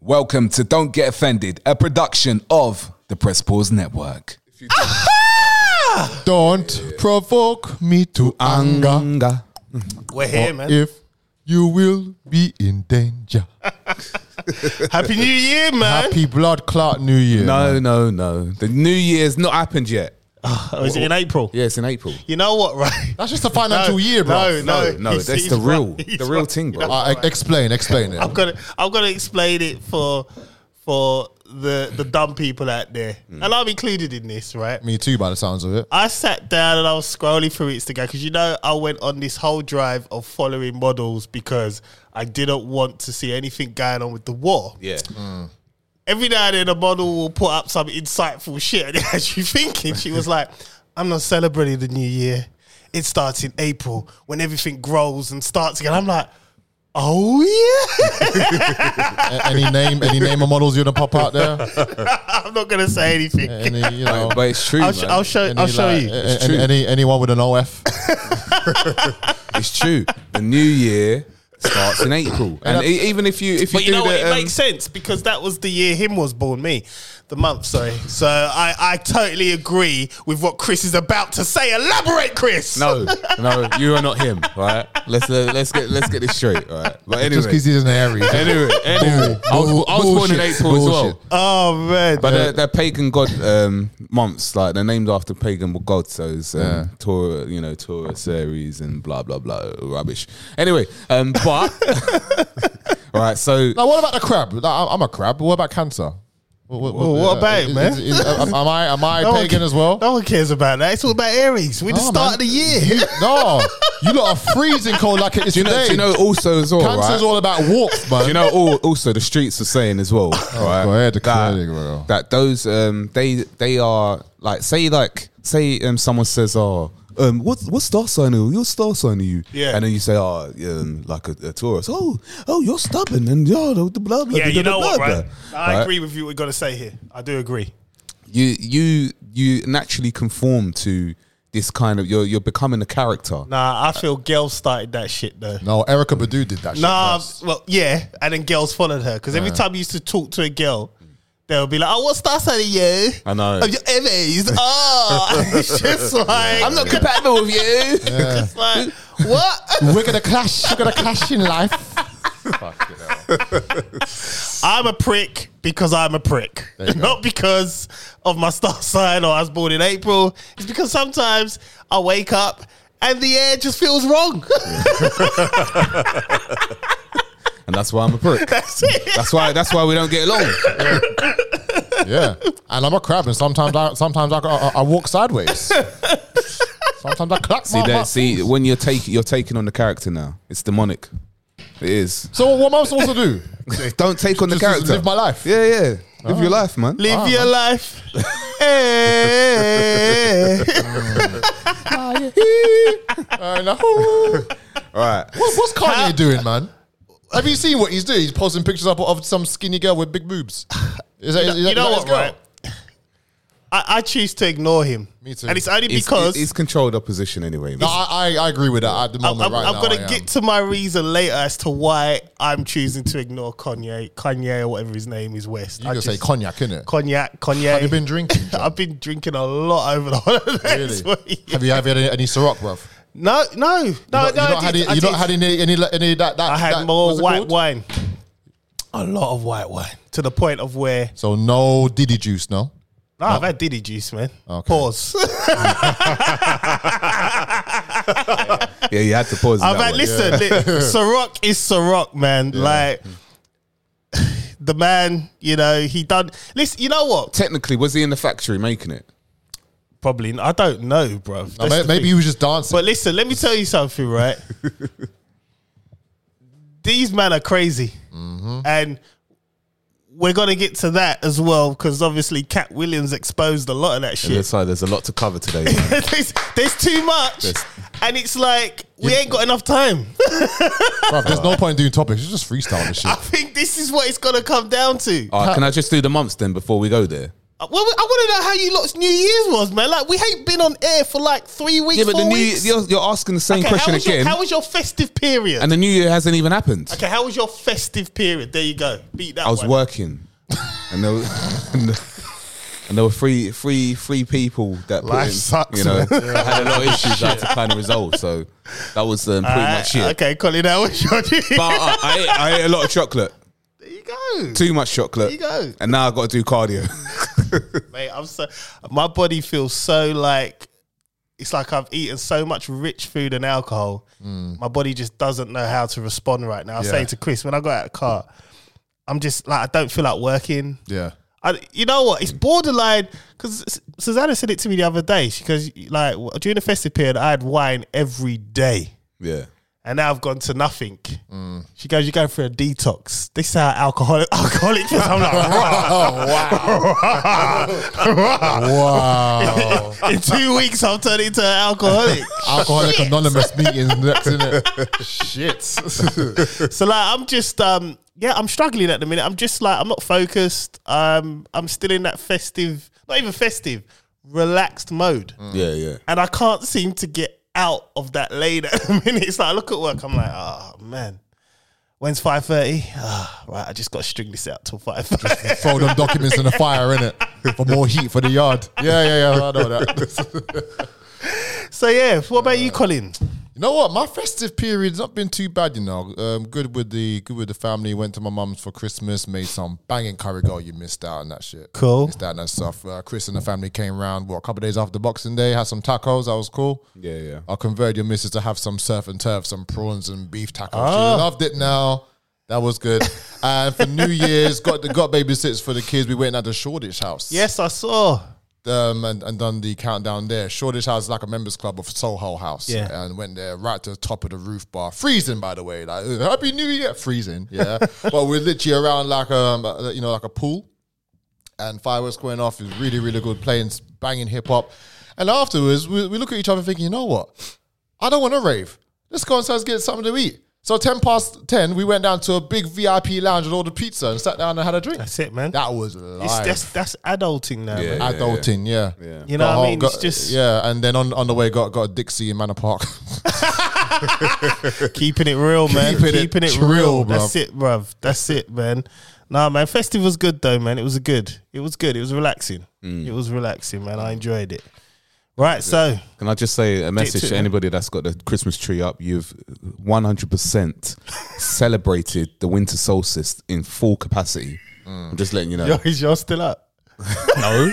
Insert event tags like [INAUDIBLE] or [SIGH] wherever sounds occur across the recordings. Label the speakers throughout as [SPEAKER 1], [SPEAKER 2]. [SPEAKER 1] Welcome to Don't Get Offended, a production of the Press Pause Network.
[SPEAKER 2] Don't provoke me to anger
[SPEAKER 3] We're here, man.
[SPEAKER 2] if you will be in danger.
[SPEAKER 3] Happy New Year, [LAUGHS] man.
[SPEAKER 2] Happy blood clot new year.
[SPEAKER 1] No, no, no. The New Year's not happened yet.
[SPEAKER 3] Oh, is it in April?
[SPEAKER 1] Yeah, it's in April.
[SPEAKER 3] You know what, right? [LAUGHS]
[SPEAKER 2] That's just a financial year, bro.
[SPEAKER 3] No,
[SPEAKER 1] No, no,
[SPEAKER 3] he's-
[SPEAKER 1] that's
[SPEAKER 3] he's
[SPEAKER 1] the real,
[SPEAKER 3] right, he's
[SPEAKER 1] the real
[SPEAKER 3] right.
[SPEAKER 1] thing, bro.
[SPEAKER 2] Uh, explain, explain it.
[SPEAKER 3] I'm gonna, I'm gonna explain it for, for the the dumb people out there, and I'm included in this, right?
[SPEAKER 2] Me too, by the sounds of it.
[SPEAKER 3] I sat down and I was scrolling through Instagram because you know I went on this whole drive of following models because I didn't want to see anything going on with the war.
[SPEAKER 1] yeah,
[SPEAKER 3] every now and then a model will put up some insightful shit and [LAUGHS] it had you thinking. She was like, I'm not celebrating the new year. It starts in April when everything grows and starts again. I'm like, oh yeah. [LAUGHS]
[SPEAKER 2] A- any name, any name of models you wanna pop out
[SPEAKER 3] [LAUGHS]
[SPEAKER 2] there?
[SPEAKER 3] I'm not gonna say anything.
[SPEAKER 2] Any, you know,
[SPEAKER 1] but it's true.
[SPEAKER 3] Oh. I'll, sh-
[SPEAKER 1] man.
[SPEAKER 3] I'll show
[SPEAKER 2] any,
[SPEAKER 3] I'll show
[SPEAKER 2] like,
[SPEAKER 3] you.
[SPEAKER 2] a-
[SPEAKER 1] It's
[SPEAKER 2] a-
[SPEAKER 1] true.
[SPEAKER 2] any, anyone with an
[SPEAKER 3] [LAUGHS]
[SPEAKER 2] OF.
[SPEAKER 1] it's true. The New Year starts in April, and e- even if you if you
[SPEAKER 3] But you
[SPEAKER 1] do
[SPEAKER 3] know what?
[SPEAKER 1] the um,
[SPEAKER 3] It makes sense because that was the year him was born, me, the month. Sorry. So I, I totally agree with what Chris is about to say. Elaborate, Chris.
[SPEAKER 1] no, no, you are not him, right? Let's uh, let's get let's get this straight, right? But
[SPEAKER 2] Just
[SPEAKER 1] anyway,
[SPEAKER 2] because he's an Aries.
[SPEAKER 1] anyway, anyway, I was, I was born in
[SPEAKER 2] Bullshit,
[SPEAKER 1] April as well.
[SPEAKER 2] bullshit.
[SPEAKER 3] Oh man.
[SPEAKER 1] But they're, they're pagan god um, months, like they're named after pagan gods. So it's um, Torah, you know, Torah, Ceres, and blah blah blah rubbish. Anyway, um, but [LAUGHS] all right, so
[SPEAKER 2] Now, what about the crab? Like, I'm I'm a crab. What about cancer? What,
[SPEAKER 3] Oh, what about it,
[SPEAKER 2] is-
[SPEAKER 3] man?
[SPEAKER 2] is- is- am am I am I
[SPEAKER 3] [LAUGHS] No one
[SPEAKER 2] pagan
[SPEAKER 3] ca-
[SPEAKER 2] as well?
[SPEAKER 3] No one cares about that. It's all about Aries. We just
[SPEAKER 2] No,
[SPEAKER 3] start
[SPEAKER 2] Oh, man.
[SPEAKER 3] the year.
[SPEAKER 2] You, no, you lot are freezing cold like it's
[SPEAKER 1] do you know?
[SPEAKER 2] today.
[SPEAKER 1] Do you know also as well,
[SPEAKER 2] Cancer's
[SPEAKER 1] right?
[SPEAKER 2] all about warmth, man.
[SPEAKER 1] do you know? All, also, the streets are saying as
[SPEAKER 2] [LAUGHS]
[SPEAKER 1] well, right?
[SPEAKER 2] Oh, go ahead, the
[SPEAKER 1] that,
[SPEAKER 2] clothing, bro.
[SPEAKER 1] that those um, they they are like say like say um, someone says oh. Um, what what star sign are you? Your star sign are you?
[SPEAKER 3] Yeah.
[SPEAKER 1] and then you say, oh, um, like a, a Taurus. Oh, oh, you're stubborn and you're the blah blah.
[SPEAKER 3] Yeah, you know what, right? I
[SPEAKER 1] Right?
[SPEAKER 3] agree with you. What we're gonna say here. I do agree.
[SPEAKER 1] you you you naturally conform to this kind of you're you're becoming a character. [LAUGHS]
[SPEAKER 3] Nah, I feel girls started that shit though.
[SPEAKER 2] No, Erica Badu did that.
[SPEAKER 3] Nah,
[SPEAKER 2] shit first.
[SPEAKER 3] well, yeah, and then girls followed her because every time you used to talk to a girl, they would be like, "Oh, what star sign are you?"
[SPEAKER 1] I know.
[SPEAKER 3] Of your [LAUGHS] Aries. Oh, it's just like I'm not compatible with you. It's like what?
[SPEAKER 2] we're gonna clash. We're gonna clash in life.
[SPEAKER 3] I'm a prick because I'm a prick, not because of my star sign or I was born in April. It's because sometimes I wake up and the air just feels wrong. [LAUGHS]
[SPEAKER 1] and that's why I'm a
[SPEAKER 3] [LAUGHS]
[SPEAKER 1] prick.
[SPEAKER 3] That's it.
[SPEAKER 1] That's why that's why we don't get along.
[SPEAKER 2] Yeah, and I'm a crab, and sometimes I sometimes I, I, I walk sideways. Sometimes I clap.
[SPEAKER 1] see that see when you're taking you're taking on the character now. It's demonic. It is.
[SPEAKER 2] So what am I supposed to do?
[SPEAKER 1] Don't take on the
[SPEAKER 2] Just- just
[SPEAKER 1] character.
[SPEAKER 2] live my life.
[SPEAKER 1] Yeah, yeah. Live your life, man. [LAUGHS]
[SPEAKER 3] Live
[SPEAKER 2] Ah,
[SPEAKER 3] your
[SPEAKER 2] man. [LAUGHS]
[SPEAKER 3] life. Eh.
[SPEAKER 2] Uh, no. What-
[SPEAKER 1] All
[SPEAKER 3] [LAUGHS]
[SPEAKER 1] right.
[SPEAKER 2] what's Kanye doing, man? Have you seen what he's doing? He's posting pictures up of some skinny girl with big boobs. Is that, is that-
[SPEAKER 3] you
[SPEAKER 2] is that
[SPEAKER 3] know
[SPEAKER 2] his
[SPEAKER 3] what,
[SPEAKER 2] girl?
[SPEAKER 3] right? I, I choose to ignore him.
[SPEAKER 2] Me too.
[SPEAKER 3] And it's only
[SPEAKER 1] It's,
[SPEAKER 3] because
[SPEAKER 1] it's controlled opposition anyway.
[SPEAKER 2] No,
[SPEAKER 1] Man.
[SPEAKER 2] I, I I agree with that at the
[SPEAKER 3] I'm,
[SPEAKER 2] moment.
[SPEAKER 3] I'm-
[SPEAKER 2] right
[SPEAKER 3] I'm
[SPEAKER 2] now,
[SPEAKER 3] gonna
[SPEAKER 2] I am.
[SPEAKER 3] get to my reason later as to why I'm choosing to ignore Kanye, Kanye or whatever his name is, West.
[SPEAKER 2] You
[SPEAKER 3] I
[SPEAKER 2] gonna say
[SPEAKER 3] just-
[SPEAKER 2] cognac, innit?
[SPEAKER 3] cognac, Kanye.
[SPEAKER 2] Have you been drinking? John?
[SPEAKER 3] [LAUGHS] I've been drinking a lot over the holidays. [LAUGHS]
[SPEAKER 2] really? Have you have you had any, any Ciroc, bruv?
[SPEAKER 3] No, no, no, no.
[SPEAKER 2] you not
[SPEAKER 3] I
[SPEAKER 2] had
[SPEAKER 3] did,
[SPEAKER 2] it-
[SPEAKER 3] I
[SPEAKER 2] you
[SPEAKER 3] did.
[SPEAKER 2] not had any any any that that.
[SPEAKER 3] I had
[SPEAKER 2] that-
[SPEAKER 3] more
[SPEAKER 2] what's it
[SPEAKER 3] white
[SPEAKER 2] called?
[SPEAKER 3] wine. A lot of white wine to the point of where
[SPEAKER 2] So no Diddy juice, no.
[SPEAKER 3] no, I've had Diddy juice, man.
[SPEAKER 2] Oh. Okay.
[SPEAKER 3] Pause.
[SPEAKER 1] yeah, you had to pause.
[SPEAKER 3] I've
[SPEAKER 1] that
[SPEAKER 3] had
[SPEAKER 1] one.
[SPEAKER 3] listen. li- Ciroc is Ciroc, man. Like [SIGHS] the man, you know, he done. Listen, you know what?
[SPEAKER 1] Technically, was he in the factory making it?
[SPEAKER 3] Probably, n- I don't know, bro.
[SPEAKER 2] No, may- maybe he was just dancing.
[SPEAKER 3] But listen, let me tell you something, right? These men are crazy. And we're going to get to that as well, because obviously Cat Williams exposed a lot of that shit.
[SPEAKER 1] That's why there's a lot to cover today.
[SPEAKER 3] [LAUGHS]
[SPEAKER 1] man.
[SPEAKER 3] there's, there's too much.
[SPEAKER 1] There's-
[SPEAKER 3] and it's like, we ain't got enough time. [LAUGHS]
[SPEAKER 2] Bruv, there's no point in doing topics. It's just
[SPEAKER 3] [LAUGHS]
[SPEAKER 2] freestyle this shit.
[SPEAKER 3] I think this is what it's going to come down to.
[SPEAKER 1] All right, can I just do the months then before we go there?
[SPEAKER 3] Uh, Well, I want to know how you lot's New Year's was, man. Like, we ain't been on air for like three weeks.
[SPEAKER 1] Yeah, but the
[SPEAKER 3] four
[SPEAKER 1] new
[SPEAKER 3] weeks.
[SPEAKER 1] you're, you're asking the same
[SPEAKER 3] Okay,
[SPEAKER 1] question
[SPEAKER 3] how was your-
[SPEAKER 1] again,
[SPEAKER 3] how was your festive period?
[SPEAKER 1] and the new year hasn't even happened.
[SPEAKER 3] okay, how was your festive period? There you go. Beat that.
[SPEAKER 1] I was
[SPEAKER 3] one.
[SPEAKER 1] working, and there was, [LAUGHS] and, there were three, three, three people that put
[SPEAKER 2] Life
[SPEAKER 1] in,
[SPEAKER 2] sucks,
[SPEAKER 1] You know,
[SPEAKER 2] man.
[SPEAKER 1] I had a lot of issues I had to kind of resolve. So that was um, pretty
[SPEAKER 3] Alright,
[SPEAKER 1] much it.
[SPEAKER 3] Okay, Colin, how was your [LAUGHS] New Year?
[SPEAKER 1] But I, I, ate, I ate a lot of chocolate,
[SPEAKER 3] There you go.
[SPEAKER 1] too much chocolate.
[SPEAKER 3] There you go.
[SPEAKER 1] And now I've got to do cardio. [LAUGHS]
[SPEAKER 3] mate. I'm so my body feels so like it's like I've eaten so much rich food and alcohol.
[SPEAKER 1] Hmm.
[SPEAKER 3] My body just doesn't know how to respond right now. I was
[SPEAKER 2] Yeah.
[SPEAKER 3] saying to Chris when I got out of the car, I'm just like I don't feel like working.
[SPEAKER 2] Yeah.
[SPEAKER 3] I, you know what? It's borderline because Susanna said it to me the other day. She goes like during the festive period, I had wine every day.
[SPEAKER 1] yeah.
[SPEAKER 3] And now I've gone to nothing. She goes, "You're going for a detox. This is how alcoholic [LAUGHS] alcoholic." is." I'm like,
[SPEAKER 2] Wow.
[SPEAKER 3] in two weeks, I'm turning into an alcoholic.
[SPEAKER 2] Alcoholic Anonymous meetings next, innit? Shit.
[SPEAKER 3] so like, I'm just um, yeah, I'm struggling at the minute. I'm just like, I'm not focused. Um, I'm still in that festive, not even festive, relaxed mode,
[SPEAKER 1] Yeah, yeah.
[SPEAKER 3] and I can't seem to get out of that lane [LAUGHS] at the minute. It's like I look at work, I'm like, oh man. When's five thirty? Ah, right, I just got to string this out till five [LAUGHS] thirty.
[SPEAKER 2] Throw them documents in the fire, innit? For more heat for the yard. Yeah, yeah, yeah. I know
[SPEAKER 3] [LAUGHS]
[SPEAKER 2] that.
[SPEAKER 3] so yeah, what about you, Colin?
[SPEAKER 2] You know what? My festive period's not been too bad. You know, um, good with the good with the family. Went to my mum's for Christmas. Made some banging curry girl. You missed out on that shit.
[SPEAKER 3] Cool.
[SPEAKER 2] Missed out on that stuff. Uh, Chris and the family came round. What a couple of days after Boxing Day, had some tacos. That was cool.
[SPEAKER 1] Yeah, yeah. Uh,
[SPEAKER 2] I converted your missus to have some surf and turf, some prawns and beef tacos.
[SPEAKER 3] Ah.
[SPEAKER 2] She loved it. Now that was
[SPEAKER 3] [LAUGHS]
[SPEAKER 2] good. and for New Year's, got the got babysits for the kids. We went at the Shoreditch house
[SPEAKER 3] Yes, I saw.
[SPEAKER 2] um, and, and done the countdown there. Shoreditch House is like a members club of Soho House.
[SPEAKER 3] Yeah.
[SPEAKER 2] And went there right to the top of the roof bar. Freezing, by the way. Like, uh, Happy New Year. Freezing,
[SPEAKER 3] [LAUGHS]
[SPEAKER 2] yeah. but we're literally around like um, uh, you know, like a pool. And fireworks going off is really, really good. Playing, s- banging hip hop. And afterwards, we, we look at each other thinking, you know what? I don't want to rave. Let's go inside and get something to eat. So 10 past 10, we went down to a big VIP lounge and ordered pizza and sat down and had a drink.
[SPEAKER 3] That's it, man.
[SPEAKER 2] That was live.
[SPEAKER 3] It's, that's that's adulting now.
[SPEAKER 1] Yeah.
[SPEAKER 3] Man.
[SPEAKER 2] Adulting, yeah.
[SPEAKER 3] You know
[SPEAKER 2] Got
[SPEAKER 3] what I
[SPEAKER 2] home,
[SPEAKER 3] mean?
[SPEAKER 2] got-
[SPEAKER 3] it's just
[SPEAKER 2] yeah, and then on, on the way got got a Dixie in Manor Park. [LAUGHS]
[SPEAKER 3] keeping it real, man.
[SPEAKER 2] Keeping
[SPEAKER 3] Keeping,
[SPEAKER 2] it
[SPEAKER 3] it,
[SPEAKER 2] real,
[SPEAKER 3] real.
[SPEAKER 2] bruv.
[SPEAKER 3] That's it, bruv. That's it, man. Nah, man. Festive was good though, man. It was a good. It was good. It was relaxing. It was relaxing, man. I enjoyed it. Right, so
[SPEAKER 1] Can I just say a message
[SPEAKER 3] to
[SPEAKER 1] to
[SPEAKER 3] it.
[SPEAKER 1] anybody that's got the Christmas tree up? You've 100% celebrated the winter solstice in full capacity. I'm just letting you know.
[SPEAKER 3] Mm. yo, [LAUGHS] is yours still up?
[SPEAKER 1] No,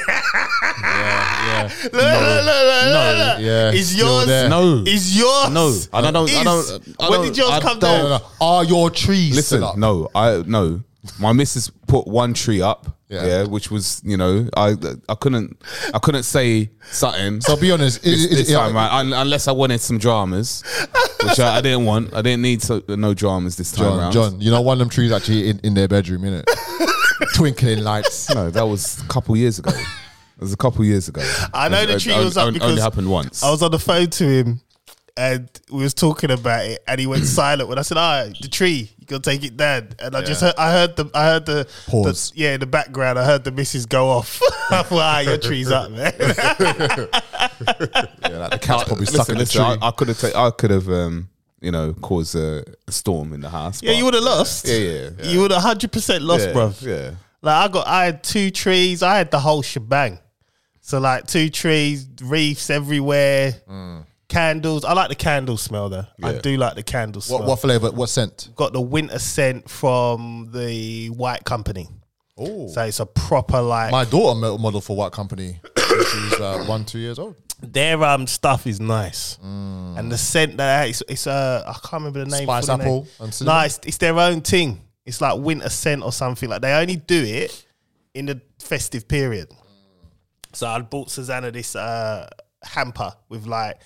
[SPEAKER 3] No, no, no, no,
[SPEAKER 2] yeah,
[SPEAKER 3] Is
[SPEAKER 2] still
[SPEAKER 3] yours?
[SPEAKER 2] there.
[SPEAKER 1] No.
[SPEAKER 3] Is yours?
[SPEAKER 1] no. And I don't. I
[SPEAKER 3] Is-
[SPEAKER 1] don't. I
[SPEAKER 3] when
[SPEAKER 1] don't-
[SPEAKER 3] did yours
[SPEAKER 1] I
[SPEAKER 3] come
[SPEAKER 1] don't-
[SPEAKER 3] down?
[SPEAKER 2] No, no, Are your trees
[SPEAKER 1] Listen,
[SPEAKER 2] still up?
[SPEAKER 1] no, I no. My missus put one tree up,
[SPEAKER 2] Yeah.
[SPEAKER 1] yeah. which was you know I I couldn't I couldn't say something.
[SPEAKER 2] So be honest. Is,
[SPEAKER 1] this,
[SPEAKER 2] is,
[SPEAKER 1] this
[SPEAKER 2] yeah,
[SPEAKER 1] time, right? Un- unless I wanted some dramas, which I, I didn't want. I didn't need so, no dramas this time
[SPEAKER 2] John,
[SPEAKER 1] around.
[SPEAKER 2] John, you know one of them trees actually in, in their bedroom,
[SPEAKER 3] [LAUGHS]
[SPEAKER 2] innit? Twinkling lights.
[SPEAKER 1] No, that was a couple years ago. It was a couple years ago.
[SPEAKER 3] I know the
[SPEAKER 1] It
[SPEAKER 3] tree
[SPEAKER 1] only-
[SPEAKER 3] was up
[SPEAKER 1] only,
[SPEAKER 3] because
[SPEAKER 1] only happened once.
[SPEAKER 3] I was on the phone to him and we was talking about it and he went silent when I said, "Ah, the tree, you gonna take it down." And I just heard, I heard the I heard the
[SPEAKER 2] Pause.
[SPEAKER 3] the- yeah, in the background, I heard the missus go off. [LAUGHS] I thought, ah, your tree's up, man.
[SPEAKER 2] Yeah, like the cat's probably
[SPEAKER 1] Uh, listen,
[SPEAKER 2] stuck in the
[SPEAKER 1] listen,
[SPEAKER 2] tree.
[SPEAKER 1] I, I could have ta- I could have um, you know caused a, a storm in the house.
[SPEAKER 3] yeah,
[SPEAKER 1] but-
[SPEAKER 3] you would have lost.
[SPEAKER 1] Yeah, yeah, yeah.
[SPEAKER 3] You would have hundred percent lost,
[SPEAKER 1] yeah,
[SPEAKER 3] bruv.
[SPEAKER 1] Yeah.
[SPEAKER 3] Like I got, I had two trees. I had the whole shebang. So like two trees, reefs everywhere, candles. I like the candle smell though. I
[SPEAKER 1] Yeah.
[SPEAKER 3] do like the candle smell.
[SPEAKER 2] what, what flavor? What scent?
[SPEAKER 3] got the winter scent from the White Company.
[SPEAKER 2] Oh,
[SPEAKER 3] So it's a proper like
[SPEAKER 2] my daughter mo- model for what company? She's uh, one, two years old.
[SPEAKER 3] their um stuff is nice, and the scent that it's, it's uh I can't remember the name.
[SPEAKER 2] Mm. Spice
[SPEAKER 3] full name.
[SPEAKER 2] apple and cinnamon?
[SPEAKER 3] no, it's, it's their own thing. It's like winter scent or something like. They only do it in the festive period. So I bought Susanna this uh hamper with like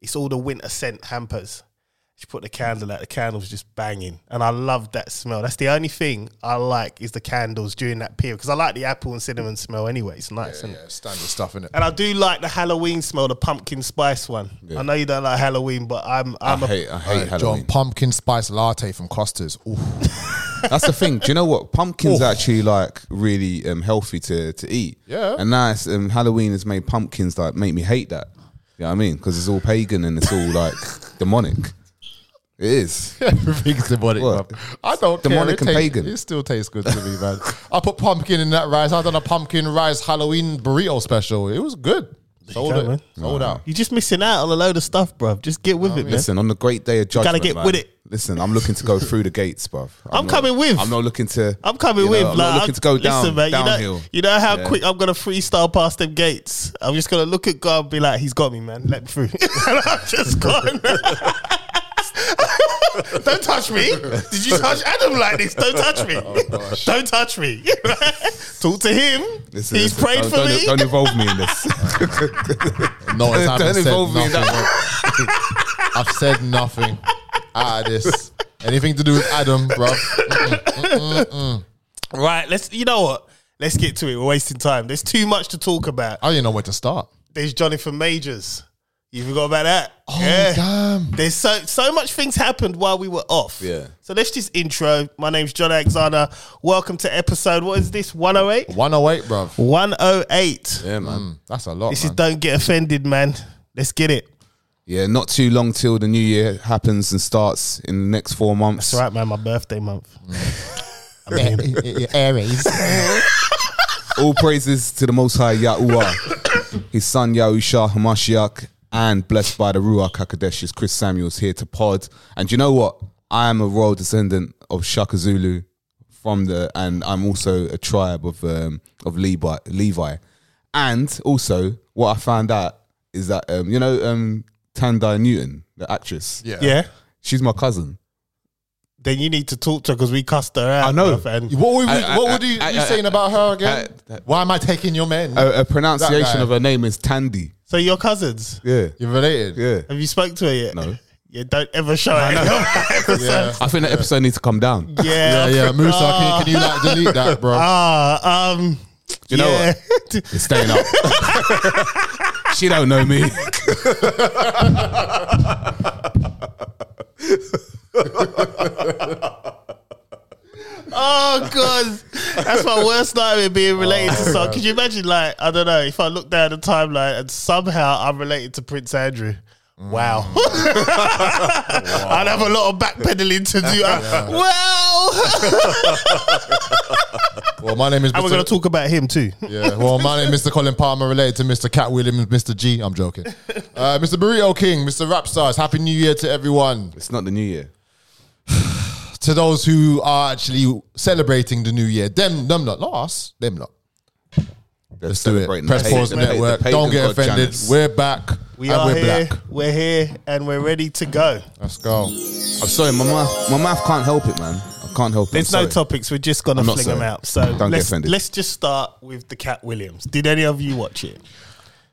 [SPEAKER 3] it's all the winter scent hampers. She put the candle out. The candle's just banging, and I love that smell. That's the only thing I like is the candles during that period because I like the apple and cinnamon smell anyway. It's nice, isn't it?
[SPEAKER 2] Yeah, standard stuff in it.
[SPEAKER 3] And I do like the Halloween smell, the pumpkin spice one. I know you don't like Halloween, but I'm
[SPEAKER 1] I uh,
[SPEAKER 3] I'm a
[SPEAKER 1] hate I hate Halloween.
[SPEAKER 2] John, pumpkin spice latte from Costa's. Ooh.
[SPEAKER 1] That's the thing. Do you know what? Pumpkin's actually like really um, healthy to, to eat.
[SPEAKER 2] Yeah.
[SPEAKER 1] And now it's, um, Halloween has made pumpkins like make me hate that. You know what I mean? Because it's all pagan and it's all
[SPEAKER 3] [LAUGHS]
[SPEAKER 1] like demonic. It is.
[SPEAKER 2] Everything's demonic.
[SPEAKER 1] What?
[SPEAKER 2] man. I don't
[SPEAKER 1] Demonic
[SPEAKER 2] care.
[SPEAKER 1] and
[SPEAKER 2] it tastes-
[SPEAKER 1] pagan.
[SPEAKER 2] It still tastes good to me, man. I put pumpkin in that rice. I done a pumpkin rice Halloween burrito special. It was good. Sold
[SPEAKER 3] go,
[SPEAKER 2] it.
[SPEAKER 3] man.
[SPEAKER 2] Sold
[SPEAKER 3] [LAUGHS]
[SPEAKER 2] out.
[SPEAKER 3] You're just missing out on a load of stuff, bruv. Just get with it, man.
[SPEAKER 1] Listen, on the great day of judgment,
[SPEAKER 3] gotta get
[SPEAKER 1] man,
[SPEAKER 3] with it.
[SPEAKER 1] Listen, I'm looking to go through the gates, bruv.
[SPEAKER 3] I'm
[SPEAKER 1] not-
[SPEAKER 3] coming with.
[SPEAKER 1] I'm not looking to.
[SPEAKER 3] I'm coming
[SPEAKER 1] you know,
[SPEAKER 3] with.
[SPEAKER 1] I'm
[SPEAKER 3] like,
[SPEAKER 1] not looking to go down
[SPEAKER 3] listen, man,
[SPEAKER 1] downhill.
[SPEAKER 3] You know, you know how
[SPEAKER 1] Yeah.
[SPEAKER 3] quick I'm gonna freestyle past them gates. I'm just gonna look at God and be like, "He's got me, man. Let me through." [LAUGHS] and I'm just gone. [LAUGHS] Don't touch me. Did you touch Adam like this? Don't touch me.
[SPEAKER 1] Oh,
[SPEAKER 3] Don't touch me. [LAUGHS] Talk to him.
[SPEAKER 1] Listen,
[SPEAKER 3] He's
[SPEAKER 1] listen,
[SPEAKER 3] prayed
[SPEAKER 1] don't-
[SPEAKER 3] for
[SPEAKER 1] don't,
[SPEAKER 3] me.
[SPEAKER 1] Don't involve me in
[SPEAKER 3] [LAUGHS]
[SPEAKER 1] this.
[SPEAKER 2] No, one's
[SPEAKER 1] Don't
[SPEAKER 2] having said
[SPEAKER 1] involve me in
[SPEAKER 2] nothing. I've said nothing out of this. Anything to do with Adam, bro?
[SPEAKER 3] Right. Let's. You know what? Let's get to it. We're wasting time. There's too much to talk about.
[SPEAKER 2] I don't even know where to start.
[SPEAKER 3] There's Jonathan Majors. You forgot about that?
[SPEAKER 2] Oh,
[SPEAKER 1] Eh.
[SPEAKER 2] damn.
[SPEAKER 3] There's so so much things happened while we were off.
[SPEAKER 1] Yeah.
[SPEAKER 3] So let's just intro. My name's John Alexander. Welcome to episode. What is this? 108?
[SPEAKER 2] 108, bro.
[SPEAKER 3] 108.
[SPEAKER 1] yeah, man.
[SPEAKER 2] oh That's a lot.
[SPEAKER 3] This is
[SPEAKER 2] man.
[SPEAKER 3] don't get offended, man. Let's get it.
[SPEAKER 1] Yeah, not too long till the new year happens and starts in the next four months.
[SPEAKER 3] It's all right, man. My birthday month.
[SPEAKER 2] Aries.
[SPEAKER 1] All praises to the Most High Yahuwah, his son Yahusha Hamashiach, and blessed by the Ruach Hakodesh is Chris Samuels here to pod. And you know what? I am a royal descendant of Shaka Zulu from the, and I'm also a tribe of um, of Levi. Levi. And also, what I found out is that um, you know um, Tandai Newton, the actress,
[SPEAKER 2] Yeah.
[SPEAKER 3] Yeah.
[SPEAKER 1] she's my cousin.
[SPEAKER 3] Then you need to talk to her because we cussed her out.
[SPEAKER 1] I know.
[SPEAKER 3] bruv, and-
[SPEAKER 2] What were we,
[SPEAKER 1] I- I-
[SPEAKER 2] what were you,
[SPEAKER 1] I-
[SPEAKER 2] you
[SPEAKER 1] I-
[SPEAKER 2] saying about her again?
[SPEAKER 1] I- I-
[SPEAKER 2] Why am I taking your man?
[SPEAKER 1] A, a
[SPEAKER 2] That
[SPEAKER 1] pronunciation
[SPEAKER 2] guy.
[SPEAKER 1] of her name is Tandy.
[SPEAKER 3] so your cousins.
[SPEAKER 1] Yeah,
[SPEAKER 2] You're related.
[SPEAKER 1] yeah.
[SPEAKER 3] Have you spoke to her yet?
[SPEAKER 1] No.
[SPEAKER 3] Yeah, don't ever show her.
[SPEAKER 2] Yeah.
[SPEAKER 1] I think the episode needs to come down.
[SPEAKER 3] [LAUGHS] Yeah.
[SPEAKER 2] Yeah,
[SPEAKER 3] I
[SPEAKER 2] yeah.
[SPEAKER 3] forgot.
[SPEAKER 2] Musa, can, can you like delete that, bro?
[SPEAKER 3] Ah, um,
[SPEAKER 1] You know
[SPEAKER 3] yeah.
[SPEAKER 1] It's staying up. she don't know me.
[SPEAKER 3] [LAUGHS] Oh god, that's my worst nightmare being related to someone. Could you imagine? Like, I don't know if I look down the timeline and somehow I'm related to Prince Andrew. Wow,
[SPEAKER 2] Mm.
[SPEAKER 3] I'd have a lot of backpedaling
[SPEAKER 1] [LAUGHS]
[SPEAKER 3] to do. Well,
[SPEAKER 2] Well, my name is
[SPEAKER 3] [LAUGHS] and we're
[SPEAKER 2] Mr.
[SPEAKER 3] going to talk about him too.
[SPEAKER 2] Yeah, well, my name is Mr. Colin Palmer, related to Mr. Cat Williams, Mr. G. I'm joking.
[SPEAKER 3] [LAUGHS]
[SPEAKER 2] Uh, Mr. Burrito King, Mr. Rap Stars, Happy New Year to everyone.
[SPEAKER 1] It's not the new year.
[SPEAKER 2] To those who are actually celebrating the new year, them, them lot, not us, them lot.
[SPEAKER 1] They're
[SPEAKER 2] Let's do it.
[SPEAKER 1] celebrating
[SPEAKER 2] Press
[SPEAKER 1] the pagan-
[SPEAKER 2] pause
[SPEAKER 1] the pa- the
[SPEAKER 2] network.
[SPEAKER 1] pagan
[SPEAKER 2] Don't get
[SPEAKER 1] god
[SPEAKER 2] offended.
[SPEAKER 1] Janus.
[SPEAKER 2] We're back.
[SPEAKER 3] We
[SPEAKER 2] and
[SPEAKER 3] are
[SPEAKER 2] we're
[SPEAKER 3] here,
[SPEAKER 2] black.
[SPEAKER 3] we're here, and we're ready to go.
[SPEAKER 2] Let's go.
[SPEAKER 1] I'm sorry, my mouth, my mouth can't help it, man. I can't help
[SPEAKER 3] There's
[SPEAKER 1] it. I'm
[SPEAKER 3] no
[SPEAKER 1] sorry.
[SPEAKER 3] topics. We're just going to
[SPEAKER 1] I'm not
[SPEAKER 3] fling
[SPEAKER 1] sorry.
[SPEAKER 3] them out. So
[SPEAKER 1] Don't get
[SPEAKER 3] let's
[SPEAKER 1] offended.
[SPEAKER 3] let's just start with the Cat Williams. Did any of you watch it?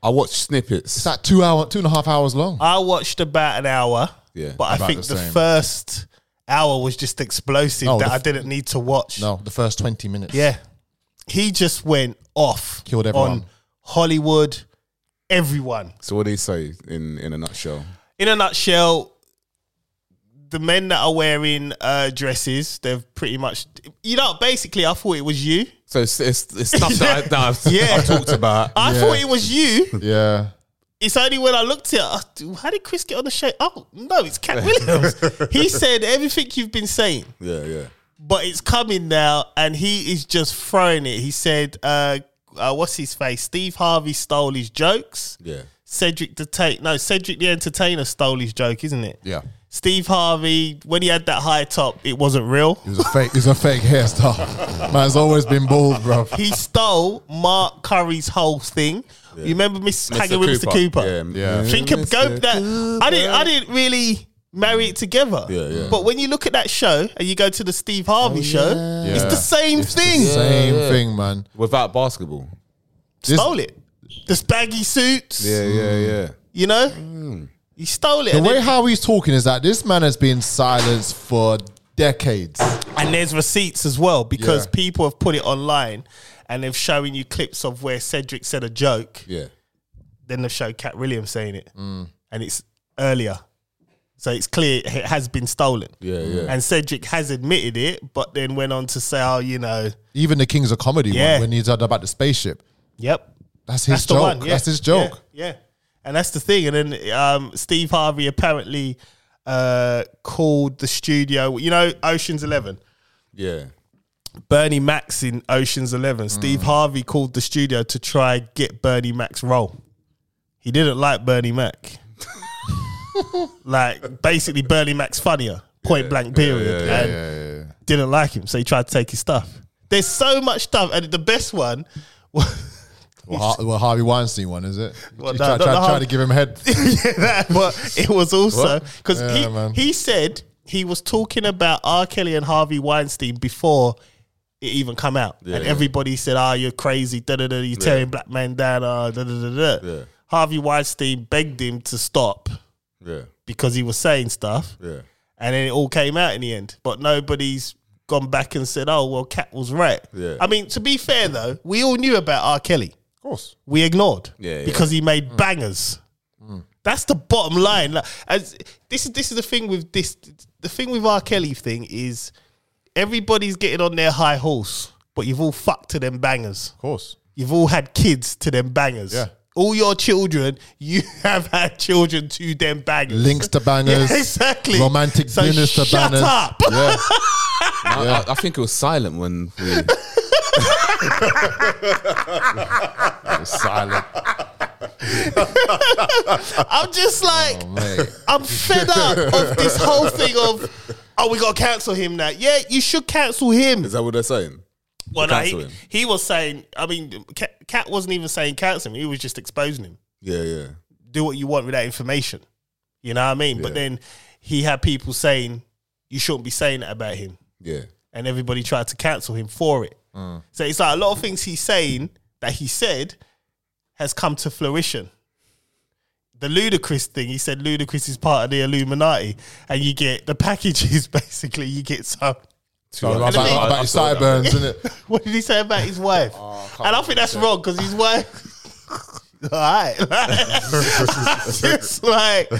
[SPEAKER 1] I watched snippets.
[SPEAKER 2] It's like two hour, two and a half hours long.
[SPEAKER 3] I watched about an hour.
[SPEAKER 1] Yeah,
[SPEAKER 3] But I
[SPEAKER 2] about
[SPEAKER 3] think
[SPEAKER 2] the
[SPEAKER 3] the,
[SPEAKER 2] same.
[SPEAKER 3] first hour was just explosive
[SPEAKER 2] No,
[SPEAKER 3] that
[SPEAKER 2] the
[SPEAKER 3] I
[SPEAKER 2] f-
[SPEAKER 3] didn't need to watch.
[SPEAKER 2] No, the first 20 minutes.
[SPEAKER 3] Yeah. He just went off.
[SPEAKER 2] Killed everyone.
[SPEAKER 3] On Hollywood, everyone.
[SPEAKER 1] so what do you say in, in a nutshell?
[SPEAKER 3] In a nutshell, the men that are wearing uh, dresses, they've pretty much, you know, basically, I thought it was
[SPEAKER 2] [LAUGHS]
[SPEAKER 3] you.
[SPEAKER 1] So it's, it's, it's stuff
[SPEAKER 3] [LAUGHS]
[SPEAKER 1] that, I, that I've,
[SPEAKER 3] Yeah.
[SPEAKER 1] I've talked about.
[SPEAKER 3] I
[SPEAKER 2] Yeah.
[SPEAKER 3] thought it was you.
[SPEAKER 2] Yeah.
[SPEAKER 3] It's only when I looked at it, I, th- how did Chris get on the show? Oh, no, it's
[SPEAKER 2] [LAUGHS]
[SPEAKER 3] Cat Williams. he said everything you've been saying.
[SPEAKER 1] yeah, yeah.
[SPEAKER 3] but it's coming now, and he is just throwing it. He said, uh, uh, "What's his face? Steve Harvey stole his jokes.
[SPEAKER 1] Yeah.
[SPEAKER 3] Cedric the Tate, no, Cedric the Entertainer stole his joke, isn't it?
[SPEAKER 2] Yeah.
[SPEAKER 3] Steve Harvey, when he had that high top, it wasn't real.
[SPEAKER 2] It was a fake, it was a fake hairstyle. Man's always been bald, bro.
[SPEAKER 3] He stole Mark Curry's whole thing. You remember Miss hanging with Mr. Cooper?
[SPEAKER 1] Yeah.
[SPEAKER 2] Yeah.
[SPEAKER 3] Think of go
[SPEAKER 1] Mr.
[SPEAKER 3] that I didn't I didn't really marry it together.
[SPEAKER 1] Yeah, yeah.
[SPEAKER 3] But when you look at that show and you go to the Steve Harvey show, it's
[SPEAKER 2] Yeah.
[SPEAKER 3] the same thing.
[SPEAKER 2] Same
[SPEAKER 1] Yeah.
[SPEAKER 2] thing, man.
[SPEAKER 1] Without basketball.
[SPEAKER 2] This-
[SPEAKER 3] stole it. The baggy suits,
[SPEAKER 1] Yeah, yeah, yeah.
[SPEAKER 3] you know, he stole it.
[SPEAKER 2] Mm. The
[SPEAKER 3] and,
[SPEAKER 2] way
[SPEAKER 3] then-
[SPEAKER 2] how he's talking is that this man has been silenced for decades.
[SPEAKER 3] and there's receipts as well because
[SPEAKER 2] Yeah.
[SPEAKER 3] people have put it online and they've shown you clips of where Cedric said a joke.
[SPEAKER 1] Yeah.
[SPEAKER 2] Mm.
[SPEAKER 3] Then they've shown Cat Williams saying it, and it's earlier. So it's clear it has been stolen.
[SPEAKER 1] Yeah, yeah.
[SPEAKER 3] And Cedric has admitted it, but then went on to say, oh, you know,
[SPEAKER 2] Even the Kings of Comedy
[SPEAKER 3] Yeah.
[SPEAKER 2] one when he's about the spaceship.
[SPEAKER 3] yep.
[SPEAKER 2] That's his joke. That's his joke.
[SPEAKER 3] Yeah, yeah. And that's the thing. And then um, Steve Harvey apparently uh, called the studio, you know, Ocean's 11.
[SPEAKER 1] Yeah.
[SPEAKER 3] Bernie Max in Ocean's
[SPEAKER 2] Hmm.
[SPEAKER 3] Eleven. Steve Harvey called the studio to try get Bernie Mac's role. He didn't like
[SPEAKER 2] [LAUGHS]
[SPEAKER 3] Bernie Mac. like basically, Bernie Mac's funnier, point blank period, and didn't like him, so he tried to take his stuff. There's so much stuff, and the best one. was-
[SPEAKER 2] Well, Har- well, Harvey Weinstein one is it?
[SPEAKER 3] Well,
[SPEAKER 2] He
[SPEAKER 3] no,
[SPEAKER 2] tried-
[SPEAKER 3] no,
[SPEAKER 2] tried-
[SPEAKER 3] no,
[SPEAKER 2] tried
[SPEAKER 3] Har-
[SPEAKER 2] to give him
[SPEAKER 3] [LAUGHS]
[SPEAKER 2] head.
[SPEAKER 3] yeah, that, but it was also because
[SPEAKER 2] Yeah, man.
[SPEAKER 3] he, he said he was talking about R. Kelly and Harvey Weinstein before it even come out, and
[SPEAKER 1] yeah.
[SPEAKER 3] everybody said, "Ah, you're crazy, da da da, you're tearing black man down." ah, da da da da.
[SPEAKER 1] Yeah.
[SPEAKER 3] Harvey Weinstein begged him to stop
[SPEAKER 1] Yeah.
[SPEAKER 3] because he was saying stuff,
[SPEAKER 1] Yeah.
[SPEAKER 3] and then it all came out in the end. But nobody's gone back and said, "Oh, well, Cat was right."
[SPEAKER 1] Yeah.
[SPEAKER 3] I mean, to be fair though, we all knew about R. Kelly
[SPEAKER 2] Of course.
[SPEAKER 3] we ignored
[SPEAKER 1] Yeah, yeah.
[SPEAKER 3] because he made bangers. That's the bottom line. Like, as this is this is the thing with this the thing with R. Kelly thing is everybody's getting on their high horse, but you've all fucked to them bangers.
[SPEAKER 2] Of course.
[SPEAKER 3] You've all had kids to them bangers.
[SPEAKER 2] Yeah.
[SPEAKER 3] All your children, you [LAUGHS] have had children to them bangers.
[SPEAKER 2] Links to bangers.
[SPEAKER 3] Yeah, exactly.
[SPEAKER 2] Romantic
[SPEAKER 3] so
[SPEAKER 2] dinners to
[SPEAKER 3] shut
[SPEAKER 2] bangers. [LAUGHS]
[SPEAKER 3] up. [LAUGHS]
[SPEAKER 1] I,
[SPEAKER 2] Yeah.
[SPEAKER 1] I, I think it was silent when we. [LAUGHS]
[SPEAKER 2] Silent.
[SPEAKER 3] I'm just like,
[SPEAKER 2] mate.
[SPEAKER 3] I'm fed up of this whole thing of, oh, we got to cancel him now. Yeah, you should cancel him.
[SPEAKER 1] Is that what they're saying?
[SPEAKER 3] Well, no,
[SPEAKER 1] cancel
[SPEAKER 3] he,
[SPEAKER 1] him.
[SPEAKER 3] he was saying, I mean, Cat wasn't even saying cancel him. He was just exposing him.
[SPEAKER 1] Yeah, yeah.
[SPEAKER 3] Do what you want with that information. You know what I mean? But then he had people saying, you shouldn't be saying that about him.
[SPEAKER 1] Yeah.
[SPEAKER 3] And everybody tried to cancel him for it.
[SPEAKER 1] Mm.
[SPEAKER 3] So it's like a lot of things he's saying that he said has come to fruition. The ludicrous thing, he said ludicrous is part of the Illuminati. And you get the packages [LAUGHS] basically, you get some
[SPEAKER 2] So about,
[SPEAKER 3] I mean-
[SPEAKER 2] about, about his sideburns, isn't it?
[SPEAKER 3] [LAUGHS] What did he say about his wife? and I think that's wrong because his wife. [LAUGHS] All right, [LAUGHS] just like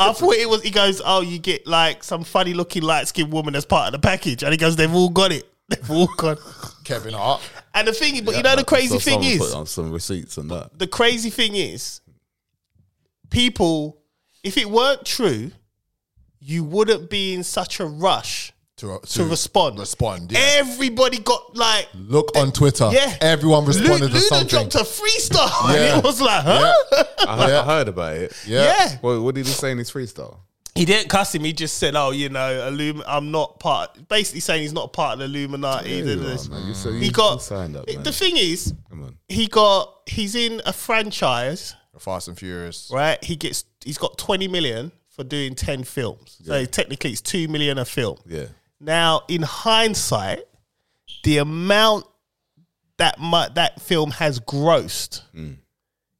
[SPEAKER 3] I thought it was. He goes, "Oh, you get like some funny looking light skinned woman as part of the package," and he goes, "They've all got it. [LAUGHS] They've all got." It.
[SPEAKER 2] Kevin Hart.
[SPEAKER 3] And the thing, is, but you know, the
[SPEAKER 1] So
[SPEAKER 3] crazy thing
[SPEAKER 1] someone
[SPEAKER 3] is,
[SPEAKER 1] put on some receipts and that.
[SPEAKER 3] the crazy thing is, people, if it weren't true, you wouldn't be in such a rush
[SPEAKER 2] To,
[SPEAKER 3] to respond.
[SPEAKER 2] Respond. Mm. Yeah.
[SPEAKER 3] Everybody got like
[SPEAKER 2] Look on Twitter.
[SPEAKER 3] Yeah.
[SPEAKER 2] Everyone responded
[SPEAKER 3] Luda
[SPEAKER 2] to something.
[SPEAKER 3] dropped a freestyle. [LAUGHS]
[SPEAKER 2] Yeah.
[SPEAKER 3] And it was like, huh?
[SPEAKER 1] I heard, I heard about it.
[SPEAKER 2] Yeah.
[SPEAKER 3] Yeah.
[SPEAKER 1] What, what did he say in his freestyle?
[SPEAKER 3] He didn't cuss him. He just said, oh, you know, Illum- I'm not part. Basically saying he's not part of the Illuminati. da- da- da-
[SPEAKER 1] Oh, man. You said
[SPEAKER 3] He
[SPEAKER 1] you
[SPEAKER 3] got.
[SPEAKER 1] signed up, man.
[SPEAKER 3] The thing is,
[SPEAKER 1] Come on.
[SPEAKER 3] he got. He's in a franchise,
[SPEAKER 2] Fast and Furious.
[SPEAKER 3] right? He gets. He's got 20 million for doing 10 films. So technically, it's 2 million a film.
[SPEAKER 1] Yeah.
[SPEAKER 3] Now, in hindsight, the amount that mu- that film has grossed,
[SPEAKER 2] Mm.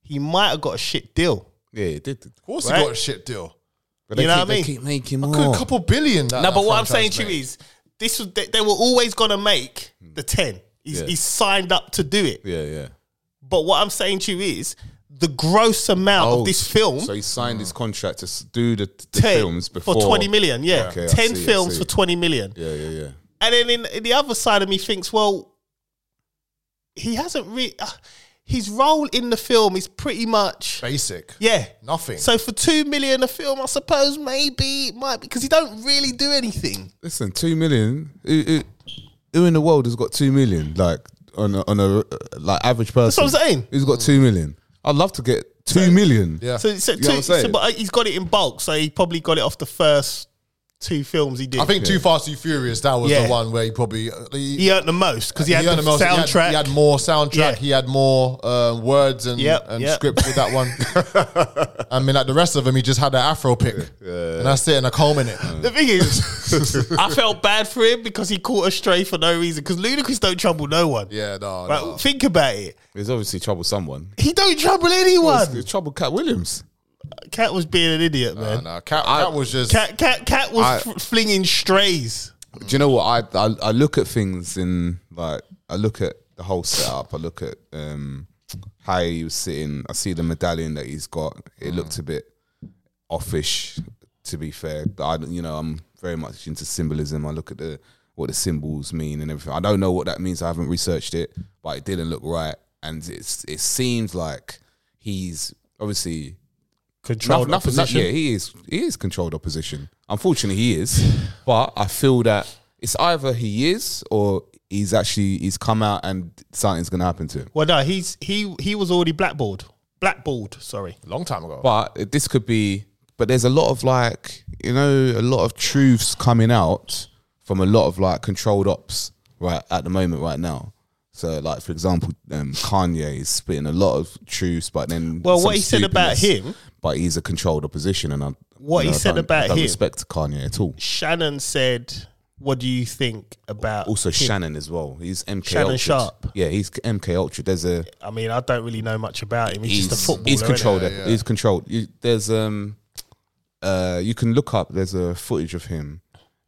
[SPEAKER 3] he might have got a shit deal.
[SPEAKER 1] Yeah, he did.
[SPEAKER 2] Of course,
[SPEAKER 3] Right.
[SPEAKER 2] he got a shit deal.
[SPEAKER 1] But
[SPEAKER 3] You
[SPEAKER 1] they
[SPEAKER 3] know
[SPEAKER 1] keep,
[SPEAKER 3] what I mean?
[SPEAKER 1] They keep making
[SPEAKER 2] A good
[SPEAKER 1] more.
[SPEAKER 2] couple billion. That,
[SPEAKER 3] No,
[SPEAKER 2] that
[SPEAKER 3] but what I'm saying
[SPEAKER 2] franchise
[SPEAKER 3] to
[SPEAKER 2] made.
[SPEAKER 3] you is, this was they, they were always gonna make the ten. He's,
[SPEAKER 1] Yeah.
[SPEAKER 3] he's signed up to do it.
[SPEAKER 1] Yeah, yeah.
[SPEAKER 3] But what I'm saying to you is, the gross amount of this film
[SPEAKER 1] Oh, So he signed his contract to s- do the, the
[SPEAKER 3] 10
[SPEAKER 1] films before
[SPEAKER 3] for 20 million. Yeah,
[SPEAKER 1] Okay, I
[SPEAKER 3] ten
[SPEAKER 1] see, I
[SPEAKER 3] films
[SPEAKER 1] see.
[SPEAKER 3] for 20 million.
[SPEAKER 1] Yeah, yeah, yeah.
[SPEAKER 3] And then in, in the other side of me thinks, well, he hasn't really. Uh, his role in the film is pretty much
[SPEAKER 2] basic.
[SPEAKER 3] yeah.
[SPEAKER 2] Nothing.
[SPEAKER 3] So for two million a film, I suppose maybe it might because he don't really do anything.
[SPEAKER 1] Listen, two million. Who, who, who in the world has got two million? Like on a, on a uh, like average person.
[SPEAKER 3] what I'm saying.
[SPEAKER 1] Who's got two million? I'd love to get two million.
[SPEAKER 2] yeah.
[SPEAKER 3] So, so,
[SPEAKER 1] You know what
[SPEAKER 3] two,
[SPEAKER 1] I'm
[SPEAKER 3] so
[SPEAKER 1] saying?
[SPEAKER 3] but uh, he's got it in bulk, so he probably got it off the first two films he did.
[SPEAKER 2] I think Too Fast, Too Furious. That was
[SPEAKER 3] Yeah.
[SPEAKER 2] the one where he probably uh, he,
[SPEAKER 3] he earned the most because he, had
[SPEAKER 2] earned
[SPEAKER 3] the,
[SPEAKER 2] the most- he had-
[SPEAKER 3] soundtrack.
[SPEAKER 2] He had, more soundtrack.
[SPEAKER 3] Yeah.
[SPEAKER 2] He had more uh, words and,
[SPEAKER 3] Yep,
[SPEAKER 2] and
[SPEAKER 3] yep.
[SPEAKER 2] scripts with
[SPEAKER 3] [LAUGHS]
[SPEAKER 2] that one. I mean, like the rest of them, he just had that Afro pick, and that's it, and a comb in it.
[SPEAKER 3] the thing is, [LAUGHS] I felt bad for him because he caught a stray for no reason. Because Ludacris don't trouble no one.
[SPEAKER 2] Yeah, no,
[SPEAKER 3] Like,
[SPEAKER 2] no.
[SPEAKER 3] think about it.
[SPEAKER 1] There's obviously trouble someone.
[SPEAKER 3] He don't trouble anyone.
[SPEAKER 1] It's trouble Cat Williams.
[SPEAKER 3] Cat was being an idiot, man.
[SPEAKER 2] no, no. Cat, Cat was just
[SPEAKER 3] Cat, cat, cat was
[SPEAKER 1] I-
[SPEAKER 3] f- flinging strays.
[SPEAKER 1] Do you know what I, I I look at things in like I look at the whole setup. I look at um how he was sitting. I see the medallion that he's got. It looked a bit offish to be fair. I don't- you know I'm very much into symbolism. I look at the what the symbols mean and everything. I don't know what that means. I haven't researched it, but it didn't look right. And it's it seems like he's obviously
[SPEAKER 3] Controlled
[SPEAKER 1] Noth- nothing- no-
[SPEAKER 3] opposition.
[SPEAKER 1] yeah, he is. He is controlled opposition. Unfortunately, he is. But I feel that it's either he is or he's actually he's come out and something's going to happen to him.
[SPEAKER 3] Well, no, he's he he was already blackballed. Blackballed, sorry.
[SPEAKER 2] long time ago.
[SPEAKER 1] But this could be. But there's a lot of like you know a lot of truths coming out from a lot of like controlled ops right at the moment right now. So like for example, um, Kanye is spitting a lot of truths, but then
[SPEAKER 3] Well,
[SPEAKER 1] some
[SPEAKER 3] what he said about
[SPEAKER 1] stupidness.
[SPEAKER 3] him-
[SPEAKER 1] But he's a controlled opposition, and I
[SPEAKER 3] What
[SPEAKER 1] you
[SPEAKER 3] he
[SPEAKER 1] know, I
[SPEAKER 3] said
[SPEAKER 1] don't- I
[SPEAKER 3] about
[SPEAKER 1] don't
[SPEAKER 3] him-
[SPEAKER 1] respect Kanye at all.
[SPEAKER 3] Shannon said, "What do you think about?"
[SPEAKER 1] also
[SPEAKER 3] him?"
[SPEAKER 1] Shannon as well. He's MK
[SPEAKER 3] Shannon
[SPEAKER 1] Ultra.
[SPEAKER 3] Sharp.
[SPEAKER 1] Yeah, he's MK Ultra. There's a
[SPEAKER 3] I mean, I don't really know much about him. He's,
[SPEAKER 1] he's,
[SPEAKER 3] just a footballer.
[SPEAKER 1] he's
[SPEAKER 3] innit?
[SPEAKER 1] controlled. it. He's controlled. You, there's um uh you can look up. There's a footage of him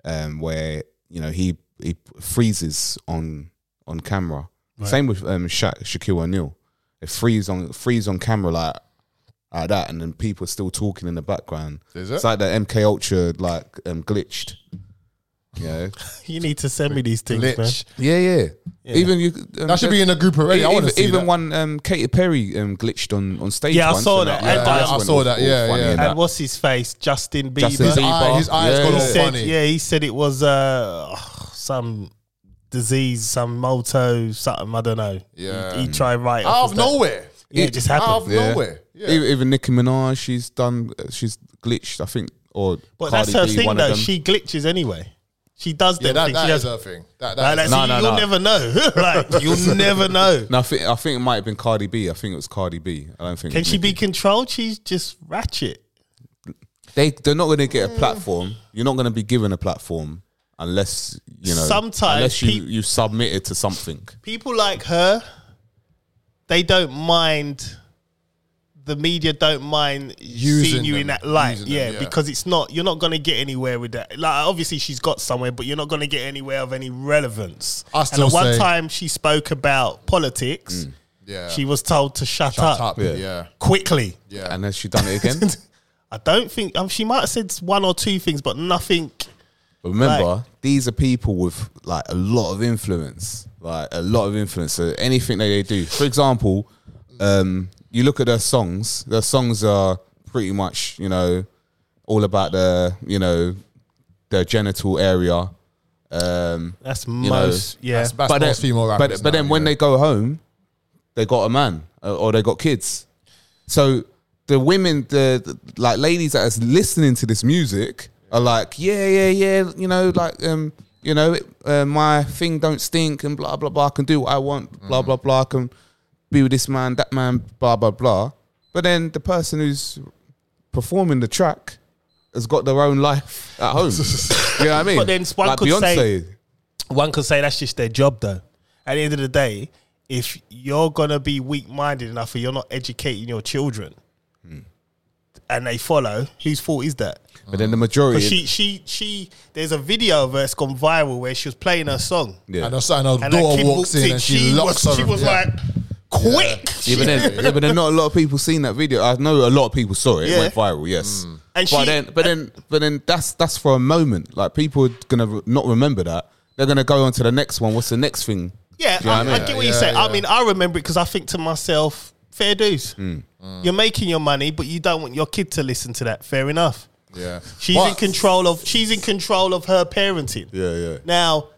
[SPEAKER 1] um where you know he he freezes on on camera. Same with um Sha- Shaquille O'Neal. It freeze on freeze on camera like like that, and then people are still talking in the background.
[SPEAKER 2] Is it?
[SPEAKER 1] It's like the MK Ultra like um glitched. Yeah,
[SPEAKER 3] You need to send me these things, man.
[SPEAKER 2] Glitch.
[SPEAKER 1] [LAUGHS] yeah, yeah. Even you um,
[SPEAKER 2] That should be in a group already. I
[SPEAKER 1] even,
[SPEAKER 2] want to see
[SPEAKER 1] even
[SPEAKER 2] that.
[SPEAKER 1] one um, Katy Perry um, glitched on, on stage.
[SPEAKER 3] Yeah, I
[SPEAKER 1] once
[SPEAKER 3] saw
[SPEAKER 1] and like,
[SPEAKER 3] that. Yeah,
[SPEAKER 1] the eyes
[SPEAKER 2] I
[SPEAKER 1] went
[SPEAKER 2] saw
[SPEAKER 1] all-
[SPEAKER 2] that.
[SPEAKER 1] all
[SPEAKER 2] Yeah,
[SPEAKER 1] funny
[SPEAKER 2] yeah.
[SPEAKER 1] and
[SPEAKER 3] And
[SPEAKER 1] that.
[SPEAKER 3] what's his face? Justin Bieber.
[SPEAKER 1] Justin
[SPEAKER 2] His,
[SPEAKER 1] Bieber.
[SPEAKER 2] eye, his eyes
[SPEAKER 1] Yeah.
[SPEAKER 2] got
[SPEAKER 1] He
[SPEAKER 2] all
[SPEAKER 3] He said,
[SPEAKER 2] Oh, funny.
[SPEAKER 3] yeah, he said it was uh, some disease, some moto, something. I don't know.
[SPEAKER 2] Yeah.
[SPEAKER 3] he, he tried right
[SPEAKER 2] Out
[SPEAKER 3] off
[SPEAKER 2] of
[SPEAKER 3] of that.
[SPEAKER 2] nowhere.
[SPEAKER 3] Yeah, it just
[SPEAKER 2] Out of
[SPEAKER 3] happened.
[SPEAKER 1] Yeah.
[SPEAKER 2] nowhere. Yeah.
[SPEAKER 1] Even, even Nicki Minaj, she's done. She's glitched, I think, or
[SPEAKER 3] But
[SPEAKER 1] Cardi
[SPEAKER 3] that's her
[SPEAKER 1] B,
[SPEAKER 3] thing,
[SPEAKER 1] one of
[SPEAKER 3] though.
[SPEAKER 1] them.
[SPEAKER 3] She glitches anyway. She does them
[SPEAKER 2] Yeah, that,
[SPEAKER 3] things. She
[SPEAKER 2] that
[SPEAKER 3] does-
[SPEAKER 2] is her thing. That,
[SPEAKER 3] Like,
[SPEAKER 2] that
[SPEAKER 3] that's
[SPEAKER 2] is
[SPEAKER 1] No,
[SPEAKER 3] it.
[SPEAKER 1] no,
[SPEAKER 3] you'll
[SPEAKER 1] no.
[SPEAKER 3] never know. [LAUGHS]
[SPEAKER 2] [LAUGHS]
[SPEAKER 3] like you'll
[SPEAKER 1] [LAUGHS]
[SPEAKER 3] never know.
[SPEAKER 1] no, I think, I think it might have been Cardi B. I think it was Cardi B. I don't think. it
[SPEAKER 3] Can
[SPEAKER 1] was
[SPEAKER 3] she be
[SPEAKER 1] Nicki.
[SPEAKER 3] controlled? She's just ratchet.
[SPEAKER 1] They they're not going to get a platform. You're not going to be given a platform unless you know.
[SPEAKER 3] Sometimes
[SPEAKER 1] unless you
[SPEAKER 3] peop-
[SPEAKER 1] you submitted to something.
[SPEAKER 3] People like her, they don't mind. The media don't mind seeing
[SPEAKER 2] Using
[SPEAKER 3] you
[SPEAKER 2] them.
[SPEAKER 3] in that light,
[SPEAKER 2] Using them,
[SPEAKER 3] yeah,
[SPEAKER 2] yeah.
[SPEAKER 3] because it's not you're not gonna get anywhere with that. Like obviously she's got somewhere, but you're not gonna get anywhere of any relevance.
[SPEAKER 2] I still
[SPEAKER 3] and the one
[SPEAKER 2] say-
[SPEAKER 3] time she spoke about politics,
[SPEAKER 2] yeah.
[SPEAKER 3] she was told to shut,
[SPEAKER 2] Shut
[SPEAKER 3] up,
[SPEAKER 2] up.
[SPEAKER 1] Yeah.
[SPEAKER 2] Yeah. yeah.
[SPEAKER 3] quickly.
[SPEAKER 1] And has she done it
[SPEAKER 3] [LAUGHS]
[SPEAKER 1] again?
[SPEAKER 3] I don't think um, she might have said one or two things, but nothing.
[SPEAKER 1] But remember, these are people with like a lot of influence, like a lot of influence. So anything that they do, for example, um, you look at their songs. Their songs are pretty much, you know, all about the, you know, their genital area. Um,
[SPEAKER 3] That's
[SPEAKER 1] know,
[SPEAKER 3] most, yeah.
[SPEAKER 2] That's, that's most
[SPEAKER 1] then-
[SPEAKER 2] female
[SPEAKER 1] but,
[SPEAKER 2] rappers.
[SPEAKER 1] but then
[SPEAKER 2] now,
[SPEAKER 1] when
[SPEAKER 2] yeah.
[SPEAKER 1] they go home, they got a man uh, or they got kids. So the women, the, the- like ladies that is listening to this music are like, yeah, yeah, yeah, you know, like um, you know, uh, my thing don't stink and blah blah blah. I can do what I want, blah
[SPEAKER 2] Mm.
[SPEAKER 1] blah blah. I can be with this man, that man, blah blah blah. But then the person who's performing the track has got their own life at
[SPEAKER 2] [LAUGHS]
[SPEAKER 1] home. you know what I mean?
[SPEAKER 3] But then one
[SPEAKER 1] like
[SPEAKER 3] could
[SPEAKER 1] Beyonce,
[SPEAKER 3] say- one could say that's just their job though. At the end of the day, if you're gonna be weak minded enough or you're not educating your children and they follow, whose fault is that?
[SPEAKER 1] but then the majority.
[SPEAKER 3] But she she she there's a video of her that's gone viral where she was playing her song.
[SPEAKER 1] yeah.
[SPEAKER 2] And her, son- her
[SPEAKER 3] And that
[SPEAKER 2] daughter
[SPEAKER 3] kid
[SPEAKER 2] walks in and she, locks
[SPEAKER 3] was,
[SPEAKER 2] her.
[SPEAKER 3] she was
[SPEAKER 2] yeah.
[SPEAKER 3] like quick
[SPEAKER 1] Yeah, but then, yeah, but then not a lot of people seen that video. I know a lot of people saw it.
[SPEAKER 3] Yeah.
[SPEAKER 1] It went viral, yes.
[SPEAKER 2] Mm.
[SPEAKER 3] And
[SPEAKER 1] but
[SPEAKER 3] she-
[SPEAKER 1] then, but then, but then, that's that's for a moment. Like people are gonna re- not remember that. They're gonna go on to the next one. What's the next thing?
[SPEAKER 3] Yeah,
[SPEAKER 1] Do you know
[SPEAKER 3] I,
[SPEAKER 1] what I mean?
[SPEAKER 3] I get what you
[SPEAKER 2] Yeah,
[SPEAKER 3] say. I
[SPEAKER 2] yeah.
[SPEAKER 3] mean, I remember it because I think to myself, fair dues.
[SPEAKER 1] Mm.
[SPEAKER 3] You're making your money, but you don't want your kid to listen to that. Fair enough.
[SPEAKER 2] yeah.
[SPEAKER 3] She's in
[SPEAKER 2] But-
[SPEAKER 3] control of she's in control of her parenting.
[SPEAKER 1] Yeah, yeah.
[SPEAKER 3] Now,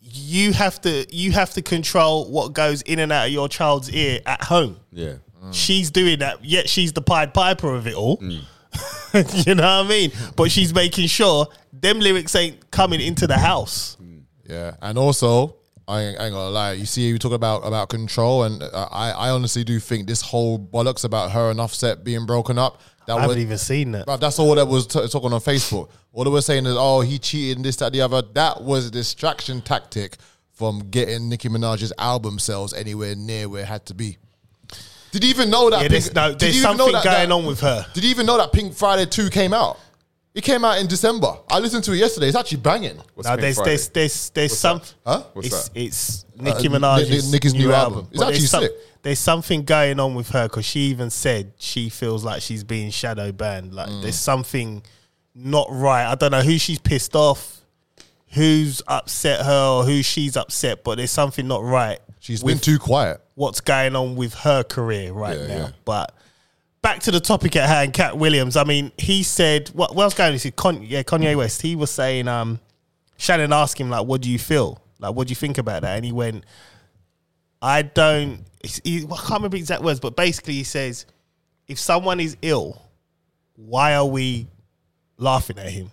[SPEAKER 3] you have to you have to control what goes in and out of your child's ear at home.
[SPEAKER 1] Yeah,
[SPEAKER 2] Mm.
[SPEAKER 3] She's doing that, yet she's the Pied Piper of it all. [LAUGHS] you know what I mean? But she's making sure them lyrics ain't coming into the house.
[SPEAKER 2] Mm. Yeah, and also I ain't, I ain't gonna lie. You see, you talk about about control, and uh, I I honestly do think this whole bollocks about her and Offset being broken up. That
[SPEAKER 3] I
[SPEAKER 2] was
[SPEAKER 3] haven't even seen that.
[SPEAKER 2] bruv, that's all that was t- talking on Facebook. All they were saying is, oh, he cheated, and this, that, the other. That was a distraction tactic from getting Nicki Minaj's album sales anywhere near where it had to be. Did you even know that?
[SPEAKER 3] Yeah, there's
[SPEAKER 2] Pink-
[SPEAKER 3] no
[SPEAKER 2] did
[SPEAKER 3] there's
[SPEAKER 2] you even know
[SPEAKER 3] something
[SPEAKER 2] that-
[SPEAKER 3] going
[SPEAKER 2] that-
[SPEAKER 3] on with her.
[SPEAKER 2] Did you even know that Pink Friday Two came out? It came out in December. I listened to it yesterday. It's actually banging.
[SPEAKER 1] What's
[SPEAKER 3] No,
[SPEAKER 1] Pink
[SPEAKER 3] there's,
[SPEAKER 1] Friday?
[SPEAKER 3] there's there's there's some.
[SPEAKER 2] Huh?
[SPEAKER 1] What's
[SPEAKER 3] it's,
[SPEAKER 1] that?
[SPEAKER 3] It's Nicki
[SPEAKER 2] Uh,
[SPEAKER 3] Minaj's
[SPEAKER 2] Nick- Nicki's
[SPEAKER 3] new,
[SPEAKER 2] new
[SPEAKER 3] album.
[SPEAKER 2] album. It's
[SPEAKER 3] But
[SPEAKER 2] actually
[SPEAKER 3] there's
[SPEAKER 2] sick.
[SPEAKER 3] there's something going on
[SPEAKER 2] Mm.
[SPEAKER 3] with her because she even said she feels like she's being shadow banned. Like there's something not right. I don't know who she's pissed off, who's upset her, or who she's upset, but there's something not right.
[SPEAKER 2] She's
[SPEAKER 3] with
[SPEAKER 2] been too quiet.
[SPEAKER 3] what's going on with her career right
[SPEAKER 1] Yeah,
[SPEAKER 3] now.
[SPEAKER 1] yeah.
[SPEAKER 3] But back to the topic at hand, Cat Williams. I mean, he said what, what else going on? He said Con, yeah,
[SPEAKER 1] Mm.
[SPEAKER 3] Kanye West. He was saying, um, Shannon asked him like, "What do you feel? Like, what do you think about that?" And he went, "I don't." He, I can't remember exact words, but basically he says, "If someone is ill, why are we laughing at him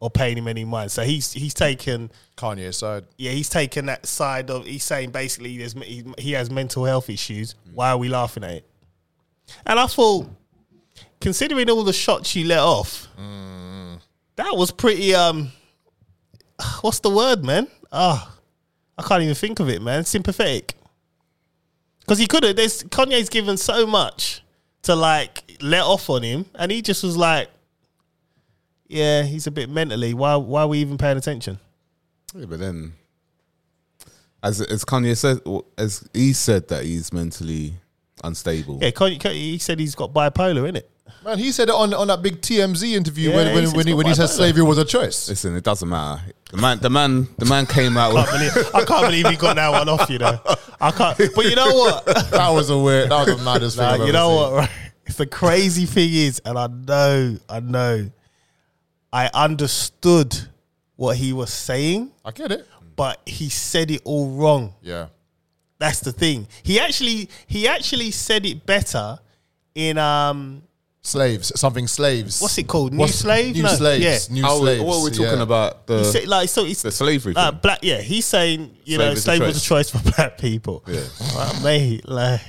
[SPEAKER 3] or paying him any mind?" So he's he's taken
[SPEAKER 2] Kanye side.
[SPEAKER 3] yeah, he's taking that side of he's saying basically there's he, he has mental health issues. Why are we laughing at it? And I thought, considering all the shots you let off, that was pretty. Um, [SIGHS] what's the word, man? Ah, I can't even think of it, man. Sympathetic, because he could have. There's Kanye's given so much to like let off on him, and he just was like, yeah, he's a bit mentally. Why? Why are we even paying attention?
[SPEAKER 1] Yeah, but then, as as Kanye said, as he said that he's mentally unstable.
[SPEAKER 3] Yeah, Kanye, Kanye, he said he's got bipolar in it.
[SPEAKER 2] Man, he said it on, on that big TMZ interview
[SPEAKER 3] Yeah,
[SPEAKER 2] when,
[SPEAKER 3] he
[SPEAKER 2] when,
[SPEAKER 3] said
[SPEAKER 2] when he,
[SPEAKER 3] it's
[SPEAKER 2] when
[SPEAKER 3] got
[SPEAKER 2] he said
[SPEAKER 3] bipolar.
[SPEAKER 2] slavery was a choice.
[SPEAKER 3] [LAUGHS]
[SPEAKER 1] Listen, it doesn't matter. The man, the man, the man came out with.
[SPEAKER 3] I can't believe he got that one off. You know, I can't. But you know what?
[SPEAKER 2] [LAUGHS] that was
[SPEAKER 1] [LAUGHS]
[SPEAKER 2] a weird, that was the maddest thing.
[SPEAKER 3] Nah,
[SPEAKER 2] [LAUGHS] I've
[SPEAKER 3] you
[SPEAKER 2] ever
[SPEAKER 3] know
[SPEAKER 2] seen.
[SPEAKER 3] what? Right? It's the crazy thing is, and I know, I know, I understood what he was saying,
[SPEAKER 2] I get it.
[SPEAKER 3] but he said it all wrong.
[SPEAKER 2] Yeah.
[SPEAKER 3] That's the thing. He actually, he actually said it better in um,
[SPEAKER 2] Slaves, something slaves.
[SPEAKER 3] what's it called? New
[SPEAKER 2] What's-
[SPEAKER 3] slave?
[SPEAKER 2] New
[SPEAKER 3] No,
[SPEAKER 2] slaves.
[SPEAKER 3] Yeah.
[SPEAKER 2] New
[SPEAKER 1] Oh,
[SPEAKER 2] slaves.
[SPEAKER 1] what we're talking
[SPEAKER 2] yeah.
[SPEAKER 1] about
[SPEAKER 2] Uh,
[SPEAKER 3] He
[SPEAKER 1] the
[SPEAKER 3] said, like so, it's
[SPEAKER 1] the slavery
[SPEAKER 3] like
[SPEAKER 1] thing.
[SPEAKER 3] Uh, black. Yeah, he's saying you
[SPEAKER 1] Slave
[SPEAKER 3] know
[SPEAKER 1] is a
[SPEAKER 3] slave was a choice for black people.
[SPEAKER 1] Yeah.
[SPEAKER 3] [LAUGHS] Like, mate, like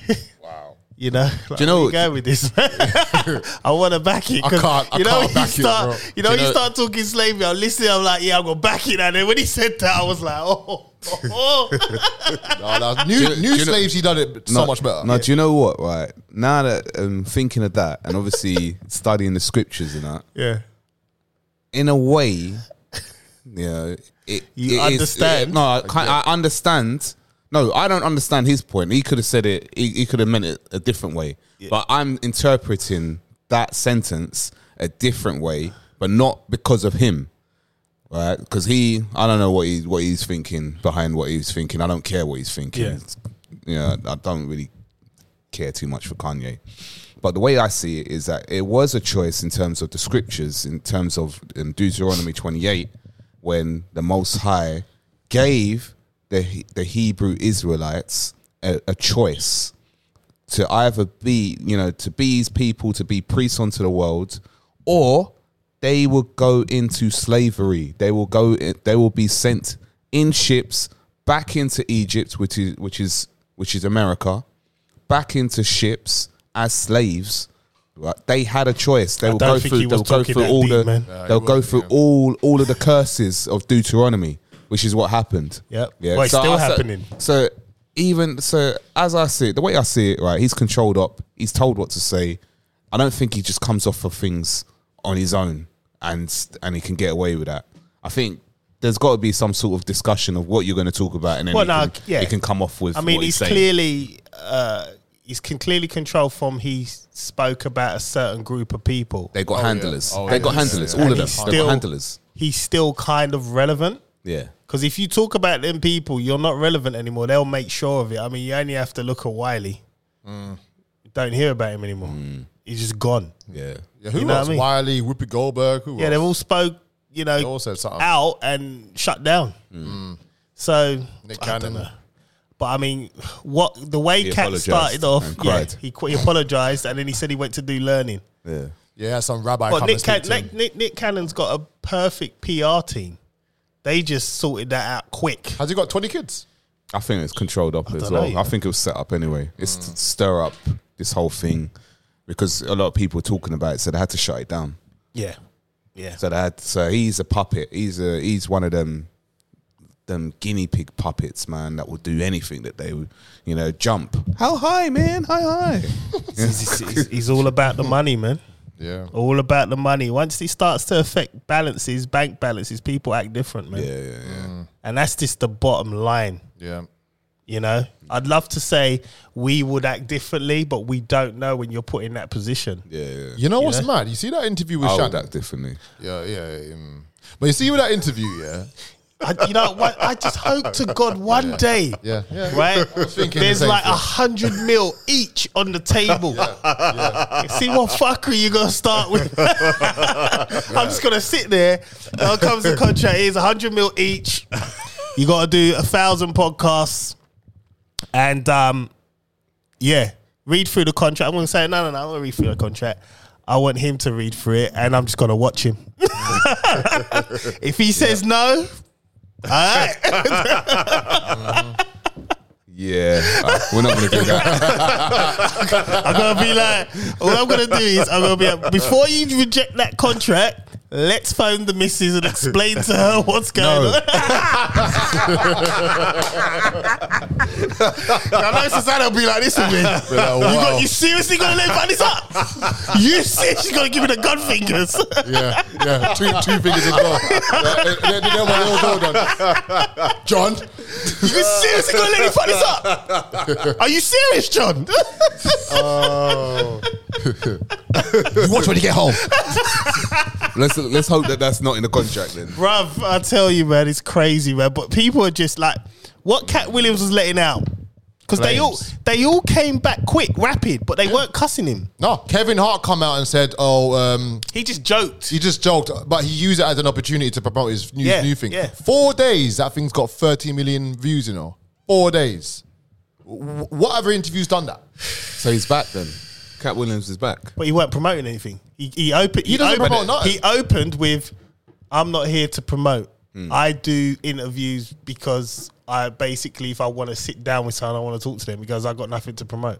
[SPEAKER 2] Wow.
[SPEAKER 3] you know, like,
[SPEAKER 1] you know
[SPEAKER 3] where
[SPEAKER 1] what-
[SPEAKER 3] going with this? [LAUGHS] I want to back it. 'cause
[SPEAKER 2] can't- I
[SPEAKER 3] you know,
[SPEAKER 2] can't
[SPEAKER 3] when you
[SPEAKER 2] back it,
[SPEAKER 3] start,
[SPEAKER 2] bro.
[SPEAKER 3] You
[SPEAKER 2] Do
[SPEAKER 3] know, when
[SPEAKER 2] you
[SPEAKER 3] you
[SPEAKER 2] know-
[SPEAKER 3] start talking slavery. I'm listening. I'm like, yeah, I'm gonna back it. And then when he said that, I was like, oh, oh, oh.
[SPEAKER 2] [LAUGHS] No, no, new
[SPEAKER 1] do
[SPEAKER 2] new
[SPEAKER 1] you know-
[SPEAKER 2] slaves, he done it so much better.
[SPEAKER 1] Now, do you know what? Right now that um, thinking of that, and
[SPEAKER 3] [LAUGHS]
[SPEAKER 1] obviously studying the scriptures and that,
[SPEAKER 3] yeah.
[SPEAKER 1] in a
[SPEAKER 3] [LAUGHS]
[SPEAKER 1] way, you know, it,
[SPEAKER 3] You
[SPEAKER 1] it is-
[SPEAKER 3] understand?
[SPEAKER 1] it- no, I, can't, I understand. No, I don't understand his point. He could have said it. He, he could have meant it a different way. But I'm interpreting that sentence a different way, but not because of him, right? Because he, I don't know what he what he's thinking behind what he's thinking. I don't care what he's thinking.
[SPEAKER 3] Yeah.
[SPEAKER 1] Yeah, I don't really care too much for Kanye. But the way I see it is that it was a choice in terms of the scriptures, in terms of um, Deuteronomy 28, when the Most High gave the, He- the Hebrew Israelites a, a choice to either be, you know, to be his people, to be priests unto the world, or they will go into slavery. They will go. They will be sent in ships back into Egypt, which is which is which is America, back into ships as slaves. Right? They had a choice. They will
[SPEAKER 3] don't
[SPEAKER 1] go
[SPEAKER 3] think
[SPEAKER 1] through.
[SPEAKER 3] he
[SPEAKER 1] They'll
[SPEAKER 3] was
[SPEAKER 1] go
[SPEAKER 3] talking
[SPEAKER 1] through
[SPEAKER 3] that
[SPEAKER 1] all
[SPEAKER 3] deep,
[SPEAKER 1] the.
[SPEAKER 3] man.
[SPEAKER 1] they'll go through all all of the curses of Deuteronomy, which is what happened.
[SPEAKER 3] Yep. Well, it's still happening.
[SPEAKER 1] So even so, as I see it, the way I see it, right, he's controlled up. He's told what to say. I don't think he just comes off of things on his own and and he can get away with that. I think there's got to be some sort of discussion of what you're going to talk about, and then
[SPEAKER 3] Well,
[SPEAKER 1] he,
[SPEAKER 3] no,
[SPEAKER 1] can,
[SPEAKER 3] yeah.
[SPEAKER 1] he can come off with.
[SPEAKER 3] I mean,
[SPEAKER 1] what
[SPEAKER 3] he's
[SPEAKER 1] he's, saying.
[SPEAKER 3] clearly uh, he's can clearly control from he spoke about a certain group of people.
[SPEAKER 1] They got
[SPEAKER 2] yeah.
[SPEAKER 1] handlers.
[SPEAKER 2] Oh,
[SPEAKER 1] they
[SPEAKER 2] yeah,
[SPEAKER 1] got
[SPEAKER 2] yeah,
[SPEAKER 1] handlers.
[SPEAKER 2] yeah.
[SPEAKER 1] All
[SPEAKER 3] And
[SPEAKER 1] of them.
[SPEAKER 3] he's
[SPEAKER 1] they got
[SPEAKER 3] still-
[SPEAKER 1] handlers.
[SPEAKER 3] He's still kind of relevant.
[SPEAKER 1] Yeah.
[SPEAKER 3] Because if you talk about them people, you're not relevant anymore. They'll make sure of it. I mean, you only have to look at Wiley. Don't hear about him anymore.
[SPEAKER 1] Mm.
[SPEAKER 3] He's just gone.
[SPEAKER 1] Yeah.
[SPEAKER 2] Yeah, who
[SPEAKER 3] You know what
[SPEAKER 2] else?
[SPEAKER 3] I mean?
[SPEAKER 2] Wiley, Whoopi Goldberg. Who
[SPEAKER 3] Yeah,
[SPEAKER 2] else?
[SPEAKER 3] they've all spoke, you know,
[SPEAKER 2] They all said something.
[SPEAKER 3] out and shut down.
[SPEAKER 1] Mm.
[SPEAKER 3] So,
[SPEAKER 2] Nick
[SPEAKER 3] I don't
[SPEAKER 2] Cannon.
[SPEAKER 3] know. But I mean, what the way
[SPEAKER 1] He
[SPEAKER 3] Cat
[SPEAKER 1] apologised
[SPEAKER 3] started off,
[SPEAKER 1] and
[SPEAKER 3] yeah,
[SPEAKER 1] cried.
[SPEAKER 3] he, qu- he apologized and then he said he went to do learning.
[SPEAKER 1] Yeah.
[SPEAKER 2] Yeah, some rabbi.
[SPEAKER 3] But
[SPEAKER 2] come
[SPEAKER 3] Nick,
[SPEAKER 2] and
[SPEAKER 3] Can-
[SPEAKER 2] speak to him.
[SPEAKER 3] Nick, Nick, Nick Cannon's got a perfect PR team. They just sorted that out quick.
[SPEAKER 2] Has he got twenty kids?
[SPEAKER 1] I think it's controlled up as
[SPEAKER 3] don't know,
[SPEAKER 1] well.
[SPEAKER 3] you
[SPEAKER 1] I
[SPEAKER 3] know.
[SPEAKER 1] think it was set up anyway. It's
[SPEAKER 2] Mm.
[SPEAKER 1] to stir up this whole thing because a lot of people were talking about it, so they had to shut it down.
[SPEAKER 3] Yeah. Yeah.
[SPEAKER 1] So they had, so he's a puppet. He's a he's one of them them guinea pig puppets, man, that will do anything that they would, you know, jump. How high, man? How high?
[SPEAKER 3] He's, he's- he's- he's all about the money, man.
[SPEAKER 2] Yeah.
[SPEAKER 3] All about the money. Once it starts to affect balances, bank balances, people act different, man.
[SPEAKER 1] yeah, yeah, yeah.
[SPEAKER 3] And that's just the bottom line.
[SPEAKER 2] Yeah.
[SPEAKER 3] You know, I'd love to say we would act differently, but we don't know when you're put in that position.
[SPEAKER 1] Yeah, yeah.
[SPEAKER 2] You know what's mad? You see that interview with
[SPEAKER 1] I would
[SPEAKER 2] Shannon?
[SPEAKER 1] act differently.
[SPEAKER 2] Yeah, yeah. mm. But you see with that interview, yeah,
[SPEAKER 3] I, you know, what? I just hope to God one day,
[SPEAKER 2] yeah, yeah.
[SPEAKER 3] right?
[SPEAKER 2] thinking
[SPEAKER 3] There's
[SPEAKER 2] the same
[SPEAKER 3] like
[SPEAKER 2] thing.
[SPEAKER 3] a hundred mil each on the table. [LAUGHS] See what fuckery you're gonna start with. [LAUGHS] I'm just gonna sit there. Now comes the contract. Here's a hundred mil each. You gotta do a thousand podcasts, and um, yeah, read through the contract. I'm gonna say no, no, no. I'm gonna read through the contract. I want him to read through it, and I'm just gonna watch him. [LAUGHS] if he says no, all right.
[SPEAKER 1] Yeah, uh, we're not gonna do that.
[SPEAKER 3] [LAUGHS] I'm gonna be like, what I'm gonna do is I'm gonna be like, before you reject that contract, let's phone the missus and explain to her what's going
[SPEAKER 2] [LAUGHS]
[SPEAKER 3] on. I know Susanna will be like this with me.
[SPEAKER 2] [LAUGHS] Be like,
[SPEAKER 3] You,
[SPEAKER 2] wow.
[SPEAKER 3] got, you seriously gonna let me find this up? You seriously gonna give me the gun fingers?
[SPEAKER 2] yeah, [LAUGHS] yeah. Two, two fingers as well. Yeah, yeah, yeah, well, well done. John,
[SPEAKER 3] You seriously gonna let me find this up? Are you serious, John? [LAUGHS]
[SPEAKER 2] you watch when you get
[SPEAKER 1] [LAUGHS]
[SPEAKER 2] home.
[SPEAKER 1] let's let's hope that that's not in the contract then.
[SPEAKER 3] Bruv, I tell you, man, it's crazy, man. But people are just like, what Cat Williams was letting out. Because they all
[SPEAKER 2] Flames.
[SPEAKER 3] they all came back quick, rapid, but they weren't cussing him.
[SPEAKER 2] No, Kevin Hart come out and said, "Oh, um,
[SPEAKER 3] He just joked.
[SPEAKER 2] he just joked, but he used it as an opportunity to promote his new
[SPEAKER 3] Yeah,
[SPEAKER 2] new thing."
[SPEAKER 3] yeah.
[SPEAKER 2] Four days, that thing's got 30 million views. You know, four days. W- what other interviews done [LAUGHS] that?
[SPEAKER 1] So he's back then. Cat Williams is back.
[SPEAKER 3] But he weren't promoting anything. He he opened he,
[SPEAKER 2] doesn't
[SPEAKER 3] opened,
[SPEAKER 2] promote nothing.
[SPEAKER 3] he opened with I'm not here to promote.
[SPEAKER 2] Hmm.
[SPEAKER 3] I do interviews because I basically if I want to sit down with someone, I want to talk to them because I got nothing to promote.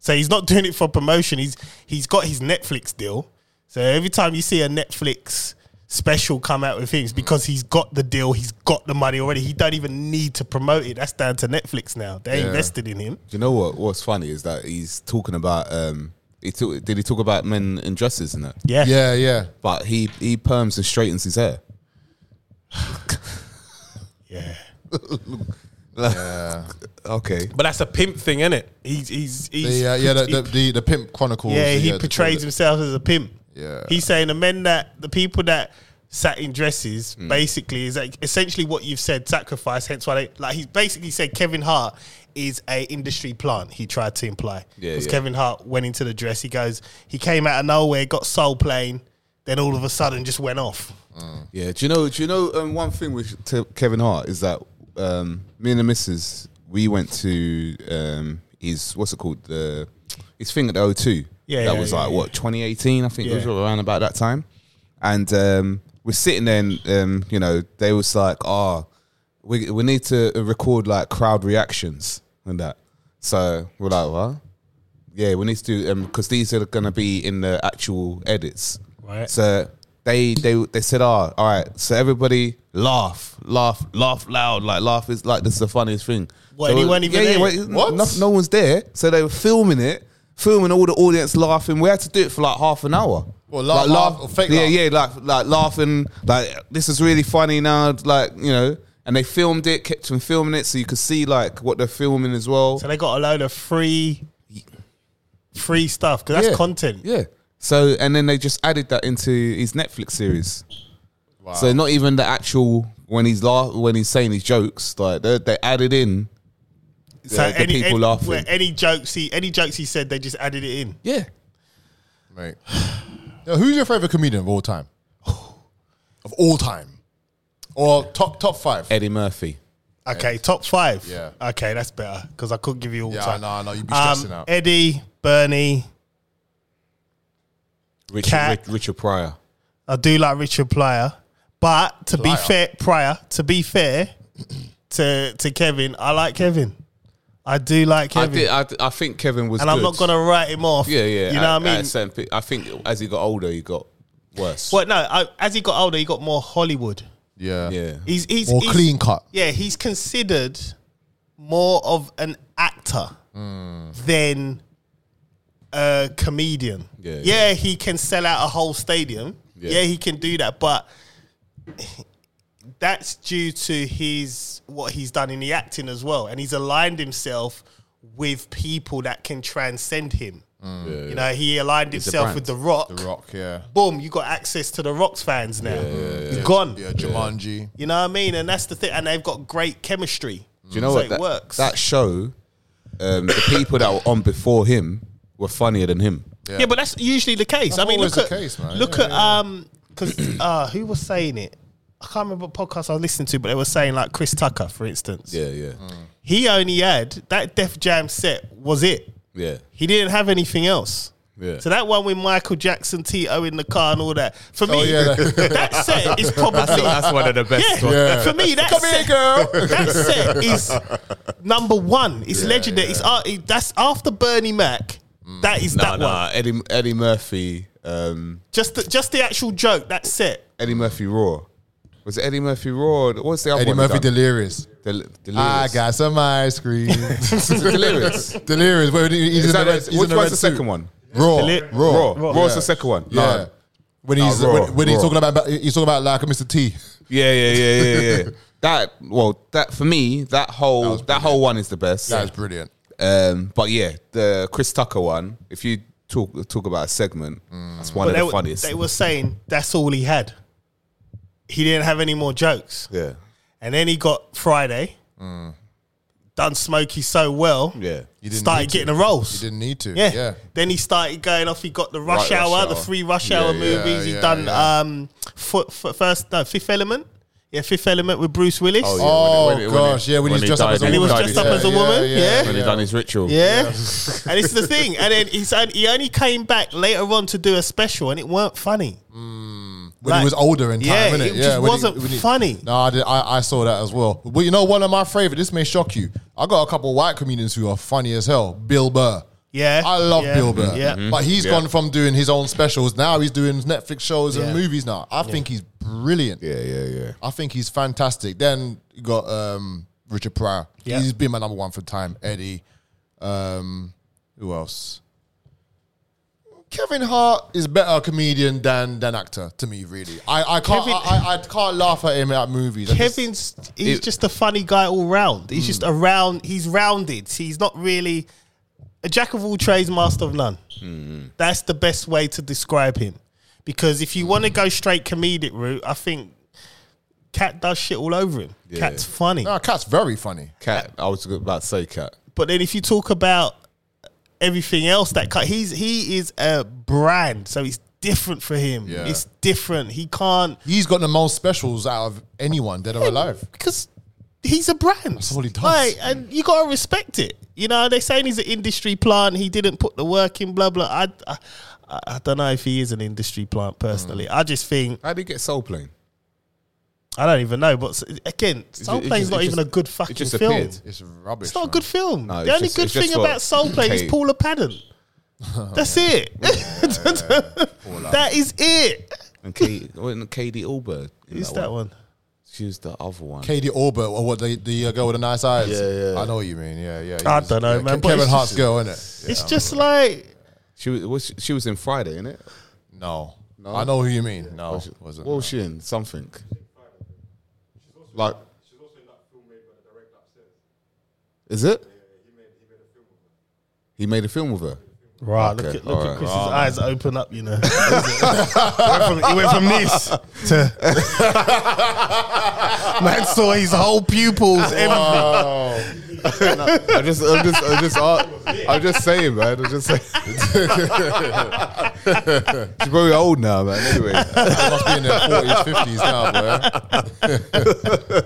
[SPEAKER 3] So he's not doing it for promotion. He's he's got his Netflix deal. So every time you see a Netflix special come out with things because he's got the deal, he's got the money already. He don't even need to promote it. That's down to Netflix now. They
[SPEAKER 2] Yeah.
[SPEAKER 3] invested in him.
[SPEAKER 1] Do you know what? What's funny is that he's talking about. Um, he talk, did he talk about men in dresses and that?
[SPEAKER 3] Yeah.
[SPEAKER 2] Yeah, yeah.
[SPEAKER 1] But he he perms and straightens his hair.
[SPEAKER 3] Yeah.
[SPEAKER 1] Okay.
[SPEAKER 3] But that's a pimp thing, isn't it? He's he's, he's
[SPEAKER 2] The, uh, yeah, the, the, the, the pimp chronicles.
[SPEAKER 3] yeah. He
[SPEAKER 2] they
[SPEAKER 3] portrays
[SPEAKER 2] call it.
[SPEAKER 3] himself as a pimp.
[SPEAKER 2] Yeah.
[SPEAKER 3] he's saying the men that the people that sat in dresses
[SPEAKER 2] Mm.
[SPEAKER 3] basically is like essentially what you've said sacrifice. Hence why they like he's basically said Kevin Hart is a industry plant. He tried to imply
[SPEAKER 1] Yeah,
[SPEAKER 3] because
[SPEAKER 1] yeah.
[SPEAKER 3] Kevin Hart went into the dress. He goes, he came out of nowhere, got soul plane, then all of a sudden just went off.
[SPEAKER 1] Yeah. Do you know? Do you know? Um, one thing with t- Kevin Hart is that um, me and the missus we went to um, his what's it called the his thing at the O2.
[SPEAKER 3] Yeah,
[SPEAKER 1] That
[SPEAKER 3] yeah,
[SPEAKER 1] was
[SPEAKER 3] yeah,
[SPEAKER 1] like
[SPEAKER 3] yeah.
[SPEAKER 1] what 2018. I think it was
[SPEAKER 3] Yeah.
[SPEAKER 1] around about that time. And um, we're sitting there, and um, you know, they was like, "Ah, we we need to record like crowd reactions and that." So we're like, "What?" Yeah, we need to do because these are going to be in the actual edits.
[SPEAKER 3] Right.
[SPEAKER 1] So they they they said, "Oh, all right." So everybody laugh, laugh, laugh loud. Like laugh is like this is the funniest thing.
[SPEAKER 3] What,
[SPEAKER 1] So-
[SPEAKER 3] and he weren't
[SPEAKER 1] yeah,
[SPEAKER 3] even
[SPEAKER 1] yeah,
[SPEAKER 3] there?
[SPEAKER 1] wait,
[SPEAKER 2] What?
[SPEAKER 1] No, no one's there. So they were filming it, filming all the audience laughing. We had to do it for like half an hour.
[SPEAKER 2] Well, laugh-
[SPEAKER 1] like,
[SPEAKER 2] laugh or fake
[SPEAKER 1] yeah,
[SPEAKER 2] laugh?
[SPEAKER 1] yeah, like like laughing. Like this is really funny now. Like you know. And they filmed it, kept on filming it, so you could see like what they're filming as well.
[SPEAKER 3] So they got a load of free, free stuff because that's
[SPEAKER 1] Yeah.
[SPEAKER 3] content.
[SPEAKER 1] Yeah. So and then they just added that into his Netflix series. So not even the actual when he's laugh when he's saying his jokes, like they, they added in the, the people laughing.
[SPEAKER 3] well, any jokes he any jokes he said, they just added it in.
[SPEAKER 1] yeah.
[SPEAKER 2] Mate. Now, who's your favorite comedian of all
[SPEAKER 3] [SIGHS]
[SPEAKER 2] time? Of all time, or top top five?
[SPEAKER 1] Eddie Murphy.
[SPEAKER 3] Okay, top five.
[SPEAKER 2] Yeah.
[SPEAKER 3] Okay, that's better because I could give you all
[SPEAKER 2] Yeah,
[SPEAKER 3] time.
[SPEAKER 2] no, no, you'd be
[SPEAKER 3] Um,
[SPEAKER 2] stressing out.
[SPEAKER 3] Eddie, Bernie.
[SPEAKER 1] Richard,
[SPEAKER 3] Cat.
[SPEAKER 1] Rich, Richard Pryor.
[SPEAKER 3] I do like Richard Pryor, but to be
[SPEAKER 2] Pryor.
[SPEAKER 3] fair, Pryor. To be fair to to Kevin, I like Kevin. I do like
[SPEAKER 1] I,
[SPEAKER 3] Kevin,
[SPEAKER 1] did, I, I think Kevin was
[SPEAKER 3] and I'm not
[SPEAKER 1] good.
[SPEAKER 3] gonna write him off.
[SPEAKER 1] Yeah, yeah.
[SPEAKER 3] You know
[SPEAKER 1] at-
[SPEAKER 3] what I
[SPEAKER 1] at
[SPEAKER 3] mean?
[SPEAKER 1] certain pe- I think as he got older he got worse.
[SPEAKER 3] Well, no. I, as he got older, he got more Hollywood.
[SPEAKER 2] Yeah,
[SPEAKER 1] Yeah.
[SPEAKER 3] He's he's
[SPEAKER 2] More
[SPEAKER 3] he's-
[SPEAKER 2] clean cut.
[SPEAKER 3] yeah, he's considered more of an actor than a comedian.
[SPEAKER 1] Yeah,
[SPEAKER 3] he can sell out a whole stadium. Yeah. he can do that, but that's due to his what he's done in the acting as well, and he's aligned himself with people that can transcend him.
[SPEAKER 2] Mm.
[SPEAKER 3] You know, he aligned himself
[SPEAKER 1] brand.
[SPEAKER 3] with the Rock.
[SPEAKER 2] The Rock, yeah.
[SPEAKER 3] Boom, you got access to the Rock's fans now. You're gone.
[SPEAKER 2] Yeah, Jumanji.
[SPEAKER 3] You know what I mean? And that's the thing. And they've got great chemistry.
[SPEAKER 1] Do you know
[SPEAKER 3] so
[SPEAKER 1] what?
[SPEAKER 3] It
[SPEAKER 1] that,
[SPEAKER 3] works.
[SPEAKER 1] that show, um, the people that were on before him were funnier than him.
[SPEAKER 3] yeah. but that's usually the case. I mean,
[SPEAKER 2] always
[SPEAKER 3] look at
[SPEAKER 2] the case, man.
[SPEAKER 3] look
[SPEAKER 2] Yeah,
[SPEAKER 3] at um, because uh, who was saying it? I can't remember what podcast I was listening to, but they were saying like Chris Tucker, for instance.
[SPEAKER 1] Yeah, yeah,
[SPEAKER 3] He only had that Def Jam set was it.
[SPEAKER 1] yeah.
[SPEAKER 3] He didn't have anything else.
[SPEAKER 1] Yeah.
[SPEAKER 3] [LAUGHS] So that one with Michael Jackson, Tito in the car, and all that. For me,
[SPEAKER 2] Oh, yeah.
[SPEAKER 3] [LAUGHS] that
[SPEAKER 2] [LAUGHS]
[SPEAKER 3] set is probably
[SPEAKER 1] one of the best.
[SPEAKER 3] yeah. For me, that set, that set is number one. It's legendary. It's uh, it- that's after Bernie Mac.
[SPEAKER 2] Mm.
[SPEAKER 3] That is
[SPEAKER 1] Nah,
[SPEAKER 3] that one.
[SPEAKER 1] nah. Eddie Eddie Murphy. Um,
[SPEAKER 3] Just the, just the actual joke. That set.
[SPEAKER 1] Eddie Murphy Raw. Was it Eddie Murpy Raw? What's the other
[SPEAKER 2] Eddie
[SPEAKER 1] one?
[SPEAKER 2] Murphy, Ah,
[SPEAKER 1] Del-
[SPEAKER 2] Delirious.
[SPEAKER 1] Del- Delirious.
[SPEAKER 2] I got some ice
[SPEAKER 1] [LAUGHS]
[SPEAKER 2] cream.
[SPEAKER 1] Delirious.
[SPEAKER 2] Delirious. Wait, he's
[SPEAKER 1] Is
[SPEAKER 2] in
[SPEAKER 1] that
[SPEAKER 2] the red,
[SPEAKER 1] the-
[SPEAKER 2] he's
[SPEAKER 1] which
[SPEAKER 2] in the
[SPEAKER 1] one's
[SPEAKER 2] red
[SPEAKER 1] the
[SPEAKER 2] suit.
[SPEAKER 1] second one?
[SPEAKER 2] Raw.
[SPEAKER 3] Deli-
[SPEAKER 2] Raw.
[SPEAKER 1] Raw. Raw's
[SPEAKER 2] Yeah.
[SPEAKER 1] the second one.
[SPEAKER 2] Yeah.
[SPEAKER 1] No.
[SPEAKER 2] When he's
[SPEAKER 1] Raw,
[SPEAKER 2] when, when he's
[SPEAKER 1] Raw.
[SPEAKER 2] talking about he's talking about like Mr. T.
[SPEAKER 1] Yeah, yeah, yeah, yeah, yeah. [LAUGHS] that well, that for me, that whole that, whole one is the best.
[SPEAKER 2] That is brilliant.
[SPEAKER 1] Um, but yeah, the Chris Tucker one. If you talk talk about a segment,
[SPEAKER 2] Mm.
[SPEAKER 1] that's one
[SPEAKER 3] But
[SPEAKER 1] of
[SPEAKER 3] they,
[SPEAKER 1] the
[SPEAKER 3] were-
[SPEAKER 1] funniest.
[SPEAKER 3] they were saying that's all he had. He didn't have any more jokes.
[SPEAKER 1] yeah,
[SPEAKER 3] And then he got Friday.
[SPEAKER 2] Mm.
[SPEAKER 3] Done Smokey so well.
[SPEAKER 1] yeah.
[SPEAKER 2] didn't need
[SPEAKER 3] started
[SPEAKER 2] to.
[SPEAKER 3] getting the roles.
[SPEAKER 2] He didn't need to.
[SPEAKER 3] Yeah.
[SPEAKER 2] Yeah.
[SPEAKER 3] Then he started going off. He got the Rush,
[SPEAKER 1] Right, Rush
[SPEAKER 3] hour, the
[SPEAKER 1] Hour.
[SPEAKER 3] three Rush Hour
[SPEAKER 1] yeah,
[SPEAKER 3] movies. He
[SPEAKER 2] yeah,
[SPEAKER 3] done
[SPEAKER 2] yeah.
[SPEAKER 3] um f- first no Fifth Element. Yeah, Fifth Element with Bruce Willis.
[SPEAKER 1] Oh, yeah.
[SPEAKER 2] Oh
[SPEAKER 1] When he- when he-
[SPEAKER 2] gosh, yeah. When,
[SPEAKER 1] when
[SPEAKER 2] he's
[SPEAKER 1] he
[SPEAKER 2] dressed up
[SPEAKER 1] died,
[SPEAKER 2] as a
[SPEAKER 1] when
[SPEAKER 2] woman.
[SPEAKER 1] he was dressed up
[SPEAKER 3] as a woman, yeah.
[SPEAKER 1] When he done his ritual,
[SPEAKER 3] Yeah, and it's the thing, and then he's on- he only came back later on to do a special, and it weren't funny.
[SPEAKER 2] when
[SPEAKER 3] Like-
[SPEAKER 2] he was older in time,
[SPEAKER 3] Yeah,
[SPEAKER 2] innit?
[SPEAKER 3] it just
[SPEAKER 2] when he-
[SPEAKER 3] wasn't
[SPEAKER 2] when he-
[SPEAKER 3] funny.
[SPEAKER 2] No, I, did, I I saw that as well. But you know, one of my favorite. This may shock you. I got a couple of white comedians who are funny as hell. Bill Burr.
[SPEAKER 3] Yeah,
[SPEAKER 2] I love
[SPEAKER 3] yeah,
[SPEAKER 2] Bill Burr.
[SPEAKER 3] yeah.
[SPEAKER 2] But he's
[SPEAKER 1] Mm-hmm. Yeah.
[SPEAKER 2] gone from doing his own specials. Now he's doing Netflix shows
[SPEAKER 3] Yeah.
[SPEAKER 2] and movies. Now I think he's brilliant.
[SPEAKER 1] yeah, yeah, yeah.
[SPEAKER 2] I think he's fantastic. Then you got um, Richard Pryor.
[SPEAKER 3] Yeah.
[SPEAKER 2] He's been my number one for time. Eddie. Um, who else? Kevin Hart is better comedian than than actor to me. Really, I, I can't
[SPEAKER 3] Kevin-
[SPEAKER 2] I, I, I can't laugh at him at movies. I just-
[SPEAKER 3] Kevin's he's just a funny guy all round. He's just around. He's rounded. He's not really a jack of all trades, master of none. That's the best way to describe him. Because if you want to go straight comedic route, I think Cat does shit all over him. Cat's funny.
[SPEAKER 2] no, Ah, Cat's very funny.
[SPEAKER 1] Cat. I was about to say cat.
[SPEAKER 3] But then if you talk about everything else that cut, he's he is a brand, so it's different for him.
[SPEAKER 2] Yeah.
[SPEAKER 3] It's different. He can't
[SPEAKER 2] He's got the most specials out of anyone dead or alive.
[SPEAKER 3] because he's a brand.
[SPEAKER 2] all he does.
[SPEAKER 3] Like, and you gotta respect it. You know, they're saying he's an industry plant. He didn't put the work in. Blah blah. I, I, I don't know if he is an industry plant
[SPEAKER 1] Mm.
[SPEAKER 3] personally. I just think
[SPEAKER 1] How did he get Soul Plane?
[SPEAKER 3] I don't even know. But s- again, Soul
[SPEAKER 1] it
[SPEAKER 3] Plane's
[SPEAKER 1] just-
[SPEAKER 3] not
[SPEAKER 1] it
[SPEAKER 3] even
[SPEAKER 1] just-
[SPEAKER 3] a good
[SPEAKER 1] it
[SPEAKER 3] fucking
[SPEAKER 1] just
[SPEAKER 3] film.
[SPEAKER 1] appeared.
[SPEAKER 2] It's rubbish.
[SPEAKER 3] It's not a
[SPEAKER 2] man.
[SPEAKER 3] good film.
[SPEAKER 1] No,
[SPEAKER 3] the
[SPEAKER 1] it's
[SPEAKER 3] only
[SPEAKER 1] just-
[SPEAKER 3] good
[SPEAKER 1] it's just
[SPEAKER 3] thing
[SPEAKER 1] for
[SPEAKER 3] about Soul Plane is
[SPEAKER 1] Kate. [LAUGHS]
[SPEAKER 3] Paula Padden. That's it. [LAUGHS] that is it.
[SPEAKER 1] And
[SPEAKER 2] [LAUGHS]
[SPEAKER 1] K, wasn't Katie Allbird? in
[SPEAKER 3] Who's that one?
[SPEAKER 1] She was the other one.
[SPEAKER 2] Katie Orbert, or what the the uh, girl with the nice eyes.
[SPEAKER 1] Yeah, yeah.
[SPEAKER 2] I know what you mean. Yeah, yeah.
[SPEAKER 3] I
[SPEAKER 2] He's-
[SPEAKER 3] don't know,
[SPEAKER 2] yeah,
[SPEAKER 3] man,
[SPEAKER 2] Ke-
[SPEAKER 3] but
[SPEAKER 2] Kevin
[SPEAKER 3] it's
[SPEAKER 2] Hart's
[SPEAKER 3] just-
[SPEAKER 2] girl, isn't it?
[SPEAKER 3] it's just like
[SPEAKER 1] She was, was she, she was in Friday, innit?
[SPEAKER 3] Oh,
[SPEAKER 2] No. I know who you mean. No,
[SPEAKER 1] What was
[SPEAKER 2] wasn't. [LAUGHS]
[SPEAKER 1] she in? Something. Like,
[SPEAKER 4] She's also in that film made by the director upstairs.
[SPEAKER 1] is it? He made a film with her.
[SPEAKER 3] right. look
[SPEAKER 1] Okay,
[SPEAKER 3] at look at
[SPEAKER 1] alright.
[SPEAKER 3] Chris's eyes open up. You know, [LAUGHS] he went from, he went from this Oh, to man saw his whole pupils. Everything.
[SPEAKER 1] [LAUGHS] I'm just, I'm just, I'm just, uh, I'm just saying, man. I'm just saying. [LAUGHS] She's probably old now, man. Anyway,
[SPEAKER 2] They must be in their forties, fifties now, bro.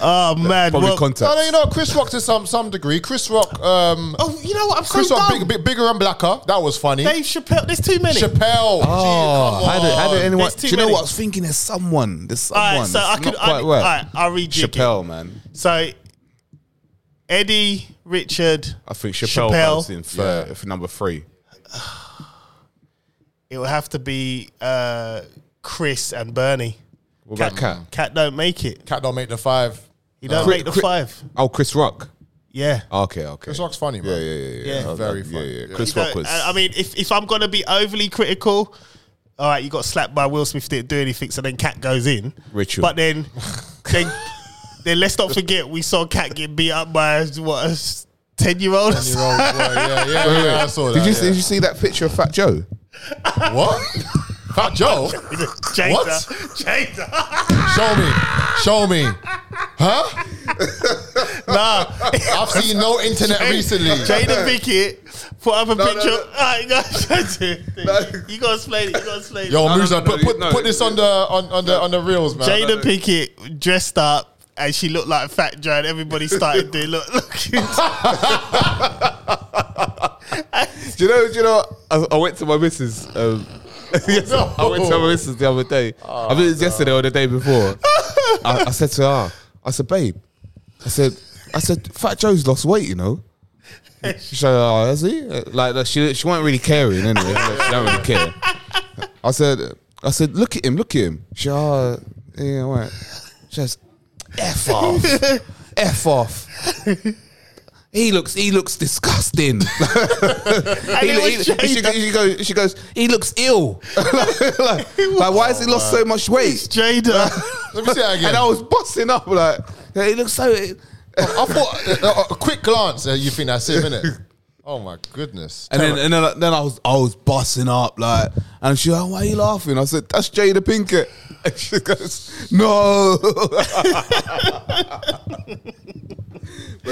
[SPEAKER 3] Oh man,
[SPEAKER 1] probably
[SPEAKER 3] well-
[SPEAKER 1] contacts.
[SPEAKER 2] No, no, you know Chris Rock to some some degree. Chris Rock, um,
[SPEAKER 3] oh, you know what? I'm
[SPEAKER 2] Chris
[SPEAKER 3] so
[SPEAKER 2] Rock,
[SPEAKER 3] dumb.
[SPEAKER 2] big, big, bigger and blacker. That was funny.
[SPEAKER 3] Dave Chappelle. There's too many.
[SPEAKER 2] Chappelle.
[SPEAKER 1] Oh, how did, how did anyone?
[SPEAKER 3] There's too
[SPEAKER 1] Do you know
[SPEAKER 3] many.
[SPEAKER 1] what I was thinking? There's someone. There's someone.
[SPEAKER 3] all right, so I
[SPEAKER 1] It's
[SPEAKER 3] could.
[SPEAKER 1] not
[SPEAKER 3] I,
[SPEAKER 1] quite
[SPEAKER 3] all
[SPEAKER 1] work.
[SPEAKER 3] right, I'll read you.
[SPEAKER 1] Chappelle, man.
[SPEAKER 3] So, Eddie, Richard,
[SPEAKER 1] I think Chappelle,
[SPEAKER 3] Chappelle.
[SPEAKER 1] was in third, for number three.
[SPEAKER 3] it will have to be uh, Chris and Bernie.
[SPEAKER 1] What about Cat?
[SPEAKER 3] Cat don't make it.
[SPEAKER 2] Cat don't make the five.
[SPEAKER 3] He don't
[SPEAKER 1] Chri-
[SPEAKER 3] make the
[SPEAKER 1] Chri-
[SPEAKER 3] five.
[SPEAKER 1] Oh, Chris Rock. Oh,
[SPEAKER 3] Yeah.
[SPEAKER 1] Okay, okay.
[SPEAKER 2] Chris Rock's funny, man.
[SPEAKER 1] Yeah, yeah, yeah, yeah.
[SPEAKER 3] Yeah.
[SPEAKER 1] I was
[SPEAKER 2] Very
[SPEAKER 1] like,
[SPEAKER 2] funny.
[SPEAKER 3] uh,
[SPEAKER 1] Yeah,
[SPEAKER 2] Yeah.
[SPEAKER 1] yeah. Chris
[SPEAKER 3] You know,
[SPEAKER 1] Rock was.
[SPEAKER 3] I I mean, if, if I'm gonna be overly critical, all right, you got slapped by Will Smith, didn't do anything, so then Cat goes in.
[SPEAKER 1] Ritual.
[SPEAKER 3] But then, then, then let's not forget we saw Cat get beat up by what a ten year [LAUGHS] old.
[SPEAKER 2] You're old boy, yeah, yeah, yeah, I saw that.
[SPEAKER 5] Did you
[SPEAKER 2] yeah.
[SPEAKER 5] did you see that picture of Fat Joe?
[SPEAKER 1] [LAUGHS]
[SPEAKER 2] what? Fat Joe?
[SPEAKER 3] Jada,
[SPEAKER 2] What?
[SPEAKER 3] Jada.
[SPEAKER 2] Show me. Show me. Huh?
[SPEAKER 3] Nah,
[SPEAKER 2] I've seen no internet recently.
[SPEAKER 3] [LAUGHS] Jada Pickett put up a
[SPEAKER 5] no,
[SPEAKER 3] picture.
[SPEAKER 5] no.
[SPEAKER 3] [LAUGHS] All right, guys, you gotta explain it. You gotta explain it.
[SPEAKER 2] Yo,
[SPEAKER 1] no,
[SPEAKER 2] Musa,
[SPEAKER 1] no,
[SPEAKER 2] put,
[SPEAKER 1] no,
[SPEAKER 2] put,
[SPEAKER 1] no.
[SPEAKER 2] put this on the on, on the on the reels, man.
[SPEAKER 3] Jada Pickett dressed up and she looked like Fat Joe, and everybody started doing look [LAUGHS] look.
[SPEAKER 1] Do you know? Do you know? I, I went to my missus. Um, [LAUGHS] yes, I went
[SPEAKER 2] [LAUGHS]
[SPEAKER 1] to my missus the other day. I think it was yesterday or the day before. I, I said to her, I said, babe, I said, I said, Fat Joe's lost weight, you know. She said, oh, has he? Like that- she she wasn't really caring anyway. she don't really care. I said, I said, look at him, look at him. She, oh, yeah, all right. She says, f off, f off. He looks, he looks disgusting.
[SPEAKER 3] And
[SPEAKER 1] He-
[SPEAKER 3] it was
[SPEAKER 1] he- she,
[SPEAKER 3] Jada.
[SPEAKER 1] go- she goes, she goes, he looks ill. [LAUGHS] like, like, why has he lost so much weight?
[SPEAKER 3] Jada.
[SPEAKER 2] Let me see that again.
[SPEAKER 1] And I was busting up like, "Yeah, he looks so.
[SPEAKER 2] I thought uh, a quick glance, uh, you think that's him, innit? Oh my goodness!
[SPEAKER 1] And then, and then, I- then I was, I was busting up like, and she, like, why are you laughing? I said, that's Jada Pinkett. [LAUGHS] And she goes, no. [LAUGHS] but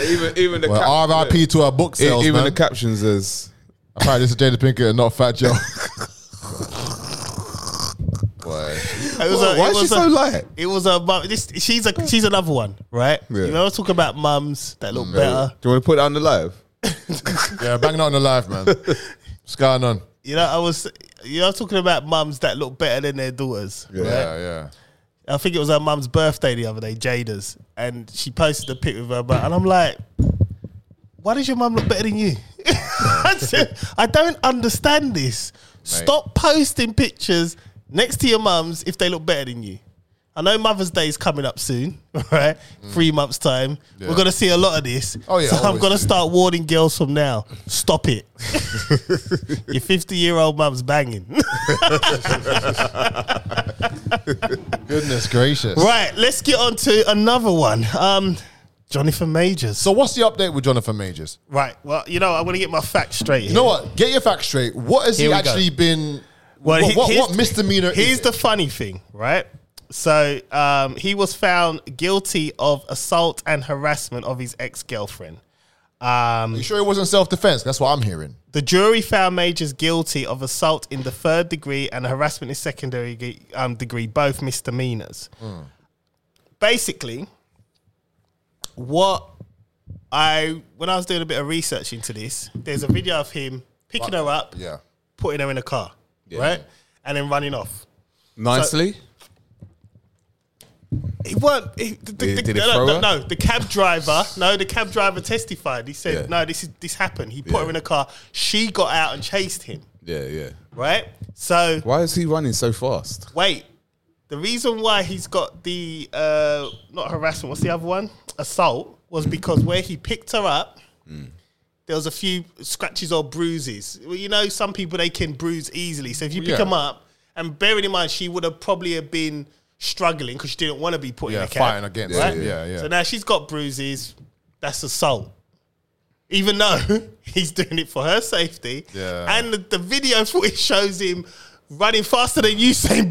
[SPEAKER 1] even, even the cap-
[SPEAKER 2] well, RIP to our book
[SPEAKER 1] e-
[SPEAKER 2] sales,
[SPEAKER 1] even
[SPEAKER 2] man.
[SPEAKER 1] the captions is.
[SPEAKER 2] Apparently, this is Jada Pinkett and not
[SPEAKER 1] [LAUGHS]
[SPEAKER 2] Fat Joe. Boy,
[SPEAKER 3] [LAUGHS] It was a-
[SPEAKER 1] why
[SPEAKER 3] it
[SPEAKER 1] is she
[SPEAKER 3] was a-
[SPEAKER 1] so light?
[SPEAKER 3] It was a mum. This she's a she's another one, right?
[SPEAKER 1] Yeah.
[SPEAKER 3] You know, I talk about mums that look better.
[SPEAKER 1] Do you want to put it on the live?
[SPEAKER 2] yeah, banging out on the live, man. What's going on?
[SPEAKER 3] You know, I was you know talking about mums that look better than their daughters.
[SPEAKER 2] Yeah, yeah.
[SPEAKER 3] I think it was her mum's birthday the other day, Jada's, and she posted a pic with her butt, and I'm like, why does your mum look better than you? [LAUGHS] I said, I don't understand this. Stop posting pictures next to your mums if they look better than you. I know Mother's Day is coming up soon, [LAUGHS] right? Three months time,
[SPEAKER 2] Mm. Yeah.
[SPEAKER 3] we're gonna see a lot of this.
[SPEAKER 2] Oh, yeah,
[SPEAKER 3] so I'm
[SPEAKER 2] always
[SPEAKER 3] gonna
[SPEAKER 2] do.
[SPEAKER 3] start warning girls from now. Stop
[SPEAKER 2] [LAUGHS]
[SPEAKER 3] it. [LAUGHS] your 50 year old mum's banging. [LAUGHS]
[SPEAKER 2] Goodness gracious!
[SPEAKER 3] right, let's get on to another one. Um, Jonathan Majors.
[SPEAKER 2] So, what's the update with Jonathan Majors?
[SPEAKER 3] Right. Well, you know, I'm going to get my facts straight.
[SPEAKER 2] You know what? Get your facts straight. What has
[SPEAKER 3] Here
[SPEAKER 2] he
[SPEAKER 3] we go.
[SPEAKER 2] actually been?
[SPEAKER 3] Well,
[SPEAKER 2] what,
[SPEAKER 3] he-
[SPEAKER 2] what,
[SPEAKER 3] here's-
[SPEAKER 2] what misdemeanor?
[SPEAKER 3] Here's
[SPEAKER 2] is
[SPEAKER 3] the funny thing, right? So um, he was found guilty of assault and harassment of his ex girlfriend. Um,
[SPEAKER 2] You sure it wasn't self defense? That's what I'm hearing.
[SPEAKER 3] the jury found Majors guilty of assault in the third degree and harassment in secondary ge- um, degree, both misdemeanors.
[SPEAKER 1] Hmm.
[SPEAKER 3] Basically, what I when I was doing a bit of research into this, there's a video of him picking her up,
[SPEAKER 2] Yeah.
[SPEAKER 3] putting her in a car, right, and then running off.
[SPEAKER 1] Nicely.
[SPEAKER 3] He weren't. He, the, the,
[SPEAKER 1] Did-
[SPEAKER 3] the-
[SPEAKER 1] did it
[SPEAKER 3] no,
[SPEAKER 1] throw
[SPEAKER 3] no,
[SPEAKER 1] her?
[SPEAKER 3] no, the cab driver. No, the cab driver testified. He said,
[SPEAKER 1] Yeah.
[SPEAKER 3] "No, this is this happened. He put
[SPEAKER 1] Yeah.
[SPEAKER 3] her in a car. She got out and chased him.
[SPEAKER 1] yeah, yeah.
[SPEAKER 3] Right. So
[SPEAKER 1] Why is he running so fast?
[SPEAKER 3] wait, the reason why he's got the uh, not harassment. What's the other one? Assault was because where he picked her up, there was a few scratches or bruises. Well, you know, some people they can bruise easily. So if you pick
[SPEAKER 2] Yeah.
[SPEAKER 3] them up, and bearing in mind she would have probably have been struggling because she didn't want to be put in
[SPEAKER 2] Yeah,
[SPEAKER 3] a cab.
[SPEAKER 2] fighting against.
[SPEAKER 1] Right?
[SPEAKER 2] it. Yeah, yeah.
[SPEAKER 3] So now she's got bruises. That's assault. Even though [LAUGHS] he's doing it for her safety.
[SPEAKER 2] Yeah.
[SPEAKER 3] And the, the video footage shows him running faster than Usain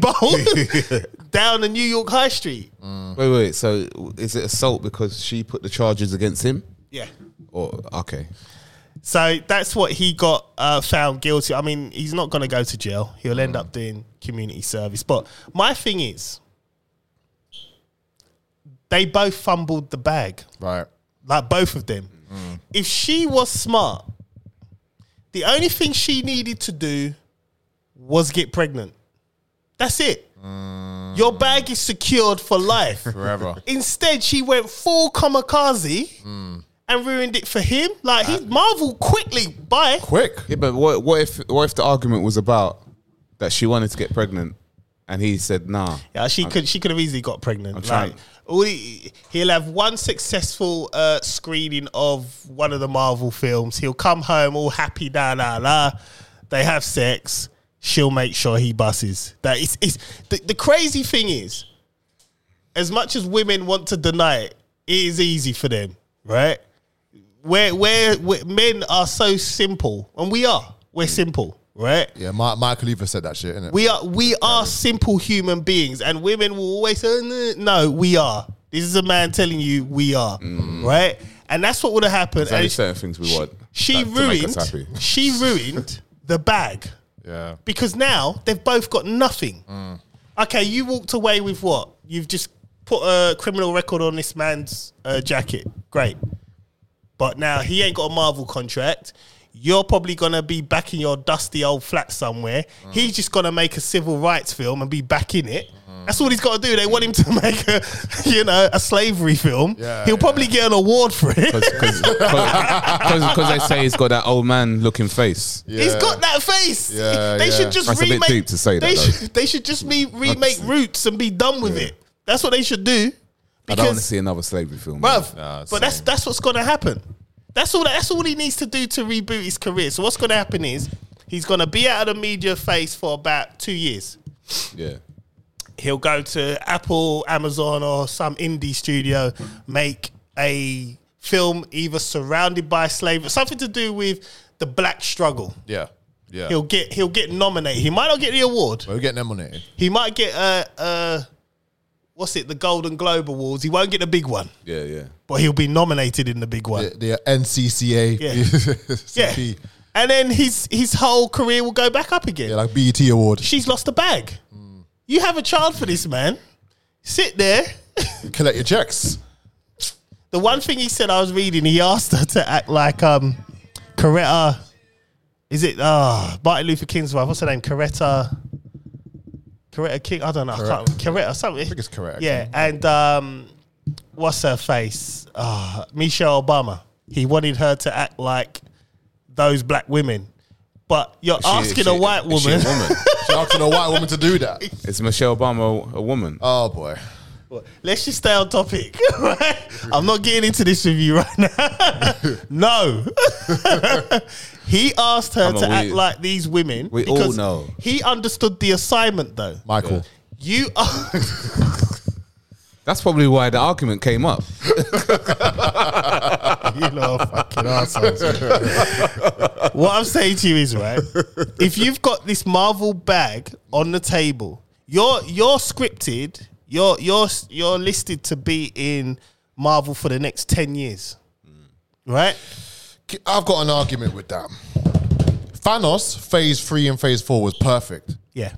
[SPEAKER 2] [LAUGHS]
[SPEAKER 3] Bolt down the New York High Street.
[SPEAKER 1] Wait, wait. So is it assault because she put the charges against him?
[SPEAKER 3] Yeah.
[SPEAKER 1] Or okay,
[SPEAKER 3] So that's what he got uh, found guilty. I mean, he's not going to go to jail. He'll end up doing community service. But my thing is, they both fumbled the bag.
[SPEAKER 2] Right.
[SPEAKER 3] like both of them. If she was smart, the only thing she needed to do was get pregnant. That's it. Your bag is secured for life.
[SPEAKER 2] Forever.
[SPEAKER 3] Instead, she went full kamikaze and ruined it for him. Like he Marvel quickly, bye.
[SPEAKER 2] Quick.
[SPEAKER 1] yeah. But what, what if what if the argument was about that she wanted to get pregnant, and he said nah?
[SPEAKER 3] Yeah, she could. She could have easily got pregnant.
[SPEAKER 1] trying.
[SPEAKER 3] Like, all he, he'll have one successful uh, screening of one of the Marvel films. He'll come home all happy, da la la. They have sex. she'll make sure he busses. That is, it's, the, the crazy thing is, as much as women want to deny it, it is easy for them, right? Where, where, where men are so simple, and we are, we're simple, right?
[SPEAKER 2] Yeah, Ma- Michael Lever said that shit, innit?
[SPEAKER 3] We are we are simple human beings, and women will always say, "No, no, we are." This is a man telling you we are, right? And that's what would have happened.
[SPEAKER 1] only
[SPEAKER 3] And
[SPEAKER 1] certain things we want. that-
[SPEAKER 3] she
[SPEAKER 1] to make
[SPEAKER 3] ruined.
[SPEAKER 1] us happy. [LAUGHS]
[SPEAKER 3] She ruined the bag
[SPEAKER 2] yeah. Mm.
[SPEAKER 3] because now they've both got nothing. Okay, you walked away with what? You've just put a criminal record on this man's uh, jacket. Great. But now he ain't got a Marvel contract. You're probably gonna be back in your dusty old flat somewhere.
[SPEAKER 2] Mm.
[SPEAKER 3] He's just gonna make a civil rights film and be back in it.
[SPEAKER 2] Mm-hmm.
[SPEAKER 3] That's all he's got to do. They want him to [LAUGHS] make a, you know, a slavery film.
[SPEAKER 2] Yeah,
[SPEAKER 3] He'll
[SPEAKER 2] yeah.
[SPEAKER 3] probably get an award for it.
[SPEAKER 1] Because they say he's got that old man looking face.
[SPEAKER 3] He's
[SPEAKER 2] Yeah.
[SPEAKER 3] got that face.
[SPEAKER 2] Yeah,
[SPEAKER 3] they
[SPEAKER 2] yeah.
[SPEAKER 3] should just
[SPEAKER 1] That's a bit
[SPEAKER 3] remake.
[SPEAKER 1] deep to say that,
[SPEAKER 3] They,
[SPEAKER 1] though.
[SPEAKER 3] should, they should just me remake Roots and be done with it. That's what they should do.
[SPEAKER 1] I don't want to
[SPEAKER 3] Because,
[SPEAKER 1] see another slavery film.
[SPEAKER 3] bruv,
[SPEAKER 2] Nah,
[SPEAKER 3] but that's
[SPEAKER 2] same.
[SPEAKER 3] that's what's gonna happen. That's all. That's all he needs to do to reboot his career. So what's gonna happen is he's gonna be out of the media face for about two years.
[SPEAKER 1] Yeah.
[SPEAKER 3] He'll go to Apple, Amazon, or some indie studio, make a film either surrounded by slavery, something to do with the black struggle
[SPEAKER 2] Yeah. Yeah.
[SPEAKER 3] he'll get he'll get nominated. He might not get the award.
[SPEAKER 2] We're getting nominated.
[SPEAKER 3] He might get uh uh what's it the Golden Globe Awards. He won't get the big one,
[SPEAKER 1] Yeah, yeah.
[SPEAKER 3] but he'll be nominated in the big one.
[SPEAKER 2] The, the NCCA. [LAUGHS]
[SPEAKER 3] Yeah. Yeah.
[SPEAKER 2] CP.
[SPEAKER 3] And then his his whole career will go back up again.
[SPEAKER 2] Yeah, like BET award.
[SPEAKER 3] She's lost the bag. You have a child for this man. Sit there.
[SPEAKER 2] Collect your checks.
[SPEAKER 3] The one thing he said I was reading, he asked her to act like um Coretta is it uh Martin Luther King's wife? What's her name? Coretta Coretta King? I don't know. I can't, Coretta something. I
[SPEAKER 2] think it's Coretta
[SPEAKER 3] Yeah, and um, what's her face? Uh, Michelle Obama. He wanted her to act like those black women, but you're asking
[SPEAKER 1] she-
[SPEAKER 3] a white
[SPEAKER 1] is she a
[SPEAKER 3] woman. [LAUGHS]
[SPEAKER 2] [LAUGHS]
[SPEAKER 1] woman?
[SPEAKER 2] She asking a white woman to do that.
[SPEAKER 1] Is Michelle Obama a woman?
[SPEAKER 2] Oh boy.
[SPEAKER 3] Let's just stay on topic. [LAUGHS] Right? I'm not getting into this with you right now. [LAUGHS] no. he asked her
[SPEAKER 1] Come on,
[SPEAKER 3] to
[SPEAKER 1] we-
[SPEAKER 3] act like these women.
[SPEAKER 1] we all
[SPEAKER 3] because
[SPEAKER 1] know.
[SPEAKER 3] He understood the assignment though.
[SPEAKER 2] Michael.
[SPEAKER 3] You are
[SPEAKER 1] That's probably why the argument came up.
[SPEAKER 3] you know, fucking assholes. [LAUGHS] what I'm saying to you is, right? If you've got this Marvel bag on the table, you're you're scripted, you're you're you're listed to be in Marvel for the next ten years, right?
[SPEAKER 2] I've got an argument with that. Thanos phase three and phase four was perfect.
[SPEAKER 3] Yeah,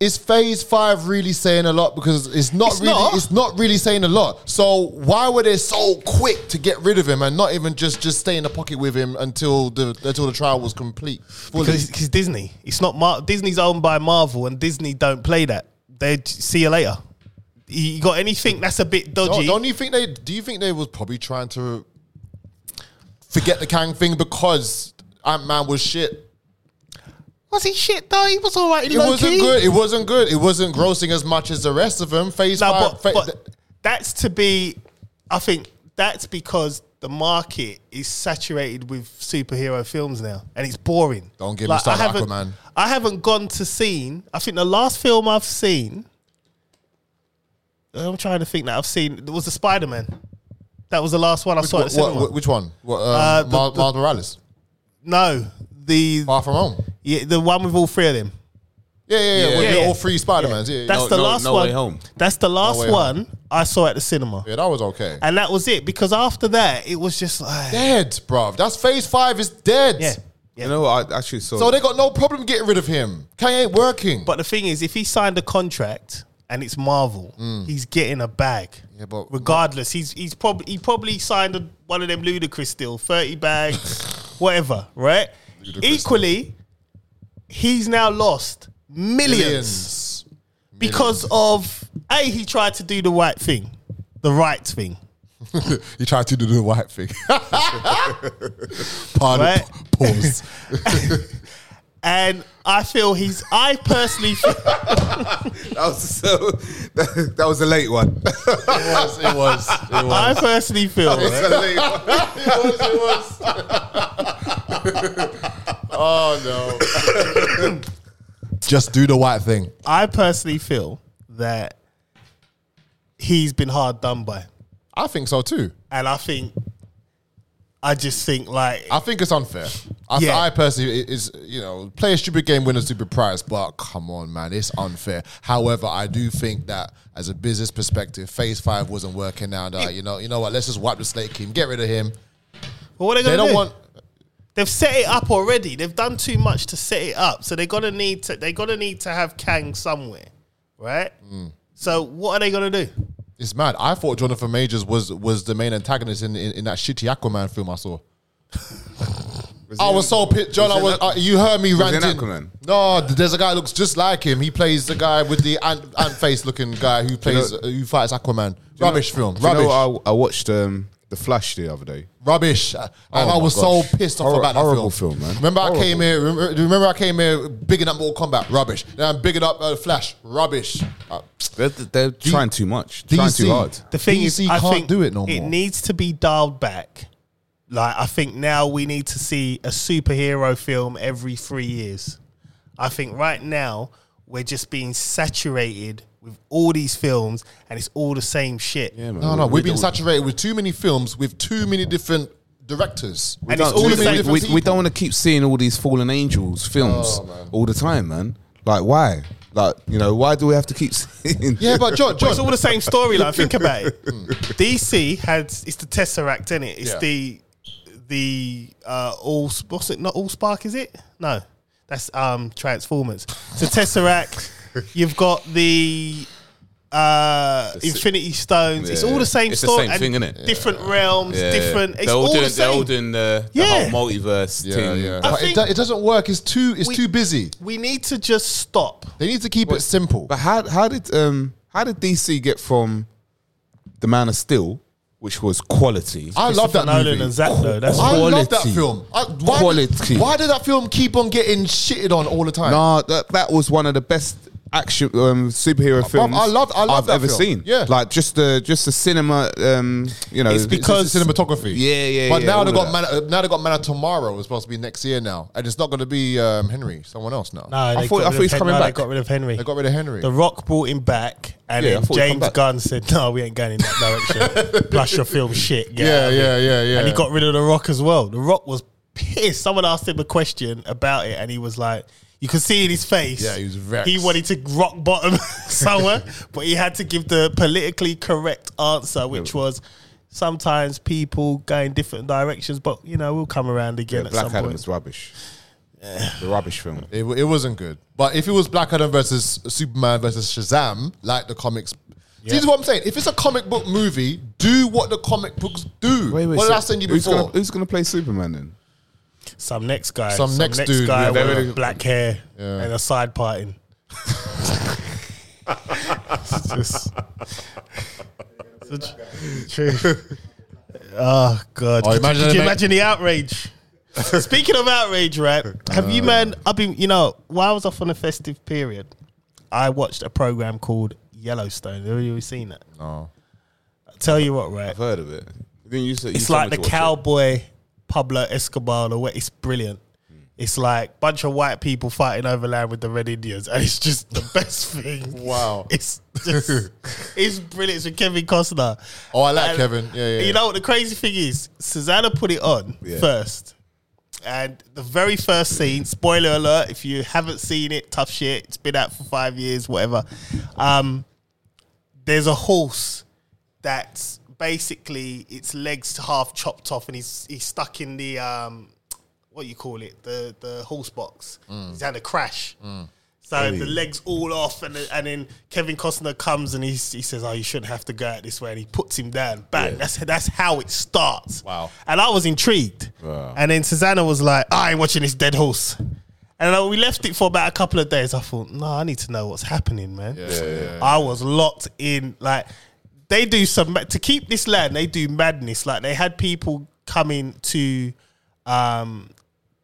[SPEAKER 2] Is phase five really saying a lot? Because it's not
[SPEAKER 3] It's
[SPEAKER 2] really
[SPEAKER 3] not.
[SPEAKER 2] it's not really saying a lot. So why were they so quick to get rid of him and not even just just stay in the pocket with him until the until the trial was complete? fully?
[SPEAKER 3] because it's, 'cause Disney. It's not Mar- Disney's owned by Marvel, and Disney don't play that. They see you later. You got anything that's a bit
[SPEAKER 2] Oh,
[SPEAKER 3] dodgy?
[SPEAKER 2] don't you think they? Do you think they was probably trying to forget the Kang thing because Ant Man was shit?
[SPEAKER 3] was he shit though? He was all right.
[SPEAKER 2] It wasn't good. It wasn't good. It wasn't grossing as much as the rest of them. Phase
[SPEAKER 3] No,
[SPEAKER 2] five.
[SPEAKER 3] but,
[SPEAKER 2] fa-
[SPEAKER 3] but that's to be. I think that's because the market is saturated with superhero films now, and it's boring.
[SPEAKER 2] Don't get me started on
[SPEAKER 3] haven't,
[SPEAKER 2] Aquaman.
[SPEAKER 3] I haven't gone to seen. I think the last film I've seen. I'm trying to think that I've seen was the Spider Man. That was the last one I saw. at
[SPEAKER 2] what,
[SPEAKER 3] the cinema.
[SPEAKER 2] what- which one? What, um,
[SPEAKER 3] Uh, the-
[SPEAKER 2] Miles,
[SPEAKER 3] the-
[SPEAKER 2] Miles Morales.
[SPEAKER 3] no, the
[SPEAKER 2] Far from home.
[SPEAKER 3] yeah, the one with all three of them.
[SPEAKER 2] Yeah, yeah, yeah.
[SPEAKER 1] Yeah.
[SPEAKER 2] with
[SPEAKER 1] Yeah,
[SPEAKER 2] the
[SPEAKER 3] yeah.
[SPEAKER 2] All three Spider Mans. Yeah, yeah,
[SPEAKER 3] That's
[SPEAKER 1] No-
[SPEAKER 3] the
[SPEAKER 1] no-
[SPEAKER 3] last
[SPEAKER 1] No
[SPEAKER 3] one.
[SPEAKER 1] Way Home.
[SPEAKER 3] That's the last
[SPEAKER 2] Way
[SPEAKER 3] one I saw at the cinema,
[SPEAKER 2] yeah, that was okay.
[SPEAKER 3] and that was it. Because after that, it was just like
[SPEAKER 2] Dead, bruv. That's phase five is dead.
[SPEAKER 3] yeah, yeah.
[SPEAKER 1] You know, I actually saw.
[SPEAKER 2] So they got no problem getting rid of him. Kang ain't working.
[SPEAKER 3] But the thing is, if he signed a contract and it's Marvel, he's getting a bag.
[SPEAKER 2] Yeah, but-
[SPEAKER 3] regardless, he's he's probably he probably signed a, one of them ludicrous deal, thirty bags, whatever, right? Equally, he's now lost millions,
[SPEAKER 2] Billions.
[SPEAKER 3] because of a he tried to do the right thing, the right thing,
[SPEAKER 2] [LAUGHS] He tried to do the white thing. [LAUGHS] Pardon.
[SPEAKER 3] Right. [LAUGHS]
[SPEAKER 2] Pause.
[SPEAKER 3] and I feel he's. I personally feel.
[SPEAKER 1] that was [LAUGHS] so. That, was a late one. [LAUGHS]
[SPEAKER 2] It was. It was. It [LAUGHS]
[SPEAKER 3] I personally feel.
[SPEAKER 2] [LAUGHS]
[SPEAKER 3] right?
[SPEAKER 1] That was a late one.
[SPEAKER 2] was. It was. Oh no. [COUGHS] Just do the white thing.
[SPEAKER 3] I personally feel that he's been hard done by,
[SPEAKER 2] I think so too.
[SPEAKER 3] and I think, I just think like
[SPEAKER 2] I think it's unfair. I,
[SPEAKER 3] Yeah.
[SPEAKER 2] I personally it is you know players should be game winners to be prized, but come on, man, it's unfair. However, I do think that as a business perspective, Phase Five wasn't working out. Uh, you know, you know what? Let's just wipe the slate clean, get rid of him.
[SPEAKER 3] But what are
[SPEAKER 2] They
[SPEAKER 3] they
[SPEAKER 2] don't
[SPEAKER 3] going to do?
[SPEAKER 2] want.
[SPEAKER 3] They've set it up already. They've done too much to set it up. So they're gonna need to. They're gonna need to have Kang somewhere, right?
[SPEAKER 2] Mm.
[SPEAKER 3] So what are they gonna do?
[SPEAKER 2] It's mad. I thought Jonathan Majors was was the main antagonist in in, in that shitty Aquaman film I
[SPEAKER 1] [LAUGHS]
[SPEAKER 2] saw. I was so pissed, John. I was. Uh, you heard me
[SPEAKER 1] in
[SPEAKER 2] ranting.
[SPEAKER 1] Aquaman?
[SPEAKER 2] No, th- there's a guy who looks just like him. He plays the guy with the ant, ant face looking guy who plays uh, who fights Aquaman. Rubbish film.
[SPEAKER 1] Do you
[SPEAKER 2] Rubbish.
[SPEAKER 1] know what? I, I watched um, The Flash the other day.
[SPEAKER 2] Rubbish. Uh, and
[SPEAKER 1] Oh
[SPEAKER 2] I
[SPEAKER 1] my
[SPEAKER 2] was
[SPEAKER 1] gosh.
[SPEAKER 2] so pissed off
[SPEAKER 1] Horri-
[SPEAKER 2] about that
[SPEAKER 1] horrible
[SPEAKER 2] film.
[SPEAKER 1] film, man.
[SPEAKER 2] Remember I came here. Remember, remember I came here bigging up Mortal Kombat. Rubbish. Then I'm bigging up uh, Flash. Rubbish. Uh,
[SPEAKER 1] They're, they're trying too much, trying
[SPEAKER 2] DC.
[SPEAKER 1] too hard.
[SPEAKER 3] The thing
[SPEAKER 2] DC
[SPEAKER 3] is, I
[SPEAKER 2] can't
[SPEAKER 3] think
[SPEAKER 2] do it no
[SPEAKER 3] It
[SPEAKER 2] more.
[SPEAKER 3] needs to be dialed back. Like I think now we need to see a superhero film every three years. I think right now we're just being saturated with all these films, and it's all the same shit.
[SPEAKER 1] Yeah, man.
[SPEAKER 2] no, no.
[SPEAKER 1] We-
[SPEAKER 2] We've
[SPEAKER 1] we
[SPEAKER 2] been
[SPEAKER 1] don't-
[SPEAKER 2] saturated with too many films with too many different directors.
[SPEAKER 3] And it's
[SPEAKER 1] don't-
[SPEAKER 3] all
[SPEAKER 1] we,
[SPEAKER 3] the same-
[SPEAKER 1] we- we, we don't want to keep seeing all these fallen angels
[SPEAKER 3] Oh,
[SPEAKER 1] films all the time, man. Like, why? Like, you know, why do we have to keep [LAUGHS] seeing?
[SPEAKER 2] Yeah,
[SPEAKER 1] [LAUGHS]
[SPEAKER 2] but John,
[SPEAKER 3] But it's all
[SPEAKER 2] John,
[SPEAKER 3] the same storyline. Think about
[SPEAKER 5] [LAUGHS]
[SPEAKER 3] it.
[SPEAKER 5] Hmm.
[SPEAKER 3] DC had it's the Tesseract, in it? It's
[SPEAKER 2] Yeah.
[SPEAKER 3] the the uh, all what's it? Not all spark, is it? No, that's um Transformers.
[SPEAKER 5] [LAUGHS]
[SPEAKER 3] So Tesseract, you've got the uh Infinity Stones. It's
[SPEAKER 1] Yeah.
[SPEAKER 3] all the same
[SPEAKER 5] It's the
[SPEAKER 3] story.
[SPEAKER 5] same
[SPEAKER 3] and
[SPEAKER 5] thing, innit?
[SPEAKER 3] Different realms, different. It's
[SPEAKER 5] They're all,
[SPEAKER 3] all,
[SPEAKER 5] doing,
[SPEAKER 3] the
[SPEAKER 5] they're all
[SPEAKER 3] same.
[SPEAKER 5] doing the, the
[SPEAKER 3] Yeah.
[SPEAKER 5] whole multiverse
[SPEAKER 2] yeah,
[SPEAKER 5] thing.
[SPEAKER 2] yeah.
[SPEAKER 3] I
[SPEAKER 2] But it,
[SPEAKER 3] think-
[SPEAKER 2] do- it doesn't work. It's too it's
[SPEAKER 3] We-
[SPEAKER 2] too busy.
[SPEAKER 3] We need to just stop.
[SPEAKER 2] They need to keep it simple.
[SPEAKER 1] But how how did um how did DC get from the Man of Steel, which was quality?
[SPEAKER 2] I love that
[SPEAKER 3] Nolan
[SPEAKER 2] movie.
[SPEAKER 3] and Zach, though. That's
[SPEAKER 2] I love that
[SPEAKER 1] Quality.
[SPEAKER 2] film. I, why,
[SPEAKER 1] Quality.
[SPEAKER 2] Did, why did that film keep on getting shitted on all the time?
[SPEAKER 1] Nah, that that was one of the best action um, superhero films
[SPEAKER 2] I loved- I loved
[SPEAKER 1] have
[SPEAKER 2] that
[SPEAKER 1] ever
[SPEAKER 2] film.
[SPEAKER 1] seen.
[SPEAKER 2] Yeah.
[SPEAKER 1] like just the just the cinema. Um, you know,
[SPEAKER 3] It's
[SPEAKER 2] It's just
[SPEAKER 3] because-
[SPEAKER 2] the cinematography.
[SPEAKER 1] Yeah, yeah,
[SPEAKER 2] But
[SPEAKER 1] yeah,
[SPEAKER 2] now
[SPEAKER 1] all
[SPEAKER 2] they
[SPEAKER 1] of
[SPEAKER 2] got man,
[SPEAKER 1] that.
[SPEAKER 2] uh, now they got Man of Tomorrow. It's supposed to be next year now, and it's not going to be um, Henry. Someone else now.
[SPEAKER 1] thought-
[SPEAKER 3] No, they got
[SPEAKER 1] I
[SPEAKER 3] rid
[SPEAKER 1] thought
[SPEAKER 3] of
[SPEAKER 1] he's
[SPEAKER 3] Hen-
[SPEAKER 1] coming
[SPEAKER 3] no, they
[SPEAKER 1] back.
[SPEAKER 3] got rid of Henry.
[SPEAKER 2] They got rid of Henry.
[SPEAKER 3] The Rock brought him back, and
[SPEAKER 1] Yeah, I
[SPEAKER 3] then
[SPEAKER 1] thought he'd come
[SPEAKER 3] James
[SPEAKER 1] back.
[SPEAKER 3] Gunn said, "No, we ain't going in that direction."
[SPEAKER 1] [LAUGHS]
[SPEAKER 3] Plus, your film shit. Get out
[SPEAKER 2] yeah,
[SPEAKER 3] of here.
[SPEAKER 2] yeah, yeah, yeah.
[SPEAKER 3] And he got rid of The Rock as well. The Rock was pissed. Someone asked him a question about it, and he was like, "You could see in his face.
[SPEAKER 2] Yeah, he was vexed.
[SPEAKER 3] He wanted to rock bottom [LAUGHS] somewhere, but he had to give the politically correct answer, which was." Sometimes people go in different directions, but you know we'll come around again at
[SPEAKER 1] Black
[SPEAKER 3] some
[SPEAKER 1] Adam
[SPEAKER 3] point.
[SPEAKER 1] was rubbish. The rubbish film.
[SPEAKER 2] It, it wasn't good. But if it was Black Adam versus Superman versus Shazam, like the comics. This is what I'm saying. If it's a comic book movie, do what the comic books do. what did
[SPEAKER 1] so
[SPEAKER 2] I send you
[SPEAKER 1] who's
[SPEAKER 2] before?
[SPEAKER 1] Gonna, who's gonna play Superman then?
[SPEAKER 3] Some next guy,
[SPEAKER 2] Some next dude, yeah,
[SPEAKER 3] guy with
[SPEAKER 2] very-
[SPEAKER 3] black hair
[SPEAKER 2] Yeah.
[SPEAKER 3] and a side parting. It's just- It's the tr- oh god!
[SPEAKER 2] Oh,
[SPEAKER 3] could
[SPEAKER 2] imagine
[SPEAKER 3] you, could
[SPEAKER 2] it,
[SPEAKER 3] you
[SPEAKER 2] mate.
[SPEAKER 3] imagine the outrage? [LAUGHS] Speaking of outrage, right? Have you man? I've been, you know, while I was off on a festive period, I watched a program called Yellowstone. Have you ever seen that? No. I tell you what, right?
[SPEAKER 1] I've heard of it. Didn't you say, you
[SPEAKER 3] It's
[SPEAKER 1] told
[SPEAKER 3] like
[SPEAKER 1] me
[SPEAKER 3] the
[SPEAKER 1] to watch it.
[SPEAKER 3] cowboy Pablo Escobar. The way it's brilliant.
[SPEAKER 1] Hmm.
[SPEAKER 3] It's like bunch of white people fighting over land with the red Indians, and it's just the
[SPEAKER 1] [LAUGHS]
[SPEAKER 3] best thing.
[SPEAKER 2] Wow.
[SPEAKER 3] [LAUGHS] It's just, it's brilliant. It's with Kevin Costner.
[SPEAKER 2] Oh, I like
[SPEAKER 3] And
[SPEAKER 2] Kevin. Yeah, yeah.
[SPEAKER 3] Uh, You know what the crazy thing is? Susanna put it on
[SPEAKER 1] Yeah.
[SPEAKER 3] first, and the very first scene. Spoiler alert! If you haven't seen it, tough shit. It's been out for five years, whatever. Um, there's a horse that's basically its legs half chopped off, and he's he's stuck in the um, what you call it, the the horse box. He's had a crash. So the legs all off, and the- and then Kevin Costner comes and he he says, "Oh, you shouldn't have to go out this way," and he puts him down. Bang! That's that's how it starts.
[SPEAKER 2] Wow.
[SPEAKER 3] And I was intrigued. And then Susanna was like, "I ain't watching this dead horse." And uh, we left it for about a couple of days. I thought, no, I need to know what's happening, man. I was locked in. Like they do some ma- to keep this land. They do madness. Like they had people coming to um,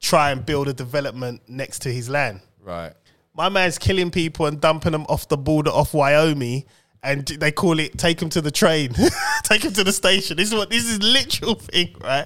[SPEAKER 3] try and build a development next to his land.
[SPEAKER 2] right.
[SPEAKER 3] My man's killing people and dumping them off the border off Wyoming. And they call it take [LAUGHS] him to the train, take him to the station. This is what this is literal thing, right?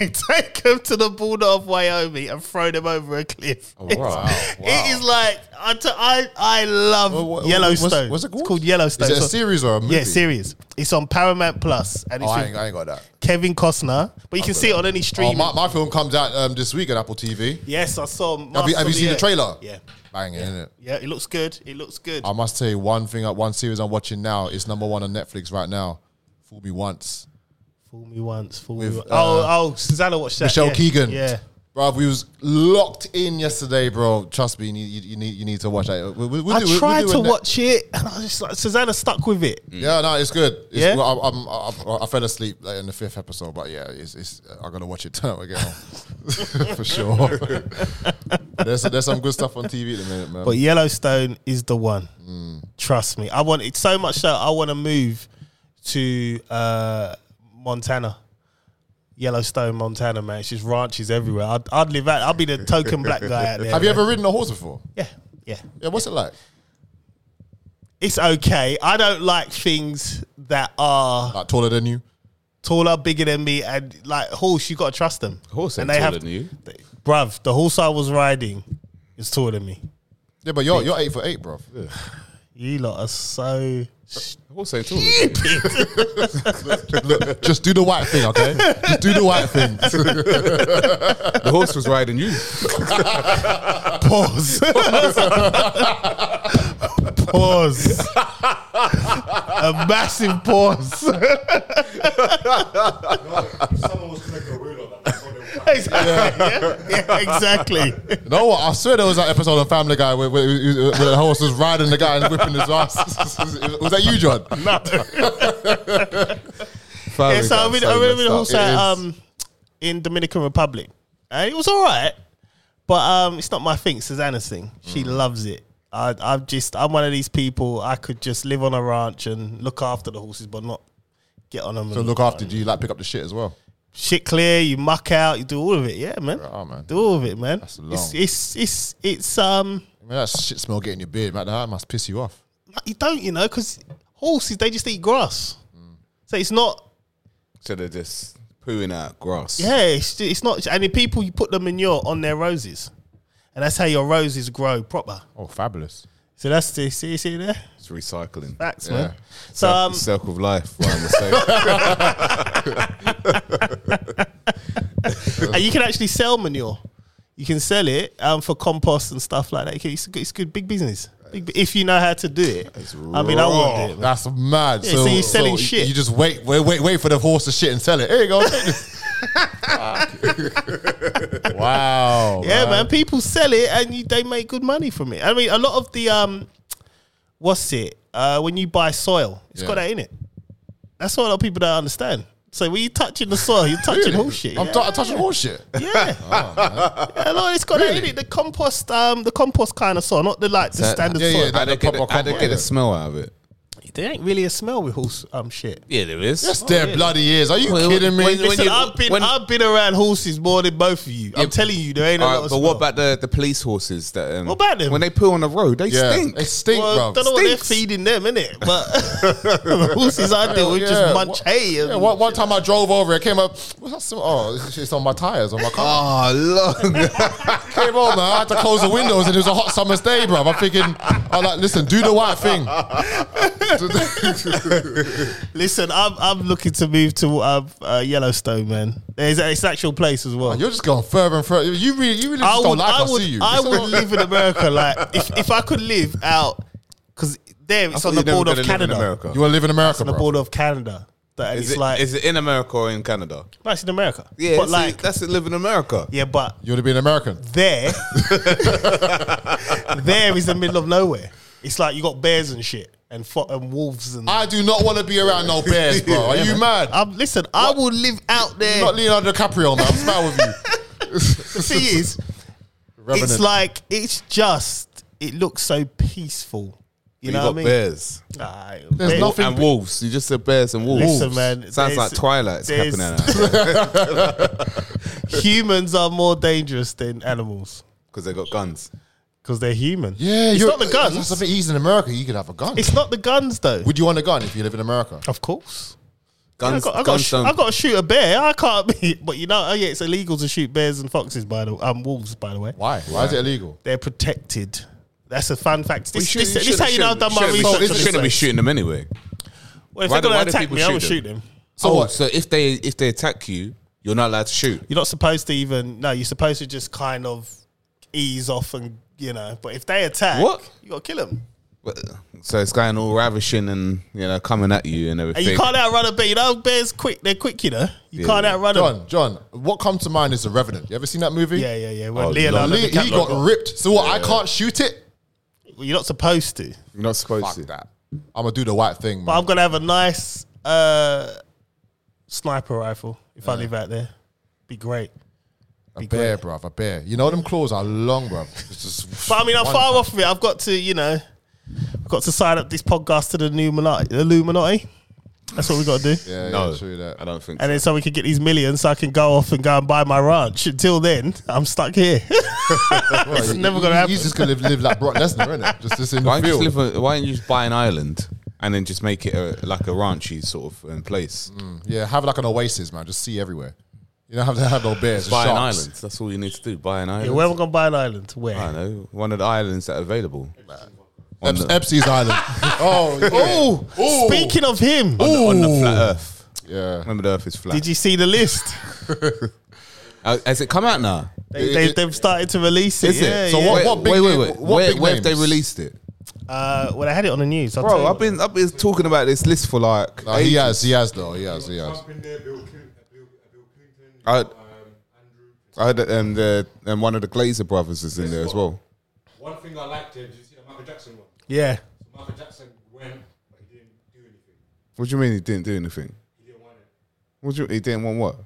[SPEAKER 3] [LAUGHS] take him to the border of Wyoming and throw them over a cliff.
[SPEAKER 2] Oh,
[SPEAKER 3] It's- It is like I t- I I love
[SPEAKER 2] Well, what-
[SPEAKER 3] Yellowstone.
[SPEAKER 2] what's- what's it called?
[SPEAKER 3] It's called Yellowstone.
[SPEAKER 2] Is it a
[SPEAKER 3] So-
[SPEAKER 2] series or a movie?
[SPEAKER 3] Yeah, series. It's on Paramount Plus and
[SPEAKER 2] Oh,
[SPEAKER 3] it's
[SPEAKER 2] I,
[SPEAKER 3] with
[SPEAKER 2] ain't, I ain't got that.
[SPEAKER 3] Kevin Costner, but you can see it on any
[SPEAKER 2] Oh,
[SPEAKER 3] streaming.
[SPEAKER 2] my, my film comes out um, this week on Apple TV.
[SPEAKER 3] yes, I saw.
[SPEAKER 2] Have you,
[SPEAKER 3] Master
[SPEAKER 2] have you
[SPEAKER 3] of
[SPEAKER 2] seen the
[SPEAKER 3] Air.
[SPEAKER 2] trailer?
[SPEAKER 3] Yeah,
[SPEAKER 2] Banging, isn't it?
[SPEAKER 3] yeah. It looks good. It looks good.
[SPEAKER 2] I must tell you one thing. uh, One series I'm watching now. It's number one on Netflix right now. Fool me once.
[SPEAKER 3] fool me once, fool
[SPEAKER 2] With,
[SPEAKER 3] me. Once.
[SPEAKER 2] uh,
[SPEAKER 3] oh, oh, Susanna watched that.
[SPEAKER 2] Michelle
[SPEAKER 3] yeah.
[SPEAKER 2] Keegan.
[SPEAKER 3] Yeah.
[SPEAKER 2] Bruv, we was locked in yesterday, bro. Trust me, you need, you need, you need to watch that. We, we, we
[SPEAKER 3] I
[SPEAKER 2] do- we- we
[SPEAKER 3] tried
[SPEAKER 2] do
[SPEAKER 3] to
[SPEAKER 2] a ne- Mm.
[SPEAKER 3] watch it, and I was just like, Susanna stuck with it.
[SPEAKER 2] Yeah, no, it's good. It's,
[SPEAKER 3] Yeah?
[SPEAKER 2] well, I, I'm, I, I fell asleep like, in the fifth episode, but yeah, it's, it's, I'm gonna watch it [LAUGHS] tonight again [LAUGHS] for sure. there's there's some good stuff on TV at the minute, man.
[SPEAKER 3] But Yellowstone is the one.
[SPEAKER 2] Mm.
[SPEAKER 3] Trust me. I want it so much that I want to move to uh, Montana. Yellowstone, Montana, man. It's just ranches everywhere. I'd, I'd live out. I'd be the token black
[SPEAKER 2] [LAUGHS]
[SPEAKER 3] guy out there.
[SPEAKER 2] Have you
[SPEAKER 3] man.
[SPEAKER 2] ever ridden a horse before?
[SPEAKER 3] Yeah, yeah.
[SPEAKER 2] Yeah, what's it like?
[SPEAKER 3] It's okay. I don't like things that are
[SPEAKER 2] Like taller than you?
[SPEAKER 3] taller, bigger than me, and like horse. You gotta trust them.
[SPEAKER 1] Horse ain't
[SPEAKER 3] and they
[SPEAKER 1] taller
[SPEAKER 3] have-
[SPEAKER 1] than you.
[SPEAKER 3] They- bruv. The horse I was riding is taller than me.
[SPEAKER 2] Yeah, but you're you're eight for eight, bro.
[SPEAKER 3] You lot
[SPEAKER 1] [LAUGHS]
[SPEAKER 3] are so
[SPEAKER 1] Horse ain't taller. than you.
[SPEAKER 2] Look, just do the white thing, okay? Just do the white thing.
[SPEAKER 1] The horse was riding you.
[SPEAKER 3] Pause. pause. a massive pause.
[SPEAKER 4] Someone was trying to make a rule on that. That's what they
[SPEAKER 3] [LAUGHS]
[SPEAKER 4] were
[SPEAKER 3] exactly. Yeah. Yeah, exactly.
[SPEAKER 2] You know what? I swear there was that episode of Family Guy where, where, where the horse was riding the guy and whipping his ass. [LAUGHS] was that you, John?
[SPEAKER 3] No. Yeah, so I, mean, I remember the horse at, um, in Dominican Republic, and it was all right, but um, it's not my thing. Susanna's thing. She
[SPEAKER 2] Mm.
[SPEAKER 3] loves it. I, I've just, I'm one of these people. I could just live on a ranch and look after the horses, but not get on them.
[SPEAKER 2] So
[SPEAKER 3] and
[SPEAKER 2] look after you, like pick up the shit as well.
[SPEAKER 3] shit clear, you muck out, you do all of it. Yeah, man.
[SPEAKER 2] Oh, man.
[SPEAKER 3] Do all of it, man.
[SPEAKER 2] long.
[SPEAKER 3] It's, it's it's it's um
[SPEAKER 2] I mean, that shit smell getting your beard, man. That must piss you off.
[SPEAKER 3] you don't you know because horses they just eat grass,
[SPEAKER 2] Mm.
[SPEAKER 3] so it's not
[SPEAKER 1] So they're just pooing out grass.
[SPEAKER 3] yeah it's, it's not and the people you put the manure on their roses, and that's how your roses grow proper.
[SPEAKER 2] Oh, fabulous.
[SPEAKER 3] So that's the see see there
[SPEAKER 1] It's recycling.
[SPEAKER 3] facts,
[SPEAKER 2] Yeah.
[SPEAKER 3] man. So um,
[SPEAKER 1] circle of life. Ryan was saying.
[SPEAKER 3] and you can actually sell manure. You can sell it um, for compost and stuff like that. You can- It's good, it's good big business. Big, bu- if you know how to do it, I mean, I wouldn't do it. man.
[SPEAKER 2] That's mad.
[SPEAKER 3] Yeah, so you're selling
[SPEAKER 2] you-
[SPEAKER 3] shit.
[SPEAKER 2] You just wait, wait, wait, wait for the horse to shit and sell it. Here you go. [LAUGHS] wow.
[SPEAKER 3] Yeah, man. People sell it and you, they make good money from it. I mean, a lot of the um, what's it? Uh, when you buy soil, it's got
[SPEAKER 2] Yeah.
[SPEAKER 3] that in it. That's what a lot of people don't understand. So when you're touching the soil, you're touching
[SPEAKER 2] Really?
[SPEAKER 3] horse shit.
[SPEAKER 2] I'm,
[SPEAKER 3] yeah.
[SPEAKER 2] t- I'm touching horse shit.
[SPEAKER 3] [LAUGHS] yeah. yeah, no, it's got that in
[SPEAKER 2] Really?
[SPEAKER 3] it. The compost, um, the compost kind of soil, not the like the
[SPEAKER 1] So-
[SPEAKER 3] standard
[SPEAKER 2] yeah,
[SPEAKER 3] soil.
[SPEAKER 2] yeah.
[SPEAKER 1] How they get, the,
[SPEAKER 2] Proper
[SPEAKER 1] how they get
[SPEAKER 2] compost.
[SPEAKER 1] the smell out of it?
[SPEAKER 3] There ain't really a smell with horse um shit.
[SPEAKER 1] Yeah, there is.
[SPEAKER 2] That's
[SPEAKER 3] Oh,
[SPEAKER 2] their bloody ears. Are you kidding me?
[SPEAKER 1] when- when
[SPEAKER 3] Listen,
[SPEAKER 1] you-
[SPEAKER 3] I've been
[SPEAKER 1] when-
[SPEAKER 3] I've been around horses more than both of you. I'm telling you, there ain't a
[SPEAKER 1] All
[SPEAKER 3] lot
[SPEAKER 1] right,
[SPEAKER 3] of
[SPEAKER 1] but
[SPEAKER 3] smell.
[SPEAKER 1] what about the, the police horses that? Um,
[SPEAKER 3] What about them?
[SPEAKER 1] When they poo on the road, they
[SPEAKER 2] yeah,
[SPEAKER 1] stink.
[SPEAKER 2] they stink, bro.
[SPEAKER 3] Well, don't know what they're
[SPEAKER 1] Stinks.
[SPEAKER 3] feeding them, innit? But [LAUGHS] the horses I deal with just munch hay. And
[SPEAKER 2] Yeah, one, one time I drove over, it came up. What's that smell? Oh, it's, it's on my tires, on my car.
[SPEAKER 3] Ah,
[SPEAKER 1] [LAUGHS] Oh, look.
[SPEAKER 2] came over, I had to close the windows, and it was a hot summer's day, bro. I'm thinking, I'm like, listen, do the white thing.
[SPEAKER 3] Listen, I'm I'm looking to move to uh, uh, Yellowstone, man. There's it's an actual place as well.
[SPEAKER 2] You're just going further and further. You really, you really just
[SPEAKER 3] I
[SPEAKER 2] don't
[SPEAKER 3] would,
[SPEAKER 2] like
[SPEAKER 3] I
[SPEAKER 2] us,
[SPEAKER 3] would,
[SPEAKER 2] do you?
[SPEAKER 3] I would live in America. Like if, if I could live out, because there it's on the border of Canada.
[SPEAKER 1] America.
[SPEAKER 2] you want to live in America,
[SPEAKER 3] On the
[SPEAKER 2] bro?
[SPEAKER 3] border of Canada, that and
[SPEAKER 1] Is
[SPEAKER 3] it's
[SPEAKER 1] it,
[SPEAKER 3] like
[SPEAKER 1] is it in America or in Canada?
[SPEAKER 3] no, it's in America.
[SPEAKER 1] Yeah,
[SPEAKER 3] but
[SPEAKER 1] see,
[SPEAKER 3] like
[SPEAKER 1] that's it. Live in America.
[SPEAKER 3] yeah, but
[SPEAKER 2] You want to be an American?
[SPEAKER 3] [LAUGHS] there, there is the middle of nowhere. It's like you got bears and shit and fo- and wolves and.
[SPEAKER 2] I do not want to be around no
[SPEAKER 3] [LAUGHS]
[SPEAKER 2] bears, bro. Are you mad?
[SPEAKER 3] Um, listen, I will live out there.
[SPEAKER 2] I'm not Leonardo DiCaprio, man. I'm mad
[SPEAKER 3] [LAUGHS]
[SPEAKER 2] with
[SPEAKER 3] the thing [LAUGHS] is,
[SPEAKER 2] you. Revenant.
[SPEAKER 3] it's like it's just it looks so peaceful. You
[SPEAKER 1] You,
[SPEAKER 3] know
[SPEAKER 1] got
[SPEAKER 3] what I mean?
[SPEAKER 1] bears
[SPEAKER 3] Ah,
[SPEAKER 2] There's
[SPEAKER 3] bear-
[SPEAKER 2] nothing-
[SPEAKER 1] and wolves. You just said bears and wolves.
[SPEAKER 3] Listen, man,
[SPEAKER 1] Sounds
[SPEAKER 3] there's-
[SPEAKER 1] like Twilight's
[SPEAKER 3] there's-
[SPEAKER 1] happening.
[SPEAKER 3] [LAUGHS]
[SPEAKER 1] out there
[SPEAKER 3] Humans are more dangerous than animals
[SPEAKER 1] Because they got guns.
[SPEAKER 3] because they're human.
[SPEAKER 2] yeah,
[SPEAKER 3] it's
[SPEAKER 2] you're-
[SPEAKER 3] not
[SPEAKER 1] [LAUGHS]
[SPEAKER 3] the
[SPEAKER 2] That's the
[SPEAKER 3] guns.
[SPEAKER 2] thing. He's in America. You could have a gun.
[SPEAKER 3] It's not the guns though.
[SPEAKER 2] Would you want a gun if you live in America?
[SPEAKER 3] of course.
[SPEAKER 1] Guns,
[SPEAKER 3] I got, I, got to
[SPEAKER 1] guns
[SPEAKER 3] sh-
[SPEAKER 1] don't.
[SPEAKER 3] I got to shoot a bear. I can't be. [LAUGHS] But you know, oh yeah, it's illegal to shoot bears and foxes. By the um, wolves, by the way,
[SPEAKER 2] Why? Why is it illegal?
[SPEAKER 3] they're protected. That's a fun fact.
[SPEAKER 1] We
[SPEAKER 3] This,
[SPEAKER 1] shouldn't-
[SPEAKER 3] this, this
[SPEAKER 1] shouldn't-
[SPEAKER 3] how you know I've done my
[SPEAKER 1] shouldn't be-
[SPEAKER 3] research. on
[SPEAKER 1] shouldn't-
[SPEAKER 3] this
[SPEAKER 1] Shouldn't be
[SPEAKER 3] thing.
[SPEAKER 1] shooting them anyway.
[SPEAKER 3] Well, if
[SPEAKER 1] Why
[SPEAKER 3] they're
[SPEAKER 1] do-
[SPEAKER 3] going
[SPEAKER 1] why
[SPEAKER 3] to
[SPEAKER 1] do
[SPEAKER 3] attack
[SPEAKER 1] people
[SPEAKER 3] me, I would
[SPEAKER 1] shoot
[SPEAKER 3] shoot them.
[SPEAKER 1] So what? So if they if they attack you, you're not allowed to shoot.
[SPEAKER 3] You're not supposed to even. No, you're supposed to just kind of ease off and you know. But if they attack,
[SPEAKER 1] What?
[SPEAKER 3] you got to kill them.
[SPEAKER 1] But- So it's going all ravishing and you know coming at you and everything.
[SPEAKER 3] And you can't outrun a bear. You know, bears quick. They're quick. You know, you
[SPEAKER 1] Yeah.
[SPEAKER 3] can't outrun them.
[SPEAKER 2] John, John, what comes to mind is The Revenant. You ever seen that movie?
[SPEAKER 3] Yeah, yeah, yeah. When
[SPEAKER 1] Oh,
[SPEAKER 3] Leonardo
[SPEAKER 2] Lee, he
[SPEAKER 3] DiCaprio
[SPEAKER 2] got
[SPEAKER 3] got-
[SPEAKER 2] ripped. So what? I can't shoot it.
[SPEAKER 3] Well, you're not supposed to.
[SPEAKER 1] You're not supposed
[SPEAKER 2] Fuck
[SPEAKER 1] to.
[SPEAKER 2] that. I'm gonna do the white thing.
[SPEAKER 3] But
[SPEAKER 2] Man.
[SPEAKER 3] I'm gonna have a nice uh, sniper rifle if I live out there. Be great.
[SPEAKER 2] A bear, bruv, a bear. You know them claws are long, bruv.
[SPEAKER 1] [LAUGHS]
[SPEAKER 2] It's just-
[SPEAKER 3] But I mean, I'm
[SPEAKER 2] one-
[SPEAKER 3] far off of it. I've got to, you know, I've got to sign up this podcast to the Illuminati. Illuminati. That's what we got to do.
[SPEAKER 2] Yeah,
[SPEAKER 1] No,
[SPEAKER 2] yeah, true that.
[SPEAKER 1] I don't think.
[SPEAKER 3] And then so we can get these millions, so I can go off and go and buy my ranch. Until then, I'm stuck here. [LAUGHS]
[SPEAKER 2] it's
[SPEAKER 3] never gonna happen.
[SPEAKER 2] He's just gonna live, live like Brock Lesnar,
[SPEAKER 3] [LAUGHS]
[SPEAKER 2] innit? Just, just in
[SPEAKER 1] Why
[SPEAKER 2] the
[SPEAKER 1] don't, you
[SPEAKER 2] field.
[SPEAKER 1] just live a, why don't you just buy an island and then just make it a, like a ranchy sort of um, place?
[SPEAKER 2] yeah, have like an oasis, man. Just sea everywhere. You don't have to have no bears.
[SPEAKER 1] Buy
[SPEAKER 2] sharks.
[SPEAKER 1] an island. That's all you need to do. Buy an
[SPEAKER 3] Yeah,
[SPEAKER 1] island.
[SPEAKER 3] where am I gonna buy an island? Where?
[SPEAKER 1] I know one of the islands that are available. On
[SPEAKER 2] Eps-
[SPEAKER 1] the,
[SPEAKER 2] Epstein's
[SPEAKER 1] [LAUGHS]
[SPEAKER 2] Island. oh, yeah.
[SPEAKER 3] Oh, speaking of him,
[SPEAKER 1] on the- on the flat Earth.
[SPEAKER 2] yeah.
[SPEAKER 1] Remember the Earth is flat.
[SPEAKER 3] did you see the list?
[SPEAKER 1] Uh, has it come out now?
[SPEAKER 3] They, they, they've started to release it.
[SPEAKER 1] Is
[SPEAKER 3] yeah,
[SPEAKER 1] it?
[SPEAKER 3] yeah.
[SPEAKER 2] what-
[SPEAKER 1] wait,
[SPEAKER 2] what big
[SPEAKER 1] wait, wait,
[SPEAKER 2] name-
[SPEAKER 1] wait.
[SPEAKER 2] what
[SPEAKER 1] where
[SPEAKER 2] big
[SPEAKER 1] where have they
[SPEAKER 2] names?
[SPEAKER 1] released it?
[SPEAKER 3] Uh, well, I had it on the news. I'll tell
[SPEAKER 1] Bro,
[SPEAKER 3] you
[SPEAKER 1] I've
[SPEAKER 3] what.
[SPEAKER 1] been I've been talking about this list for like.
[SPEAKER 2] No, he has, he has though. He has, he has.
[SPEAKER 4] Trump in there, Bill Clinton, Bill, Bill Clinton
[SPEAKER 1] I-
[SPEAKER 4] um, Andrew.
[SPEAKER 1] I had, um, the, and one of the Glazer brothers is in there as well.
[SPEAKER 4] One thing I liked, uh, did you see the Michael Jackson one?
[SPEAKER 3] yeah.
[SPEAKER 4] So Michael Jackson went, but he didn't do anything.
[SPEAKER 1] What do you mean he didn't do anything?
[SPEAKER 4] He didn't want it.
[SPEAKER 1] What do you, he didn't want what?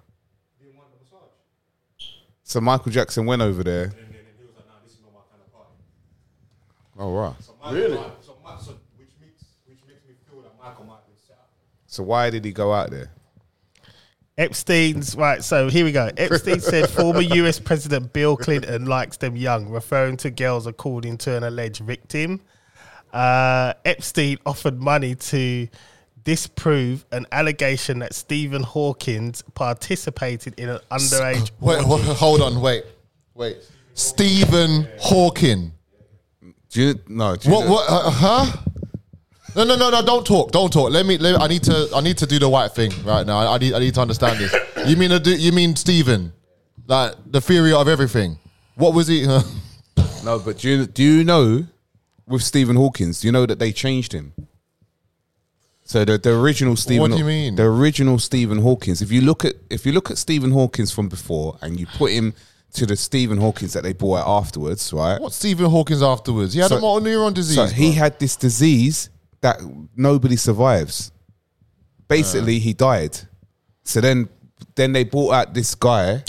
[SPEAKER 4] He didn't want the massage.
[SPEAKER 1] So Michael Jackson went over there.
[SPEAKER 4] And then he was like, nah, this is not my kind of party.
[SPEAKER 1] Oh right.
[SPEAKER 4] So Michael, really? so, Mi- so which makes which makes me feel that Michael might be set up.
[SPEAKER 1] So why did he go out there?
[SPEAKER 3] Epstein's right. So here
[SPEAKER 1] [LAUGHS]
[SPEAKER 3] we go. Epstein said former U.S. President Bill Clinton likes them young, referring to girls according to an alleged victim. Uh, Epstein offered money to disprove an allegation that Stephen Hawkins participated in an underage. [LAUGHS]
[SPEAKER 2] Wait, wait, hold on, wait, wait. Stephen Hawking.
[SPEAKER 1] Do you no? Do you
[SPEAKER 2] What? What? Uh, huh? No, no, no, no! Don't talk! Don't talk! Let me. Let, I need to. I need to do the white thing right now. I, I need. I need to understand this. You mean? to do- You mean Stephen? Like the theory of everything. What was he? [LAUGHS]
[SPEAKER 1] No, but do you do you know with Stephen Hawkins? Do you know that they changed him? So the, the original Stephen.
[SPEAKER 2] do you mean?
[SPEAKER 1] The original Stephen Hawkins. If you look at if you look at Stephen Hawkins from before and you put him to the Stephen Hawkins that they brought out afterwards, right?
[SPEAKER 2] what Stephen Hawking's afterwards? He had
[SPEAKER 1] So-
[SPEAKER 2] a motor neuron disease.
[SPEAKER 1] So he had this disease that nobody survives. Basically, he died. So then, then they brought out this guy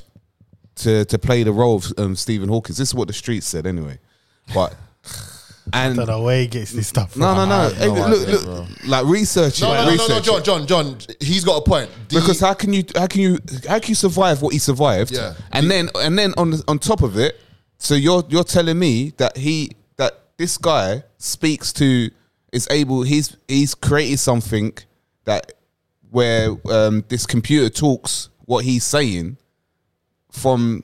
[SPEAKER 1] to to play the role of um, Stephen Hawkins. This is what the streets said, anyway.
[SPEAKER 2] [LAUGHS]
[SPEAKER 1] But and
[SPEAKER 3] I don't know where he gets this stuff.
[SPEAKER 1] no,
[SPEAKER 3] from.
[SPEAKER 1] no, no. Hey,
[SPEAKER 2] no
[SPEAKER 1] look,
[SPEAKER 2] idea,
[SPEAKER 1] look, like research it.
[SPEAKER 2] no, no, no, no,
[SPEAKER 1] research
[SPEAKER 2] no,
[SPEAKER 1] it.
[SPEAKER 2] John, John, John. He's got a point. The-
[SPEAKER 1] Because how can you how can you how can you survive what he survived?
[SPEAKER 2] Yeah.
[SPEAKER 1] And then and then on on top of it, so you're you're telling me that he that this guy speaks to is able he's he's created something that where um, this computer talks what he's saying from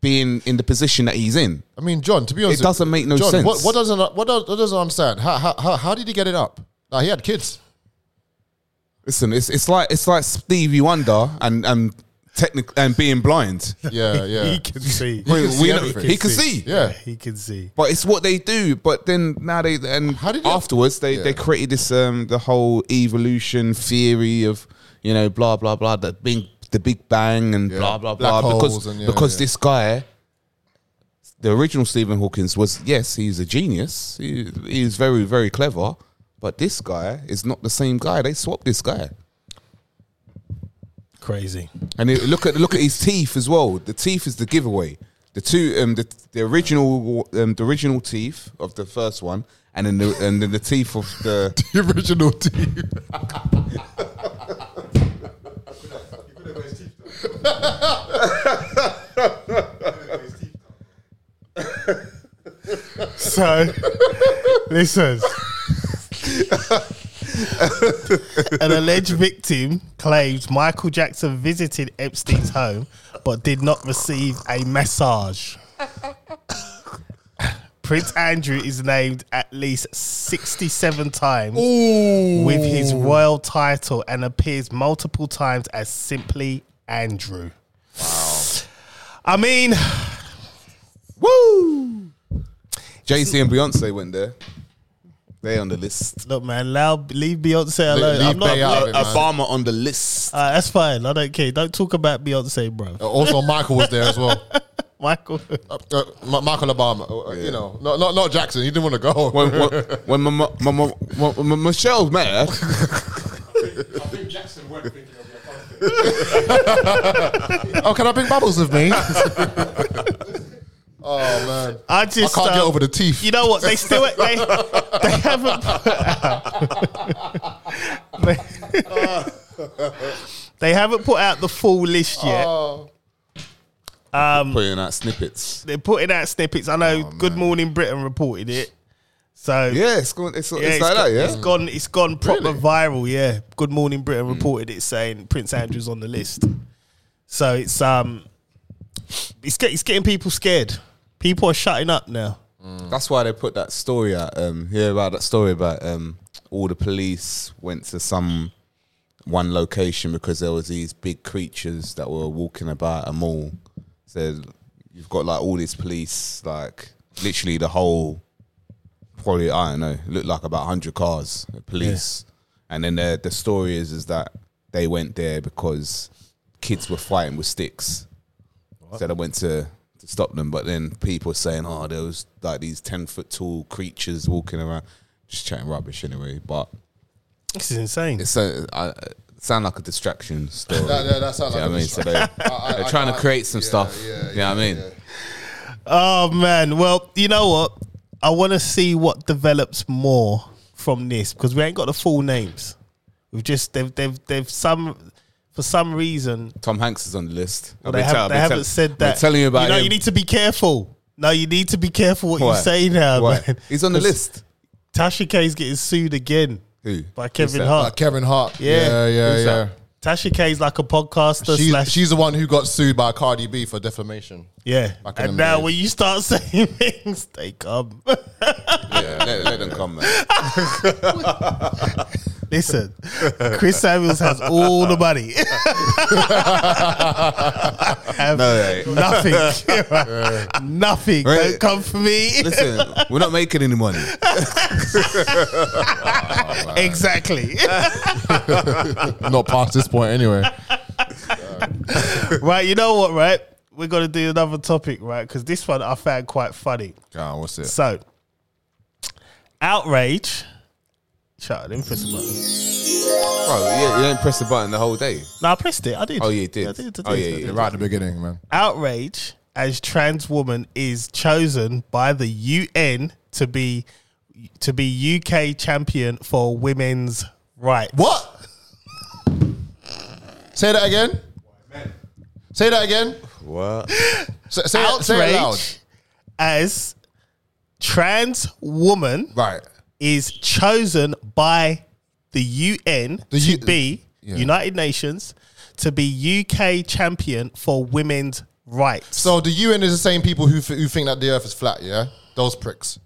[SPEAKER 1] being in the position that he's in.
[SPEAKER 2] I mean, John. To be honest,
[SPEAKER 1] It doesn't make no
[SPEAKER 2] John,
[SPEAKER 1] sense.
[SPEAKER 2] What, what doesn't? What, does, what doesn't understand? How, how, how, how did he get it up? Like, he had kids.
[SPEAKER 1] Listen, it's it's like it's like Stevie Wonder and and technic- and being blind.
[SPEAKER 2] Yeah, yeah,
[SPEAKER 3] He can see.
[SPEAKER 2] can
[SPEAKER 1] We
[SPEAKER 2] see
[SPEAKER 1] know-
[SPEAKER 2] everything.
[SPEAKER 1] he can see.
[SPEAKER 2] yeah.
[SPEAKER 3] He can see.
[SPEAKER 1] But it's what they do. But then now they and
[SPEAKER 2] How did you-
[SPEAKER 1] afterwards they,
[SPEAKER 2] Yeah.
[SPEAKER 1] they created this um the whole evolution theory of you know blah blah blah the big the Big Bang and
[SPEAKER 2] Yeah.
[SPEAKER 1] blah blah
[SPEAKER 2] Black
[SPEAKER 1] blah because
[SPEAKER 2] holes and yeah,
[SPEAKER 1] because
[SPEAKER 2] yeah.
[SPEAKER 1] this guy. The original Stephen Hawkins was yes, he's a genius. He, he's very, very clever, but this guy is not the same guy. They swapped this guy,
[SPEAKER 3] Crazy.
[SPEAKER 1] and it- look at look at his teeth as well. The teeth is the giveaway. The two, um, the, the original, um, the original teeth of the first one, and then the and then the teeth of the
[SPEAKER 2] The original team.
[SPEAKER 4] He could have got his teeth done. He could have got his teeth done.
[SPEAKER 3] So, [LAUGHS] listen. An alleged victim claims Michael Jackson visited Epstein's home but did not receive a massage. Prince Andrew is named at least 67 times with his royal title and appears multiple times as simply Andrew. I mean,
[SPEAKER 1] Jay Z and Beyonce went there. They on the list.
[SPEAKER 3] look, man, loud, leave Beyonce alone.
[SPEAKER 2] leave
[SPEAKER 3] I'm not,
[SPEAKER 2] Bey out of it, man.
[SPEAKER 1] Obama on the list.
[SPEAKER 3] Uh, that's fine. I don't care. Don't talk about Beyonce, bro.
[SPEAKER 2] Also, Michael was there as [LAUGHS] well.
[SPEAKER 3] Michael.
[SPEAKER 2] Uh, uh, Ma- Michael Obama, uh, uh, you know, not, not not Jackson. He didn't want to [LAUGHS] go.
[SPEAKER 1] When when, when, my- my- my- my- when my- Michelle's mayor,
[SPEAKER 4] I think Jackson weren't thinking of your concert.
[SPEAKER 2] oh, can I bring bubbles with [LAUGHS] me? oh man,
[SPEAKER 3] I
[SPEAKER 2] I
[SPEAKER 3] just
[SPEAKER 2] can't
[SPEAKER 3] uh,
[SPEAKER 2] get over the teeth.
[SPEAKER 3] You know what? They still they they haven't. Put out, they, [LAUGHS] they haven't put out the full list yet.
[SPEAKER 2] Oh.
[SPEAKER 1] putting out snippets.
[SPEAKER 3] They're putting out snippets. I know.
[SPEAKER 2] Oh,
[SPEAKER 3] Good Morning Britain reported it. So
[SPEAKER 1] Yeah, it's, gone, it's,
[SPEAKER 3] Yeah,
[SPEAKER 1] it's like
[SPEAKER 3] go-
[SPEAKER 1] that. Yeah,
[SPEAKER 3] it's gone. It's gone proper viral. Yeah. Good Morning Britain
[SPEAKER 1] Mm.
[SPEAKER 3] reported it saying Prince Andrew's on the list. So it's um, it's get, it's getting people scared. People are shutting up now.
[SPEAKER 1] That's why they put that story out. Um, hear about that story about um, all the police went to some one location because there was these big creatures that were walking about a mall. So you've got like all these police, like literally the whole probably I don't know, looked like about hundred cars, police. And then the the story is is that they went there because kids were fighting with sticks. So they went to, to stop them, but then people were saying, "Oh, there was like these ten foot tall creatures walking around, just chatting rubbish anyway." But
[SPEAKER 3] This is insane.
[SPEAKER 1] it's a I, it sound like a distraction
[SPEAKER 2] [LAUGHS]
[SPEAKER 1] story.
[SPEAKER 2] That, that, that sounds
[SPEAKER 1] you know what
[SPEAKER 2] like a
[SPEAKER 1] I mean? So they,
[SPEAKER 2] I-
[SPEAKER 1] they're
[SPEAKER 2] I-
[SPEAKER 1] trying
[SPEAKER 2] I-
[SPEAKER 1] to create some
[SPEAKER 2] yeah,
[SPEAKER 1] stuff.
[SPEAKER 2] yeah,
[SPEAKER 1] you know what I mean?
[SPEAKER 3] Oh man. Well, you know what? I want to see what develops more from this because we ain't got the full names. We've just they've they've they've some for some reason
[SPEAKER 1] Tom Hanks is on the list. I've
[SPEAKER 3] they,
[SPEAKER 1] been
[SPEAKER 3] have,
[SPEAKER 1] tell- I've
[SPEAKER 3] they
[SPEAKER 1] been
[SPEAKER 3] haven't
[SPEAKER 1] tell-
[SPEAKER 3] said
[SPEAKER 1] I've been
[SPEAKER 3] that.
[SPEAKER 1] telling you about
[SPEAKER 3] You know,
[SPEAKER 1] him.
[SPEAKER 3] you need to be careful. No, you need to be careful what, you
[SPEAKER 1] What?
[SPEAKER 3] say
[SPEAKER 1] [LAUGHS]
[SPEAKER 3] now,
[SPEAKER 1] What?
[SPEAKER 3] man.
[SPEAKER 1] He's on the
[SPEAKER 3] 'Cause
[SPEAKER 1] list.
[SPEAKER 3] Tasha K's getting sued again
[SPEAKER 1] Who?
[SPEAKER 3] by
[SPEAKER 1] Who's
[SPEAKER 3] Kevin
[SPEAKER 1] that?
[SPEAKER 2] Uh,
[SPEAKER 3] Hart.
[SPEAKER 2] Kevin Hart.
[SPEAKER 3] Yeah.
[SPEAKER 2] yeah, yeah.
[SPEAKER 1] Who's
[SPEAKER 2] yeah.
[SPEAKER 1] that?
[SPEAKER 3] Tasha K's like a podcaster
[SPEAKER 2] She's,
[SPEAKER 3] slash
[SPEAKER 2] she's the one who got sued by Cardi B for defamation.
[SPEAKER 3] yeah.
[SPEAKER 2] Back in
[SPEAKER 3] And
[SPEAKER 2] them
[SPEAKER 3] now
[SPEAKER 2] days.
[SPEAKER 3] when you start [LAUGHS] saying things, they come. [LAUGHS]
[SPEAKER 1] Yeah, let, let them come, man.
[SPEAKER 3] Listen, Chris Samuels has all the money. [LAUGHS] Have
[SPEAKER 1] No, no.
[SPEAKER 3] nothing.
[SPEAKER 2] [LAUGHS]
[SPEAKER 3] Nothing. [LAUGHS]
[SPEAKER 1] Right.
[SPEAKER 3] Don't come for me.
[SPEAKER 1] Listen, we're not making any money.
[SPEAKER 3] [LAUGHS] exactly.
[SPEAKER 2] Not past this point, anyway.
[SPEAKER 3] right, you know what, right? We're going to do another topic, right? Because this one I found quite funny.
[SPEAKER 2] God, what's it?
[SPEAKER 3] So, outrage. Shut up, I didn't press the button.
[SPEAKER 1] Bro, yeah, you didn't press the button the whole day.
[SPEAKER 3] No, I pressed it. I did.
[SPEAKER 1] Oh, you did.
[SPEAKER 3] I did. I
[SPEAKER 1] Oh,
[SPEAKER 3] did,
[SPEAKER 1] yeah,
[SPEAKER 3] I
[SPEAKER 1] yeah.
[SPEAKER 3] did.
[SPEAKER 2] Right at the beginning, man.
[SPEAKER 3] outrage as trans woman is chosen by the UN to be to be UK champion for women's rights.
[SPEAKER 2] What? Say that again. Say that again.
[SPEAKER 1] What?
[SPEAKER 2] [LAUGHS] Say, say, it, say it loud.
[SPEAKER 3] Outrage as trans woman
[SPEAKER 2] Right.
[SPEAKER 3] is chosen by the UN
[SPEAKER 2] The
[SPEAKER 3] to
[SPEAKER 2] U-
[SPEAKER 3] be
[SPEAKER 2] Yeah.
[SPEAKER 3] United Nations to be UK champion for women's rights.
[SPEAKER 2] So the UN is the same people who, f- who think that the Earth is flat. Yeah, those pricks.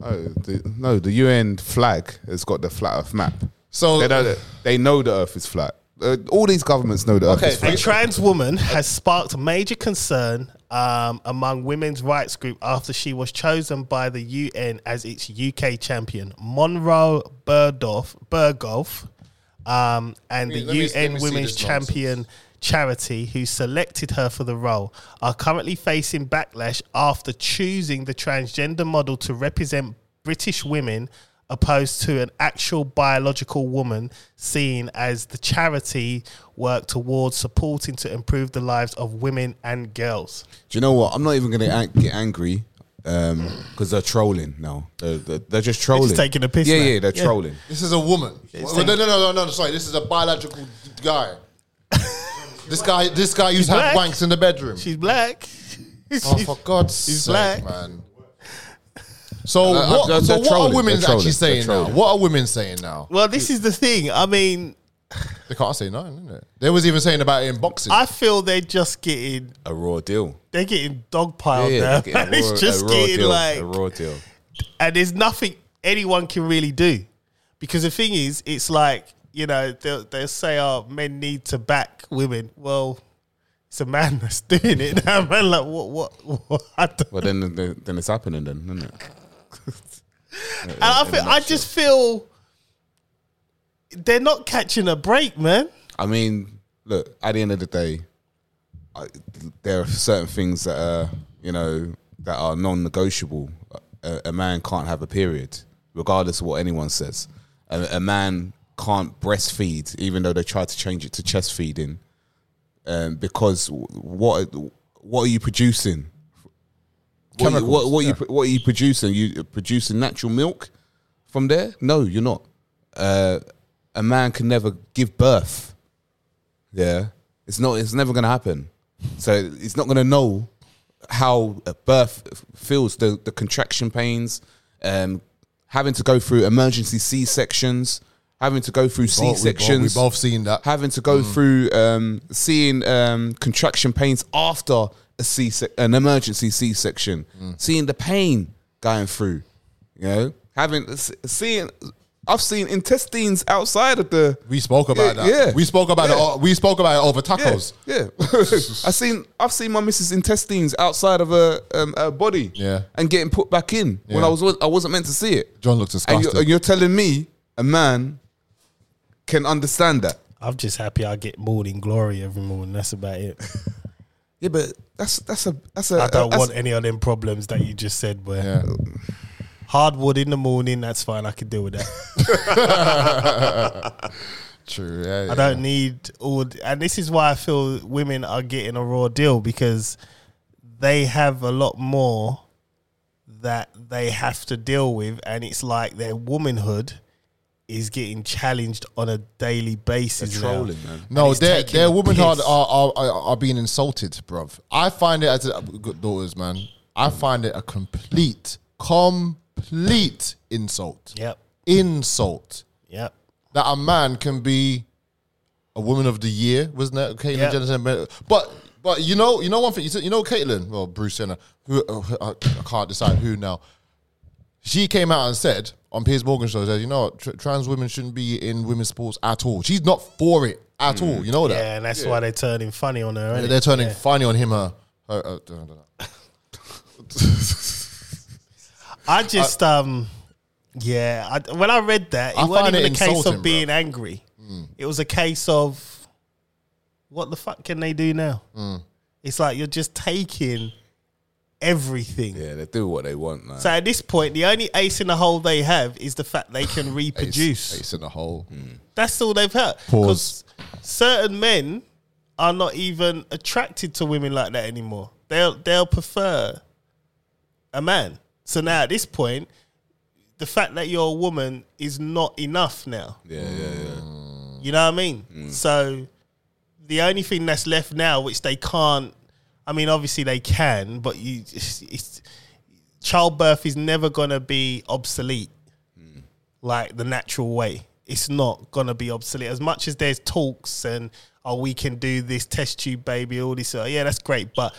[SPEAKER 1] Oh, the, no, the UN flag has got the flat Earth map.
[SPEAKER 2] So-
[SPEAKER 1] they know,
[SPEAKER 3] uh,
[SPEAKER 1] they know the Earth is flat. Uh, all these governments know the
[SPEAKER 2] Okay,
[SPEAKER 1] Earth is flat.
[SPEAKER 3] A trans woman has sparked major concern um, among women's rights group after she was chosen by the UN as its UK champion. Monroe Burdoff, Burgolf um, and the
[SPEAKER 2] Let me- let me
[SPEAKER 3] UN
[SPEAKER 2] see
[SPEAKER 3] Women's
[SPEAKER 2] this
[SPEAKER 3] Champion charity who selected her for the role are currently facing backlash after choosing the transgender model to represent British women opposed to an actual biological woman seen as the charity work towards supporting to improve the lives of women and girls.
[SPEAKER 1] Do you know what? I'm not even going to get angry because they're trolling now. They're, they're, they're just trolling.
[SPEAKER 3] taking a piss
[SPEAKER 1] Yeah,
[SPEAKER 3] now.
[SPEAKER 1] yeah, they're
[SPEAKER 3] Yeah.
[SPEAKER 1] trolling.
[SPEAKER 2] This is a woman. Well, no, no, no, no, no. Sorry, this is a biological d-
[SPEAKER 1] [LAUGHS]
[SPEAKER 2] guy. this guy, this guy used to have
[SPEAKER 3] black.
[SPEAKER 2] wanks in the bedroom.
[SPEAKER 3] She's black. [LAUGHS]
[SPEAKER 2] oh, for God's sake,
[SPEAKER 1] [LAUGHS]
[SPEAKER 3] black.
[SPEAKER 2] man. So
[SPEAKER 1] Uh,
[SPEAKER 2] what?
[SPEAKER 1] they're-
[SPEAKER 2] so
[SPEAKER 1] they're
[SPEAKER 2] what
[SPEAKER 1] trolling,
[SPEAKER 2] are women
[SPEAKER 1] they're trolling,
[SPEAKER 2] actually saying
[SPEAKER 1] they're
[SPEAKER 2] now?
[SPEAKER 1] trolling.
[SPEAKER 2] What are women saying now?
[SPEAKER 3] well, this is the thing. I mean,
[SPEAKER 2] They can't say no, innit? They was even saying about it in boxing.
[SPEAKER 3] I feel they're just getting
[SPEAKER 1] A raw deal.
[SPEAKER 3] they're getting dogpiled
[SPEAKER 1] Yeah,
[SPEAKER 3] now. [LAUGHS]
[SPEAKER 1] they're getting a
[SPEAKER 3] it's
[SPEAKER 1] raw-
[SPEAKER 3] just
[SPEAKER 1] a raw
[SPEAKER 3] getting
[SPEAKER 1] deal,
[SPEAKER 3] like
[SPEAKER 1] a raw deal.
[SPEAKER 3] and there's nothing anyone can really do because the thing is, it's like you know they'll, they'll say, "Oh, men need to back women." Well, it's a man [LAUGHS] that's doing it. Now, man, like what, what, what? I don't-
[SPEAKER 1] But then, then, then it's happening, then, isn't it?
[SPEAKER 3] and I feel, I just feel they're not catching a break, man.
[SPEAKER 1] I mean, look, at the end of the day, I, there are certain things that are, you know, that are non negotiable. A, a man can't have a period, regardless of what anyone says. A, a man can't breastfeed, even though they tried to change it to chest feeding, um, because what, what are you producing? What, you, what, what, you, what are you producing? You producing natural milk from there? No, you're not. Uh, a man can never give birth. Yeah, it's not. It's never going to happen. So it's not going to know how a birth f- feels. The the contraction pains, um, having to go through emergency C sections, having to go through
[SPEAKER 2] Oh, We
[SPEAKER 1] C
[SPEAKER 2] both- we both- We
[SPEAKER 1] sections
[SPEAKER 2] both seen that.
[SPEAKER 1] having to go through um, seeing um, contraction pains after a C an emergency C section, seeing the pain going through, you know, having s- seeing. I've seen intestines outside of the.
[SPEAKER 2] We spoke about
[SPEAKER 1] Yeah,
[SPEAKER 2] that.
[SPEAKER 1] yeah.
[SPEAKER 2] We spoke about
[SPEAKER 1] Yeah.
[SPEAKER 2] it. We spoke about it over
[SPEAKER 1] Yeah,
[SPEAKER 2] tacos.
[SPEAKER 1] yeah. [LAUGHS] I seen I've seen my missus intestines outside of her, um, her body,
[SPEAKER 2] Yeah.
[SPEAKER 1] and getting put back in when
[SPEAKER 2] Yeah.
[SPEAKER 1] I was I wasn't meant to see it.
[SPEAKER 2] John looks
[SPEAKER 1] And you're,
[SPEAKER 2] disgusted.
[SPEAKER 1] and you're telling me a man can understand that?
[SPEAKER 3] I'm just happy I get morning glory every morning. That's about it.
[SPEAKER 1] Yeah, but that's that's a that's [LAUGHS] a
[SPEAKER 3] I don't
[SPEAKER 1] that's-
[SPEAKER 3] want any of them problems that you just said, where
[SPEAKER 2] yeah.
[SPEAKER 3] hardwood in the morning, that's fine. I can deal with that.
[SPEAKER 2] [LAUGHS] True. Yeah, yeah.
[SPEAKER 3] I don't need all, th- and this is why I feel women are getting a raw deal because they have a lot more that they have to deal with, and it's like their womanhood is getting challenged on a daily basis. now.
[SPEAKER 1] trolling, man.
[SPEAKER 2] No,
[SPEAKER 3] he's
[SPEAKER 2] their
[SPEAKER 3] taking
[SPEAKER 2] their
[SPEAKER 3] the
[SPEAKER 2] women are,
[SPEAKER 3] piss.
[SPEAKER 2] are are are being insulted, bruv. I find it as a, good daughters, man.
[SPEAKER 3] Mm.
[SPEAKER 2] I find it a complete, complete insult.
[SPEAKER 3] Yep.
[SPEAKER 2] Insult
[SPEAKER 3] Yep.
[SPEAKER 2] that a man can be a woman of the year, wasn't it? Caitlyn
[SPEAKER 3] Yeah.
[SPEAKER 2] Jenner, but- but but you know you know one thing you, said- you know Caitlyn well Bruce Jenner who uh, I, I can't decide who now. She came out and said on Piers Morgan show that you know what, tr- trans women shouldn't be in women's sports at all. She's not for it at all. You know that
[SPEAKER 3] Hmm. Yeah, and that's why they're turning funny on her. innit?
[SPEAKER 2] they're turning funny on him. Her, her, her- don't know.
[SPEAKER 3] I just um yeah, I, when I read that, it
[SPEAKER 2] I
[SPEAKER 3] wasn't
[SPEAKER 2] find
[SPEAKER 3] even
[SPEAKER 2] it
[SPEAKER 3] a case
[SPEAKER 2] insulting, Mm.
[SPEAKER 3] of being angry. It was a case of what the fuck can they do now?
[SPEAKER 2] Mm.
[SPEAKER 3] It's like you're just taking everything.
[SPEAKER 1] Yeah, they do what they want, man.
[SPEAKER 3] So at this point, the only ace in the hole they have is the fact they can reproduce.
[SPEAKER 2] Ace in the hole.
[SPEAKER 3] That's all they've had.
[SPEAKER 2] Pause.
[SPEAKER 3] 'Cause Certain men are not even attracted to women like that anymore. They'll they'll prefer a man. So now at this point, the fact that you're a woman is not enough now.
[SPEAKER 1] yeah, yeah, yeah. Mm.
[SPEAKER 3] You know what I mean? So the only thing that's left now, which they can't, I mean, obviously they can, but you, it's, it's childbirth is never gonna be obsolete, like the natural way. It's not gonna be obsolete as much as there's talks and oh, we can do this test tube baby, all this. uh, yeah, that's great, but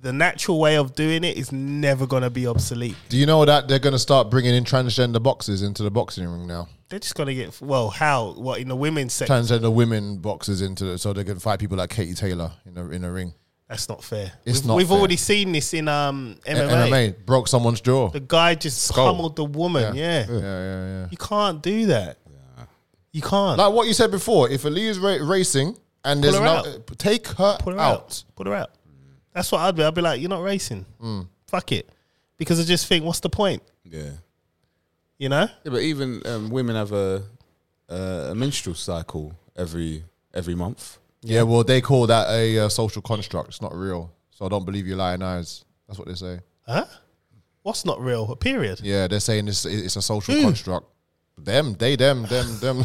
[SPEAKER 3] the natural way of doing it is never gonna be obsolete.
[SPEAKER 2] Do you know that they're going to start bringing in transgender boxers into the boxing ring now?
[SPEAKER 3] They're just gonna get well. How? What in the women's section?
[SPEAKER 2] Transgender women boxers into the, so they can fight people like Katie Taylor in a in a ring.
[SPEAKER 3] That's not fair.
[SPEAKER 2] It's
[SPEAKER 3] we've
[SPEAKER 2] not
[SPEAKER 3] we've
[SPEAKER 2] fair.
[SPEAKER 3] already seen this in um,
[SPEAKER 2] MMA,
[SPEAKER 3] MMA.
[SPEAKER 2] broke someone's jaw.
[SPEAKER 3] The guy just pummeled the woman. Yeah.
[SPEAKER 2] Yeah, yeah, yeah.
[SPEAKER 3] you can't do that. You can't
[SPEAKER 2] Like what you said before, if Aaliyah's ra- racing and there's
[SPEAKER 3] her
[SPEAKER 2] no,
[SPEAKER 3] out.
[SPEAKER 2] take her,
[SPEAKER 3] put her out.
[SPEAKER 2] out.
[SPEAKER 3] Put her out. That's what I'd be. I'd be like, you're not racing. Fuck it, because I just think, what's the point?
[SPEAKER 1] Yeah.
[SPEAKER 3] You know?
[SPEAKER 1] Yeah, but even um, women have a uh, a menstrual cycle every every month.
[SPEAKER 2] Yeah, well, they call that a uh, social construct. It's not real. So I don't believe your lying eyes. That's what they say.
[SPEAKER 3] Huh? What's not real? A period.
[SPEAKER 2] Yeah, they're saying this it's a
[SPEAKER 3] Hmm.
[SPEAKER 2] social construct. Them, they, them, them,
[SPEAKER 3] [LAUGHS]
[SPEAKER 2] them.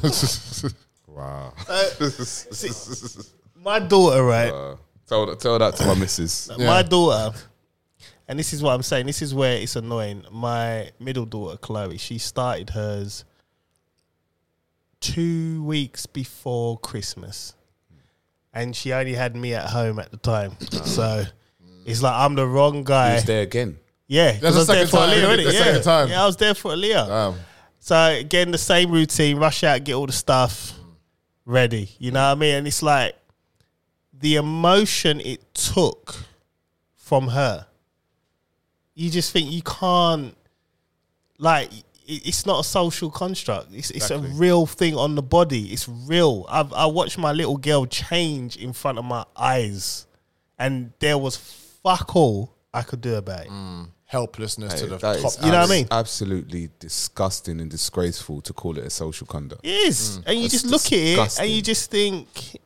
[SPEAKER 1] Wow.
[SPEAKER 3] Uh, My daughter, right?
[SPEAKER 1] Uh, tell tell that to my missus.
[SPEAKER 3] My daughter, and this is what I'm saying. This is where it's annoying. My middle daughter, Chloe, she started hers two weeks before Christmas, and she only had me at home at the time. so it's like I'm the wrong
[SPEAKER 1] He
[SPEAKER 3] guy.
[SPEAKER 1] was there again.
[SPEAKER 3] Yeah, 'cause
[SPEAKER 2] the
[SPEAKER 3] I was there
[SPEAKER 2] second
[SPEAKER 3] for
[SPEAKER 2] time,
[SPEAKER 3] Aaliyah,
[SPEAKER 2] isn't it?
[SPEAKER 3] innit?
[SPEAKER 2] The
[SPEAKER 3] yeah.
[SPEAKER 2] second time.
[SPEAKER 3] yeah, I was there for Aaliyah.
[SPEAKER 2] Damn.
[SPEAKER 3] So again, the same routine: rush out, get all the stuff ready. You know what I mean? And it's like the emotion it took from her. You just think you can't, like, i- it's not a social construct. It's it's a real thing on the body. It's real. I've I watched my little girl change in front of my eyes, and there was fuck all I could do about it.
[SPEAKER 2] Helplessness to the
[SPEAKER 1] That is
[SPEAKER 2] top.
[SPEAKER 3] You know what I
[SPEAKER 1] abs-
[SPEAKER 3] mean?
[SPEAKER 1] Absolutely disgusting and disgraceful to call it a social conduct.
[SPEAKER 3] It is. And you
[SPEAKER 1] Mm, That's
[SPEAKER 3] just look at it
[SPEAKER 1] disgusting.
[SPEAKER 3] and you just think,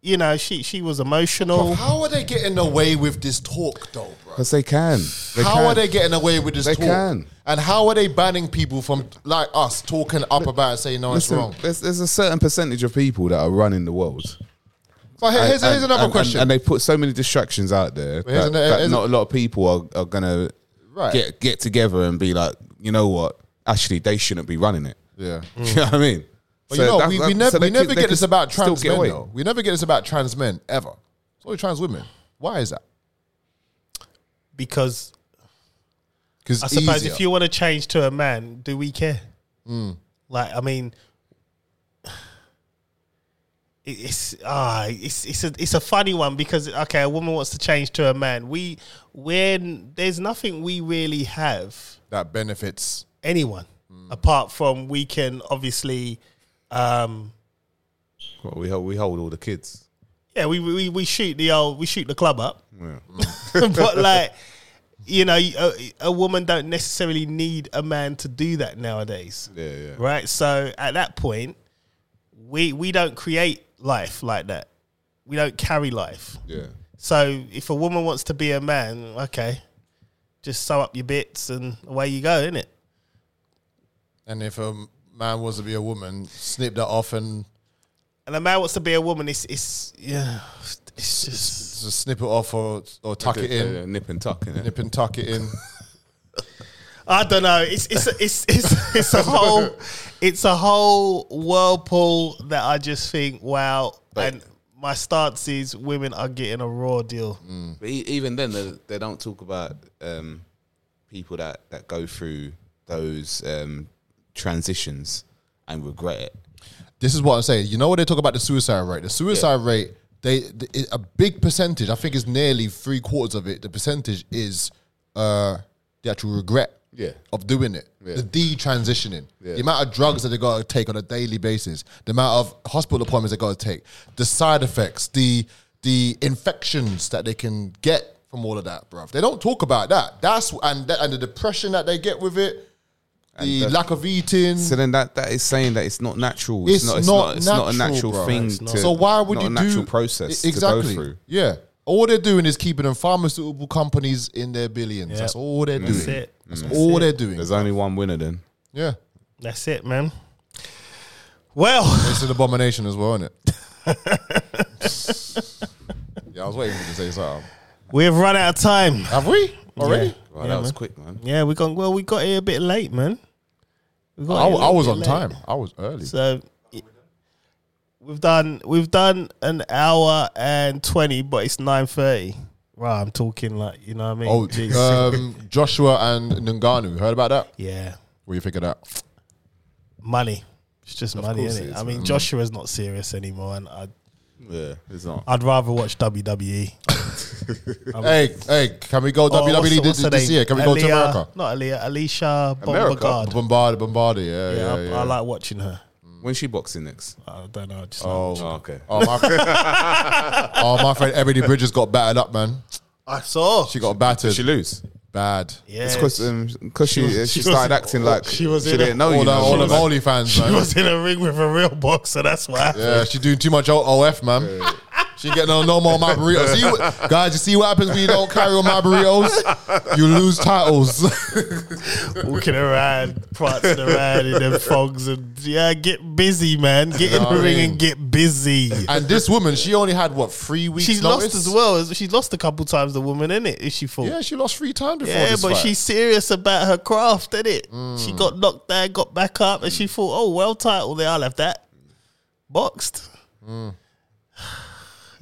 [SPEAKER 3] you know, she she was emotional.
[SPEAKER 2] How are they getting away with this talk, though, bro?
[SPEAKER 1] Because they can. They
[SPEAKER 2] how
[SPEAKER 1] can.
[SPEAKER 2] are they getting away with this
[SPEAKER 1] They
[SPEAKER 2] talk?
[SPEAKER 1] can.
[SPEAKER 2] And how are they banning people from like us talking up about it, saying no,
[SPEAKER 1] Listen,
[SPEAKER 2] it's wrong?
[SPEAKER 1] There's, there's a certain percentage of people that are running the world.
[SPEAKER 2] But here- here's,
[SPEAKER 1] And-
[SPEAKER 2] here's another
[SPEAKER 1] and-
[SPEAKER 2] question.
[SPEAKER 1] And, and they put so many distractions out there
[SPEAKER 2] here's
[SPEAKER 1] that,
[SPEAKER 2] an-
[SPEAKER 1] that
[SPEAKER 2] here's
[SPEAKER 1] not a lot of people are, are gonna
[SPEAKER 2] Right.
[SPEAKER 1] get get together and be like, you know what? Actually, they shouldn't be running it. [LAUGHS]
[SPEAKER 2] yeah.
[SPEAKER 1] Do you know what I mean?
[SPEAKER 2] But you know,
[SPEAKER 1] that-
[SPEAKER 2] we,
[SPEAKER 1] that-
[SPEAKER 2] we never,
[SPEAKER 1] so they
[SPEAKER 2] we never
[SPEAKER 1] could- they
[SPEAKER 2] get
[SPEAKER 1] could
[SPEAKER 2] this about
[SPEAKER 1] still
[SPEAKER 2] trans
[SPEAKER 1] get
[SPEAKER 2] men,
[SPEAKER 1] away.
[SPEAKER 2] though. We never get this about trans men, ever. It's only trans women. Why is that?
[SPEAKER 3] Because
[SPEAKER 2] Because
[SPEAKER 3] I suppose if you want to change to a man, do we care?
[SPEAKER 1] Mm.
[SPEAKER 3] Like, I mean, [SIGHS] it- it's ah, it's it's a it's a funny one because okay, a woman wants to change to a man. We when there's nothing we really have
[SPEAKER 2] That benefits.
[SPEAKER 3] anyone
[SPEAKER 1] Mm.
[SPEAKER 3] apart from we can obviously. um
[SPEAKER 1] Well, we hold, we hold all the kids.
[SPEAKER 3] Yeah, we, we we shoot the old we shoot the club up. [LAUGHS] but like, you know, you- a, a woman don't necessarily need a man to do that nowadays,
[SPEAKER 1] Yeah, yeah.
[SPEAKER 3] right? So at that point, we we don't create life like that. We don't carry life.
[SPEAKER 1] Yeah.
[SPEAKER 3] So if a woman wants to be a man, okay, just sew up your bits and away you go, innit?
[SPEAKER 2] And if a man was to be a woman, snip that off and
[SPEAKER 3] And a man wants to be a woman. It's it's yeah, it's just.
[SPEAKER 2] just snip it off or, or tuck it in,
[SPEAKER 1] Yeah, uh, nip and tuck in it.
[SPEAKER 2] nip and tuck it in.
[SPEAKER 3] I don't know. It's it's it's it's it's a whole it's a whole whirlpool that I just think wow. and my stance is women are getting a raw deal.
[SPEAKER 2] Mm.
[SPEAKER 1] But e- even then, they, they don't talk about um, people that, that go through those um, transitions and regret it.
[SPEAKER 2] this is what I'm saying. You know what they talk about the suicide rate? The suicide rate, they th- it- a big percentage. I think it's nearly three quarters of it. The percentage is uh, the actual regret
[SPEAKER 1] Yeah.
[SPEAKER 2] of doing it.
[SPEAKER 1] Yeah.
[SPEAKER 2] The detransitioning,
[SPEAKER 1] Yeah.
[SPEAKER 2] the amount of drugs that they got to take on a daily basis, the amount of hospital appointments they got to take, the side effects, the the infections that they can get from all of that, bruv. They don't talk about that. That's and that, and the depression that they get with it. The,
[SPEAKER 1] the-
[SPEAKER 2] lack of eating,
[SPEAKER 1] So then that, that is saying that it's not natural.
[SPEAKER 2] It's not
[SPEAKER 1] it's not a
[SPEAKER 2] natural,
[SPEAKER 1] natural
[SPEAKER 2] bro.
[SPEAKER 1] thing.
[SPEAKER 2] It's
[SPEAKER 1] To,
[SPEAKER 2] So why would
[SPEAKER 1] not
[SPEAKER 2] you
[SPEAKER 1] a
[SPEAKER 2] do
[SPEAKER 1] natural process
[SPEAKER 2] E-
[SPEAKER 1] to go through?
[SPEAKER 2] Yeah, all they're doing is keeping them pharmaceutical companies in their billions. That's all they're doing.
[SPEAKER 3] That's it.
[SPEAKER 2] That's Mm. all they're doing.
[SPEAKER 1] There's only one winner then.
[SPEAKER 2] Yeah,
[SPEAKER 3] That's it, man. Well,
[SPEAKER 2] it's an abomination as well, isn't
[SPEAKER 1] [LAUGHS]
[SPEAKER 2] it? yeah, I was waiting for you to say something.
[SPEAKER 3] we've run out of time.
[SPEAKER 2] Have we already?
[SPEAKER 1] Right, that was quick, man.
[SPEAKER 3] Yeah, we gone. Well, we got here a bit late, man. We got
[SPEAKER 2] I,
[SPEAKER 3] here a
[SPEAKER 2] I
[SPEAKER 3] little
[SPEAKER 2] was
[SPEAKER 3] bit
[SPEAKER 2] on
[SPEAKER 3] late.
[SPEAKER 2] time. I was early.
[SPEAKER 3] So y- we've done we've done an hour and twenty, but it's nine thirty. Right, I'm talking like you know what I mean.
[SPEAKER 2] Oh,
[SPEAKER 3] Jeez.
[SPEAKER 2] um, Joshua and Nunganu. Heard about that?
[SPEAKER 3] yeah.
[SPEAKER 2] What do you think of that?
[SPEAKER 3] money. It's just money,
[SPEAKER 1] course
[SPEAKER 3] isn't it?
[SPEAKER 1] it is,
[SPEAKER 3] I mean, Joshua's not serious anymore, and I'd,
[SPEAKER 1] Yeah, it's not.
[SPEAKER 3] I'd rather watch WWE.
[SPEAKER 2] Hey, hey, can we go
[SPEAKER 3] Or
[SPEAKER 2] WWE
[SPEAKER 3] Oh, what's
[SPEAKER 2] E
[SPEAKER 3] the-
[SPEAKER 2] this,
[SPEAKER 3] what's her
[SPEAKER 2] this
[SPEAKER 3] name?
[SPEAKER 2] year? Can we go to
[SPEAKER 3] Aaliyah-
[SPEAKER 2] America?
[SPEAKER 3] Not Aaliyah, Alicia
[SPEAKER 1] America?
[SPEAKER 3] Bombardier.
[SPEAKER 2] Bombardier, Bombardier. Yeah,
[SPEAKER 3] Yeah,
[SPEAKER 2] yeah,
[SPEAKER 3] I,
[SPEAKER 2] yeah.
[SPEAKER 3] I like watching her.
[SPEAKER 1] When's she boxing next?
[SPEAKER 3] I don't know. I Just
[SPEAKER 1] Oh, okay.
[SPEAKER 2] Oh my, oh, my friend Ebony Bridges got battered up, man.
[SPEAKER 3] I saw.
[SPEAKER 2] She got battered.
[SPEAKER 1] Did she lose?
[SPEAKER 2] bad.
[SPEAKER 3] yeah,
[SPEAKER 1] It's because she, uh, she,
[SPEAKER 3] she was
[SPEAKER 1] started
[SPEAKER 3] in-
[SPEAKER 2] [LAUGHS]
[SPEAKER 1] acting like
[SPEAKER 3] she was in
[SPEAKER 1] didn't
[SPEAKER 3] a-
[SPEAKER 1] know
[SPEAKER 2] All
[SPEAKER 1] you.
[SPEAKER 2] the
[SPEAKER 1] know,
[SPEAKER 2] all
[SPEAKER 1] like-
[SPEAKER 2] of OnlyFans,
[SPEAKER 3] [LAUGHS] she
[SPEAKER 2] man.
[SPEAKER 3] was in a ring with a real boxer. That's why.
[SPEAKER 2] Yeah, she's doing too much O- OF, man. She ain't getting no, no more my burritos. See what, guys, you see what happens when you don't carry on my burritos? You lose titles. [LAUGHS]
[SPEAKER 3] Walking around, prancing around in them fogs and yeah, get busy, man. Get in
[SPEAKER 2] Know what
[SPEAKER 3] the
[SPEAKER 2] I
[SPEAKER 3] ring
[SPEAKER 2] mean?
[SPEAKER 3] and get busy.
[SPEAKER 2] and this woman, she only had what three weeks.
[SPEAKER 3] She's
[SPEAKER 2] notice?
[SPEAKER 3] lost as well. She's lost a couple times. The woman, in it, is she full?
[SPEAKER 2] Yeah, she lost three times before.
[SPEAKER 3] Yeah,
[SPEAKER 2] this
[SPEAKER 3] but
[SPEAKER 2] fight.
[SPEAKER 3] she's serious about her craft, is it?
[SPEAKER 1] Mm.
[SPEAKER 3] She got knocked down, got back up, and she thought, "Oh, well, title there. I'll have that." Boxed.
[SPEAKER 1] Mm.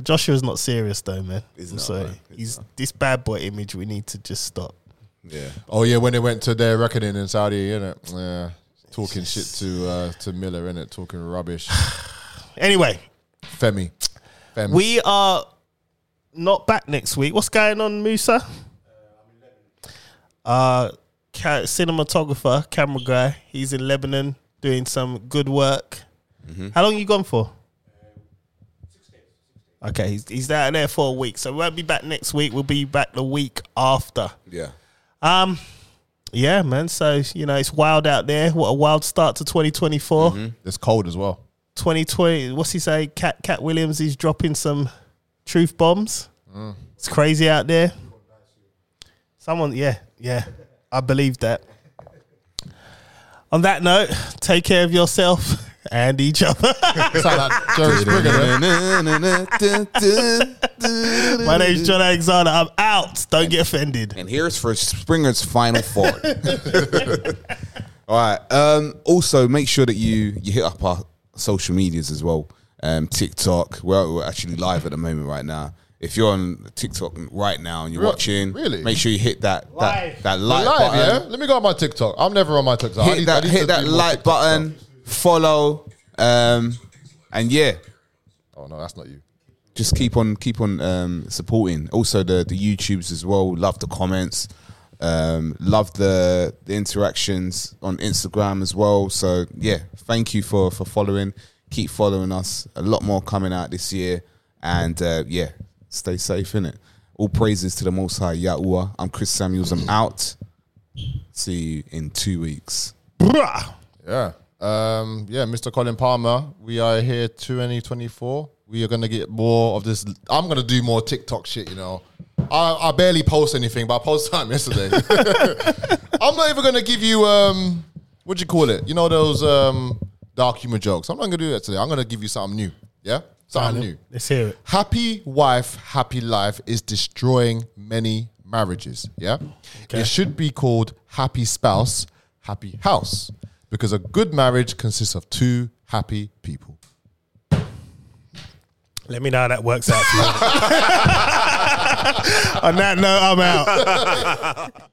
[SPEAKER 3] Joshua's not serious though, man.
[SPEAKER 1] He's
[SPEAKER 3] I'm
[SPEAKER 1] not,
[SPEAKER 3] sorry.
[SPEAKER 1] man. He's
[SPEAKER 3] He's, this bad boy image. We need to just stop.
[SPEAKER 1] Yeah.
[SPEAKER 2] Oh yeah, when they went to their reckoning in Saudi, innit? Yeah, talking shit to uh, to Miller, innit? Talking rubbish. [LAUGHS]
[SPEAKER 3] Anyway,
[SPEAKER 2] Femi, Femi.
[SPEAKER 3] we are not back next week. What's going on, Musa? Uh, ca- cinematographer, camera guy. He's in Lebanon doing some good work. How long you gone for? Okay, he's, he's down there for a week, so we won't be back next week. We'll be back the week after.
[SPEAKER 1] Yeah. [LAUGHS]
[SPEAKER 3] Um, yeah, man. So you know it's wild out there. What a wild start to 2024.
[SPEAKER 2] it's cold as well.
[SPEAKER 3] 2020 what's he say cat cat williams is dropping some truth bombs it's crazy out there someone yeah yeah i believe that on that note take care of yourself [LAUGHS] and each other [LAUGHS]
[SPEAKER 2] It's
[SPEAKER 1] [LAUGHS]
[SPEAKER 2] like that Jerry Springer. innit?
[SPEAKER 3] my name's john alexander i'm out don't get offended
[SPEAKER 1] And here's for Springer's final
[SPEAKER 2] [LAUGHS]
[SPEAKER 1] thought. All right. Um, also, make sure that you you hit up our social medias as well. Um, TikTok. We're, we're actually live at the moment right now. If you're on TikTok right now and you're
[SPEAKER 2] Re-
[SPEAKER 1] watching,
[SPEAKER 2] really?
[SPEAKER 1] make sure you hit that that,
[SPEAKER 3] Live.
[SPEAKER 1] that
[SPEAKER 2] Live,
[SPEAKER 1] like button.
[SPEAKER 2] yeah. Let me go on my TikTok. I'm never on my TikTok. I
[SPEAKER 1] Hit
[SPEAKER 2] need, I
[SPEAKER 1] that
[SPEAKER 2] need to
[SPEAKER 1] hit that
[SPEAKER 2] do more
[SPEAKER 1] like
[SPEAKER 2] TikTok
[SPEAKER 1] button. Follow. Um, and yeah,
[SPEAKER 2] stuff. Oh no, that's not you.
[SPEAKER 1] just keep on keep on um, supporting. Also the the YouTubes as well. Love the comments. Um, love the, the interactions on Instagram as well. So yeah, thank you for for following. Keep following us. A lot more coming out this year. And uh, yeah, stay safe in it. All praises to the Most High Yahuwah. I'm Chris Samuels. I'm out. See you in two weeks.
[SPEAKER 3] Bruh.
[SPEAKER 2] Yeah. Um, yeah, Mr. Colin Palmer, we are here 2024. We are going to get more of this. I'm going to do more TikTok shit, you know. I, I barely post anything, but I posted time yesterday. [LAUGHS] I'm not even going to give you, um, what do you call it? You know, those um, dark humor jokes. I'm not going to do that today. I'm going to give you something new. Yeah? Something new.
[SPEAKER 3] let's hear it
[SPEAKER 2] Happy wife, happy life is destroying many marriages. Yeah. It should be called happy spouse, happy house, because a good marriage consists of two happy people.
[SPEAKER 3] let me know how that works [LAUGHS] out for you on that note i'm out